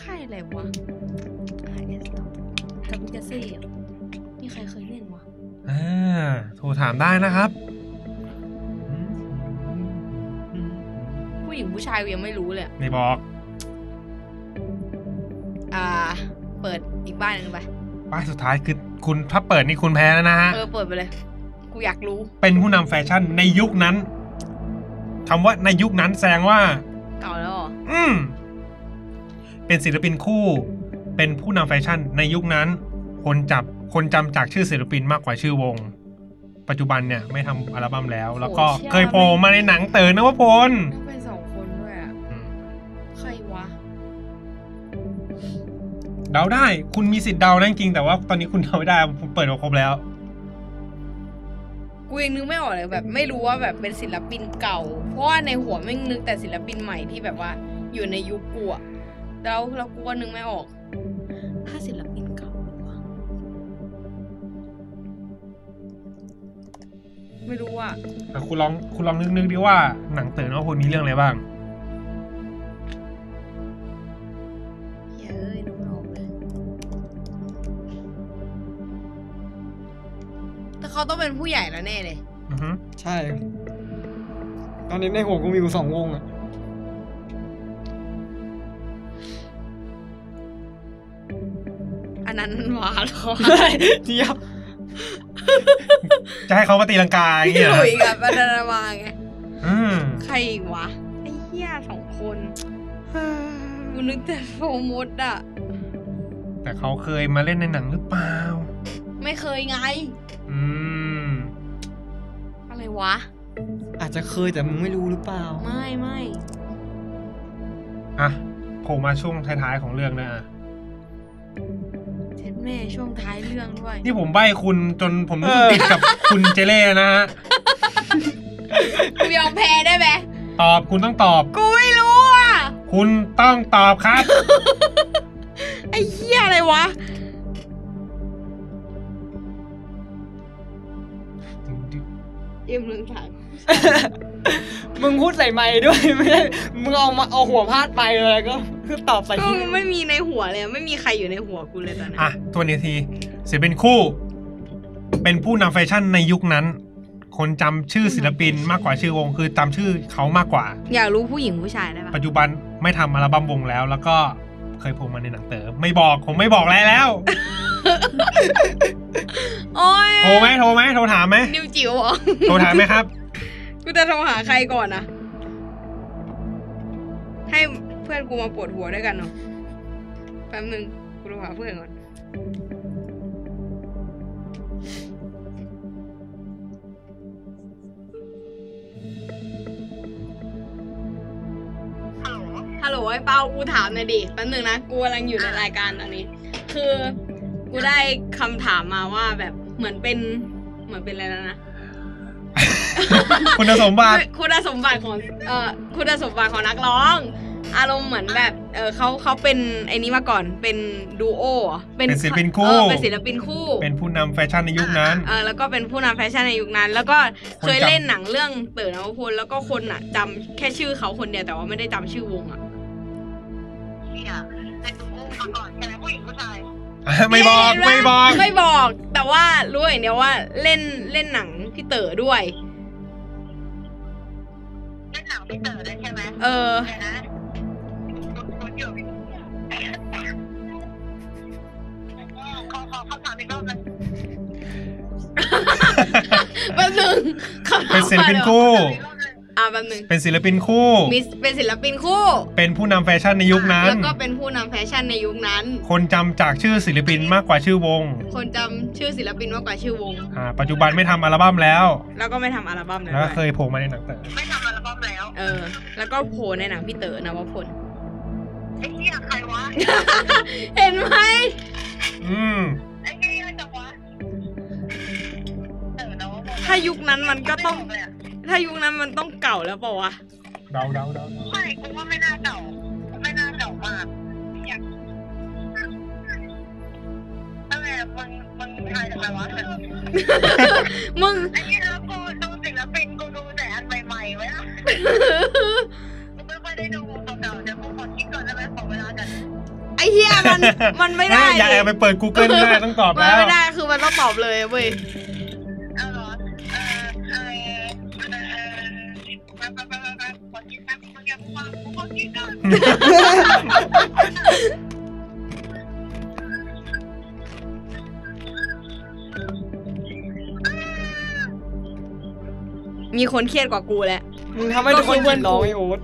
[SPEAKER 3] ค่ายอะไรวะค่ายเอสกับมิกาซี่เหรอมีใครเคยเล่นวะ
[SPEAKER 2] อ่าโทรถามได้นะครับอืม
[SPEAKER 3] ผู้หญิงผู้ชายกูยังไม่รู้เลยอะ
[SPEAKER 2] ไม่บอก
[SPEAKER 3] อ่า เปิดอีกบ้านหนึ่งไป
[SPEAKER 2] ป้ายสุดท้ายคือคุณถ้าเปิดนี่คุณแพ้แล้วนะฮะ
[SPEAKER 3] เออ เปิดไปเลย กูอยากรู้
[SPEAKER 2] เป็นผู้นำแฟชั่นในยุคนั้นคำว่าในยุคนั้นแสดงว่า
[SPEAKER 3] เก่าแล้วเหรอ
[SPEAKER 2] อืม เป็นศิลปินคู่ เป็นผู้นำแฟชั่นในยุคนั้น คนจับคนจำจากชื่อศิลปินมากกว่าชื่อวง ปัจจุบันเนี่ยไม่ทำอัลบั้มแล้ว แล้วก็เคยโผล่มาในหนังเต๋อนวพล
[SPEAKER 3] น่าเป็นสองคนด้วยอะ
[SPEAKER 2] อืม
[SPEAKER 3] ใครวะ
[SPEAKER 2] เดาได้ คุณมีสิทธิ์เดานะจริงๆแต่ว่าตอนนี้คุณเดาไม่ได้ผมเปิดมาครบแล้ว
[SPEAKER 3] กูยังนึกไม่ออกเลยแบบ ไม่รู้ว่าแบบเป็นศิลปินเก่า เพราะว่าในหัวไม่งนึกแต่ศิลปินใหม่ที่แบบว่า อยู่ในยุคกูอะแล้วแล้วกูก็นึกไม่ออก ถ้าศิลปินเก่าเหรอวะไม่รู้อะ
[SPEAKER 2] แต่คุณลองคุณลองนึกนึกๆดิว่าหนังเต๋อนวพลมีเรื่องอะไรบ้าง
[SPEAKER 3] เหี้ยเอ้ยนึกไม่ออกเลยแต่เขาต้องเป็นผู้ใหญ่แล้วแน่เลย
[SPEAKER 2] อือฮึ
[SPEAKER 1] ใช่ ตอนนี้ในหัวกูมีอยู่สองวงอะ
[SPEAKER 3] อันนั้นหวาเหรอ
[SPEAKER 1] เดียว
[SPEAKER 2] จะให้เขามาตีลังกาอย่าง
[SPEAKER 3] พี่
[SPEAKER 2] เงี้ยเหรอ
[SPEAKER 3] หลุยกับอันนั้นวาไง
[SPEAKER 2] อืม
[SPEAKER 3] ใครอีกวะ ไอ้เหี้ยสองคนกูนึกแต่โฟร์มดอะ
[SPEAKER 2] แต่เขาเคยมาเล่นในหนังหรือเปล่า
[SPEAKER 3] ไม่เคยไง
[SPEAKER 2] อืม
[SPEAKER 3] อะไรวะ
[SPEAKER 1] อาจจะเคยแต่มึงไม่รู้หรือเปล่า
[SPEAKER 3] ไม่ไม่
[SPEAKER 2] อ่ะโผล่มาช่วงท้ายๆของเรื่องนะอ่ะ
[SPEAKER 3] เช็ดแม่ช่วงท้ายเรื่องด้วย
[SPEAKER 2] นี่ผมใบ้คุณจนผมรู้สึก
[SPEAKER 1] เออ
[SPEAKER 2] ติดกับคุณเจเล่นะฮะ
[SPEAKER 3] กูยอมแพ้ได้ไหม
[SPEAKER 2] ตอบคุณต้องตอบ
[SPEAKER 3] กูไม่รู้อ่ะ
[SPEAKER 2] คุณต้องตอบครับ
[SPEAKER 3] ไอ้เหี้ยอะไรวะ เอ็มลืมถาม
[SPEAKER 1] มึงพูดใส่ไม้ด้วยไม่ได้มึงเอามาเอาหัวพาดไปเลยก็คือตอบใส่
[SPEAKER 3] ก็
[SPEAKER 1] ที่
[SPEAKER 3] ไม่มีในหัวเลยอะไม่มีใครอยู่ในหัวกูเลยตอนนั้น
[SPEAKER 2] อ่ะตัวนอีกทีเสียเป็นคู่ เป็นผู้นำแฟชั่นในยุคนั้น คนจำชื่อศิลปินมากกว่าชื่อวง คือจำชื่อเขามากกว่า
[SPEAKER 3] อยากรู้ผู้หญิงผู้ชายได้ปะ
[SPEAKER 2] ปัจจุบันไม่ทำอัลบั้มวงแล้ว แล้วก็เคยโผล่มาในหนังเต๋อไม่บอกผมไม่บอกอะไรแล้ว
[SPEAKER 3] โอ้ย
[SPEAKER 2] โทรไหมโทรไหมโทรถามไหม
[SPEAKER 3] นิวจิ๋วเหรอ
[SPEAKER 2] โทรถามไหมครับ
[SPEAKER 3] กูจะโทรหาใครก่อนนะ ให้เพื่อนกูมาปวดหัวด้วยกันเนาะแป๊บนึงกูโทรหาเพื่อนก่อน ฮัลโหลไอ้เปากูถามหน่อยดิแป๊บนึงนะ กูกำลังอยู่ในรายการตอนนี้ คือกูได้คำถามมาว่าแบบเหมือนเป็นเหมือนเป็นอะไรแล้วนะ
[SPEAKER 2] คุณสมบัติ
[SPEAKER 3] คุณสมบัติของเอ่อคุณสมบัติของนักร้อง อารมณ์เหมือนแบบเออเขาเขาเป็นไอ้นี้มาก่อนเป็นดูโอเหรอ
[SPEAKER 2] เป็นศิลปินคู่
[SPEAKER 3] เออเป็นศิลปินคู่
[SPEAKER 2] เป็นผู้นำแฟชั่นในยุคนั้น
[SPEAKER 3] เออแล้วก็เป็นผู้นำแฟชั่นในยุคนั้น แล้วก็เคย
[SPEAKER 2] คนจำ
[SPEAKER 3] เล่นหนังเรื่องเต๋อนวพลแล้วก็คนอ่ะจำแค่ชื่อเขาคนเดียวแต่ว่าไม่ได้จำชื่อวงอ่ะ
[SPEAKER 2] ไม่บอก
[SPEAKER 3] เห็นห
[SPEAKER 2] ไม่บอก
[SPEAKER 3] ไม่บอกแต่ว่ารู้อย่างเดียวว่าเล่นเล่นหนังพี่เต๋อด้วย
[SPEAKER 8] เล่นหนังพี่เต๋อได้ใช่ไหม
[SPEAKER 3] เออ
[SPEAKER 8] เดี๋ยวนะคุณคุณอยู่ขอขอคำถามอีกรอบนะ
[SPEAKER 3] แป๊บนึงขาถาม
[SPEAKER 2] เป็นศิลปินคู่
[SPEAKER 8] อีกรอบเลย
[SPEAKER 3] อ่ะแป๊บนึง
[SPEAKER 2] เป็นศิลปินคู่
[SPEAKER 3] มีเป็นศิลปินคู่
[SPEAKER 2] เป็นผู้นำแฟชั่นในยุคนั้น
[SPEAKER 3] แล้วก็เป็นผู้นำแฟชั่นในยุคนั้น
[SPEAKER 2] คนจำจากชื่อศิลปินมากกว่าชื่อวง
[SPEAKER 3] คนจำชื่อศิลปินมากกว่าชื่อวง
[SPEAKER 2] อ่า ปัจจุบันไม่ทำอัลบั้มแล้ว
[SPEAKER 3] แล้วก็ไม่ทำอัลบั้มแล้ว
[SPEAKER 2] แล้ว
[SPEAKER 3] ด้
[SPEAKER 2] ก็
[SPEAKER 3] วย
[SPEAKER 2] เคยโผล่มาในหนังเต๋อ
[SPEAKER 8] ไม่ทำอัลบั้มแล้ว
[SPEAKER 3] เออ แล้วก็โผล่ในหนังพี่เต๋อนวพล
[SPEAKER 8] ไอ้เหี้ยใครวะ
[SPEAKER 3] เห็นไหม
[SPEAKER 2] อืม
[SPEAKER 8] ไอ้เหี้ยจังวะ
[SPEAKER 3] ถ้ายุคนั้นมันก็ต้อง ถ้ายุคนั้นมันต้องเก่าแล้วเปล่าวะ
[SPEAKER 2] เดาเดาเดา
[SPEAKER 8] ใช่กูว่าไม่น่าเก่า ไม่น่าเก่ามากอยากนั่นแหละมึงมึงทายจากอะไรวะ
[SPEAKER 3] มึง
[SPEAKER 8] ไอ้เนี่ยนะกูดูศิลปินกูดูแต่อันใหม่ๆไว้นะกูไม่ค่อยได้ดูเก่าๆเดี๋ยวกูขอคิดก่อนแล้วไปขอเวลากัน
[SPEAKER 3] ไอ้เหี้ยมันมันไม่ได้
[SPEAKER 2] เอ้ยอย่าแอบไปเปิด Google ไม่ได้ต้องตอบ
[SPEAKER 3] มัน
[SPEAKER 2] แล้ว
[SPEAKER 3] ไม่ได้คือมันต้องตอบเลยเว้ย
[SPEAKER 8] เอาเหรอเอ่อเอ่อเอ่อไปไปไปไปไปขอคิดแป๊บมึงอย่าฟังกูขอคิดก่อน
[SPEAKER 3] มีคนเครียดกว่ากูแหละ
[SPEAKER 1] มึงทำให้ทุกคนเพื่อนร้องไอ้โอ๊ต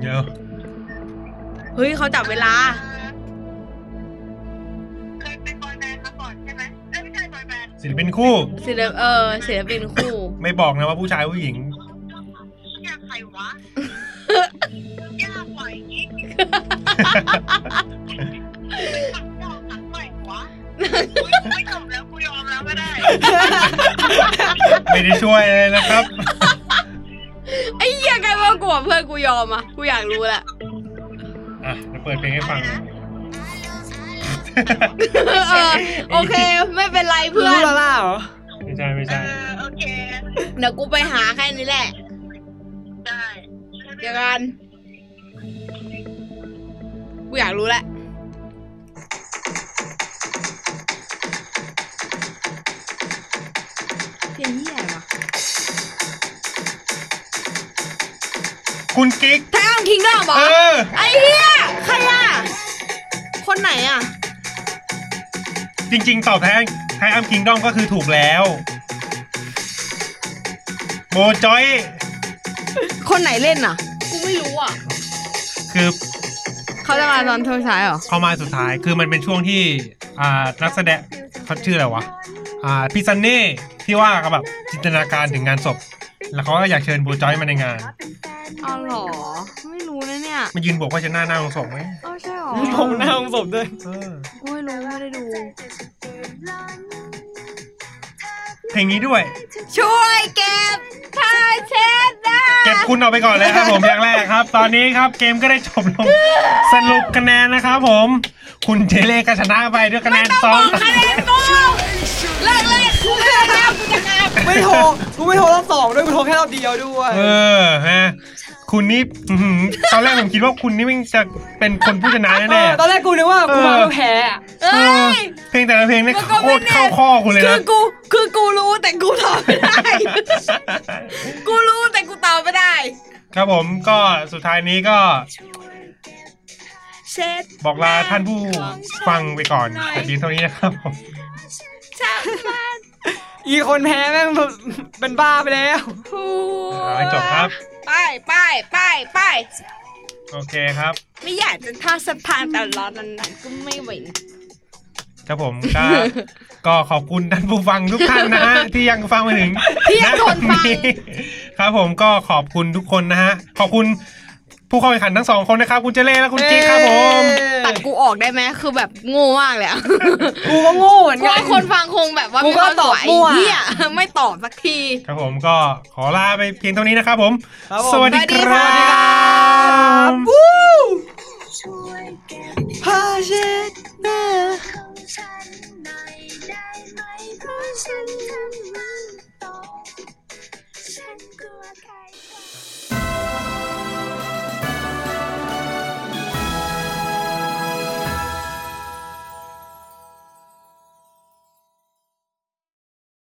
[SPEAKER 2] เดี๋ยว
[SPEAKER 3] เฮ้ยเขาจับเวลา
[SPEAKER 8] เคยเป็นบอยแบนด์มาก่อนใช่ไหมเอ้ยไม่ใช่บอยแบนด์
[SPEAKER 2] ศิลปินคู่
[SPEAKER 3] ศิลปเออศิลปินคู่
[SPEAKER 2] ไม่บอกนะว่าผู้ชายผู้หญิง
[SPEAKER 8] อยากใครวะ ยากกว่าอย่างนี้ตัดเก่าตัดใหม่วะไม่จบแล้วกูยอมแล้วก็ได้
[SPEAKER 2] ไม่ได้ช่วยเลยนะครับ
[SPEAKER 3] ไอ้เหี้ยใครว่ากลัวเพื่อนกูยอมอ่ะ กูอยากรู้ละ
[SPEAKER 2] อ่ะเดี๋ยวเปิดเพลงให้ฟัง
[SPEAKER 3] เออโอเค ไม่เป็นไรเพื่อ
[SPEAKER 1] รู้
[SPEAKER 3] น
[SPEAKER 1] แล้วล่ะเหรอ
[SPEAKER 2] ไม่ใช่ไม่
[SPEAKER 8] เอ
[SPEAKER 2] ใช่
[SPEAKER 8] อโอเค
[SPEAKER 3] เดี๋ยวกูไปหาแค่นี้แหละ
[SPEAKER 8] ได้
[SPEAKER 3] เดี๋ยวกัน กูอยากรู้แหละ เพลงยี่อะไรวะ
[SPEAKER 2] คุณกิ๊ก
[SPEAKER 3] ไทอันคิงด้าบอ
[SPEAKER 2] เออ
[SPEAKER 3] ไอ้เหี้ย ใครอ่ะ คนไหนอ่ะ
[SPEAKER 2] จริง ๆ ตอบแทนไทอัมคิงดอมก็คือถูกแล้วโมจอย
[SPEAKER 3] คนไหนเล่นอ่ะ กูไม่รู้อ่ะ
[SPEAKER 2] คือ
[SPEAKER 3] เขาจะมาตอนเท่าท้ายเหรอ
[SPEAKER 2] เข้ามาสุดท้าย คือมันเป็นช่วงที่ อ่า นักแสดงเขาชื่ออะไรวะ อ่า พี่ซันเน่ที่ว่าก็แบบจินตนาการถึงงานศพ แล้วเขาก็อยากเชิญโบจอยมาในงาน
[SPEAKER 3] อ๋อเหรอ ไม่รู้นะเนี่ย
[SPEAKER 2] มายืนโบกว่าจะหน้าหน้าลงศพไหม
[SPEAKER 3] อ๋อใช่เหรอ
[SPEAKER 1] มองหน้าของผมด้วย
[SPEAKER 2] เออ
[SPEAKER 3] กูไม่รู้ไม่ได้ดู
[SPEAKER 2] เพลงนี้ด้วย
[SPEAKER 3] ช่วยเก็บผ้าเช็ดหน้า
[SPEAKER 2] เก็บคุณออกไปก่อนเลยครับผมอย่างแรกครับ ตอนนี้ครับเกมก็ได้จบลง สรุปคะแนนนะครับผม คุณเจเล่ก็ชนะไปด้วยคะแนนสอง
[SPEAKER 3] คะแนนกูเลิกเลยกูไม่ได้แล้วกูจะกลับ
[SPEAKER 1] ไม่โทร กูไม่โทรรอบสองด้วย กูโทรแค่รอบเดียวด้วย
[SPEAKER 2] เออฮะคุณนี่อื้อหือตอนแรกผมคิดว่าคุณนี่มันจะเป็นคนผู้ชนะ
[SPEAKER 1] เอ
[SPEAKER 2] แน่
[SPEAKER 1] อตอนแรกกูนึกว่ากูมาเพื่อแพ้
[SPEAKER 2] ๆเออเพลงแต่ละเพลงนี่โคตรเข้าข้อคุณเลย
[SPEAKER 3] คือ
[SPEAKER 2] นะ
[SPEAKER 3] กูคือกูรู้แต่กูตอบไม่ได้ กูรู้แต่กูตอบไม่ได้
[SPEAKER 2] ครับผมก็สุดท้ายนี้ก็
[SPEAKER 3] เช็ด
[SPEAKER 2] บอกลาท่านผู้ฟังไปก่อนแต่เพียงเท่านี้นะครับผม
[SPEAKER 3] ช่างมัน
[SPEAKER 1] อีคนแพ้แม่งแบบเป็นบ้าไปแล้ว
[SPEAKER 3] หั
[SPEAKER 2] เอาให้จบครับ
[SPEAKER 3] ไปไปไปไป
[SPEAKER 2] โอเคครับ
[SPEAKER 3] ไม่อยากจะท่าดสะพานแต่ร้อนนั้นๆก็ไม่ไหวนะ
[SPEAKER 2] ครับผมก็ ก็ขอบคุณท่านผู้ฟังทุกท่านนะฮะ ที่ยังฟังมาถึง
[SPEAKER 3] ที่ยังทนฟัง
[SPEAKER 2] ณตอครับผมก็ขอบคุณทุกคนนะฮะ ขอบคุณผู้เข้าแข่งขันทั้งสองคนนะครับ คุณเจเล่และคุณกิ๊กครับผม
[SPEAKER 3] ตัดกูออกได้ไหมคือแบบโง่มากเลยอะ
[SPEAKER 1] กูก็โง่เหมือน
[SPEAKER 3] กลั
[SPEAKER 1] กั
[SPEAKER 3] วน คนฟังคงแบบว่า
[SPEAKER 1] กูก็ตอบมั่ว
[SPEAKER 3] ไเหี้ยไม่ตอบสักที
[SPEAKER 2] ครับผมก็ขอลาไปเพียงเท่านี้นะครับผม
[SPEAKER 1] ครับผม
[SPEAKER 2] สวัสดีค
[SPEAKER 3] สวั
[SPEAKER 2] รั
[SPEAKER 3] สดีครับ บ
[SPEAKER 1] วู้พาเช็ดหน้า
[SPEAKER 6] ของฉันหน่อยได้ไหมเพราะฉันทำมันตกฉันกลัวใครก่อน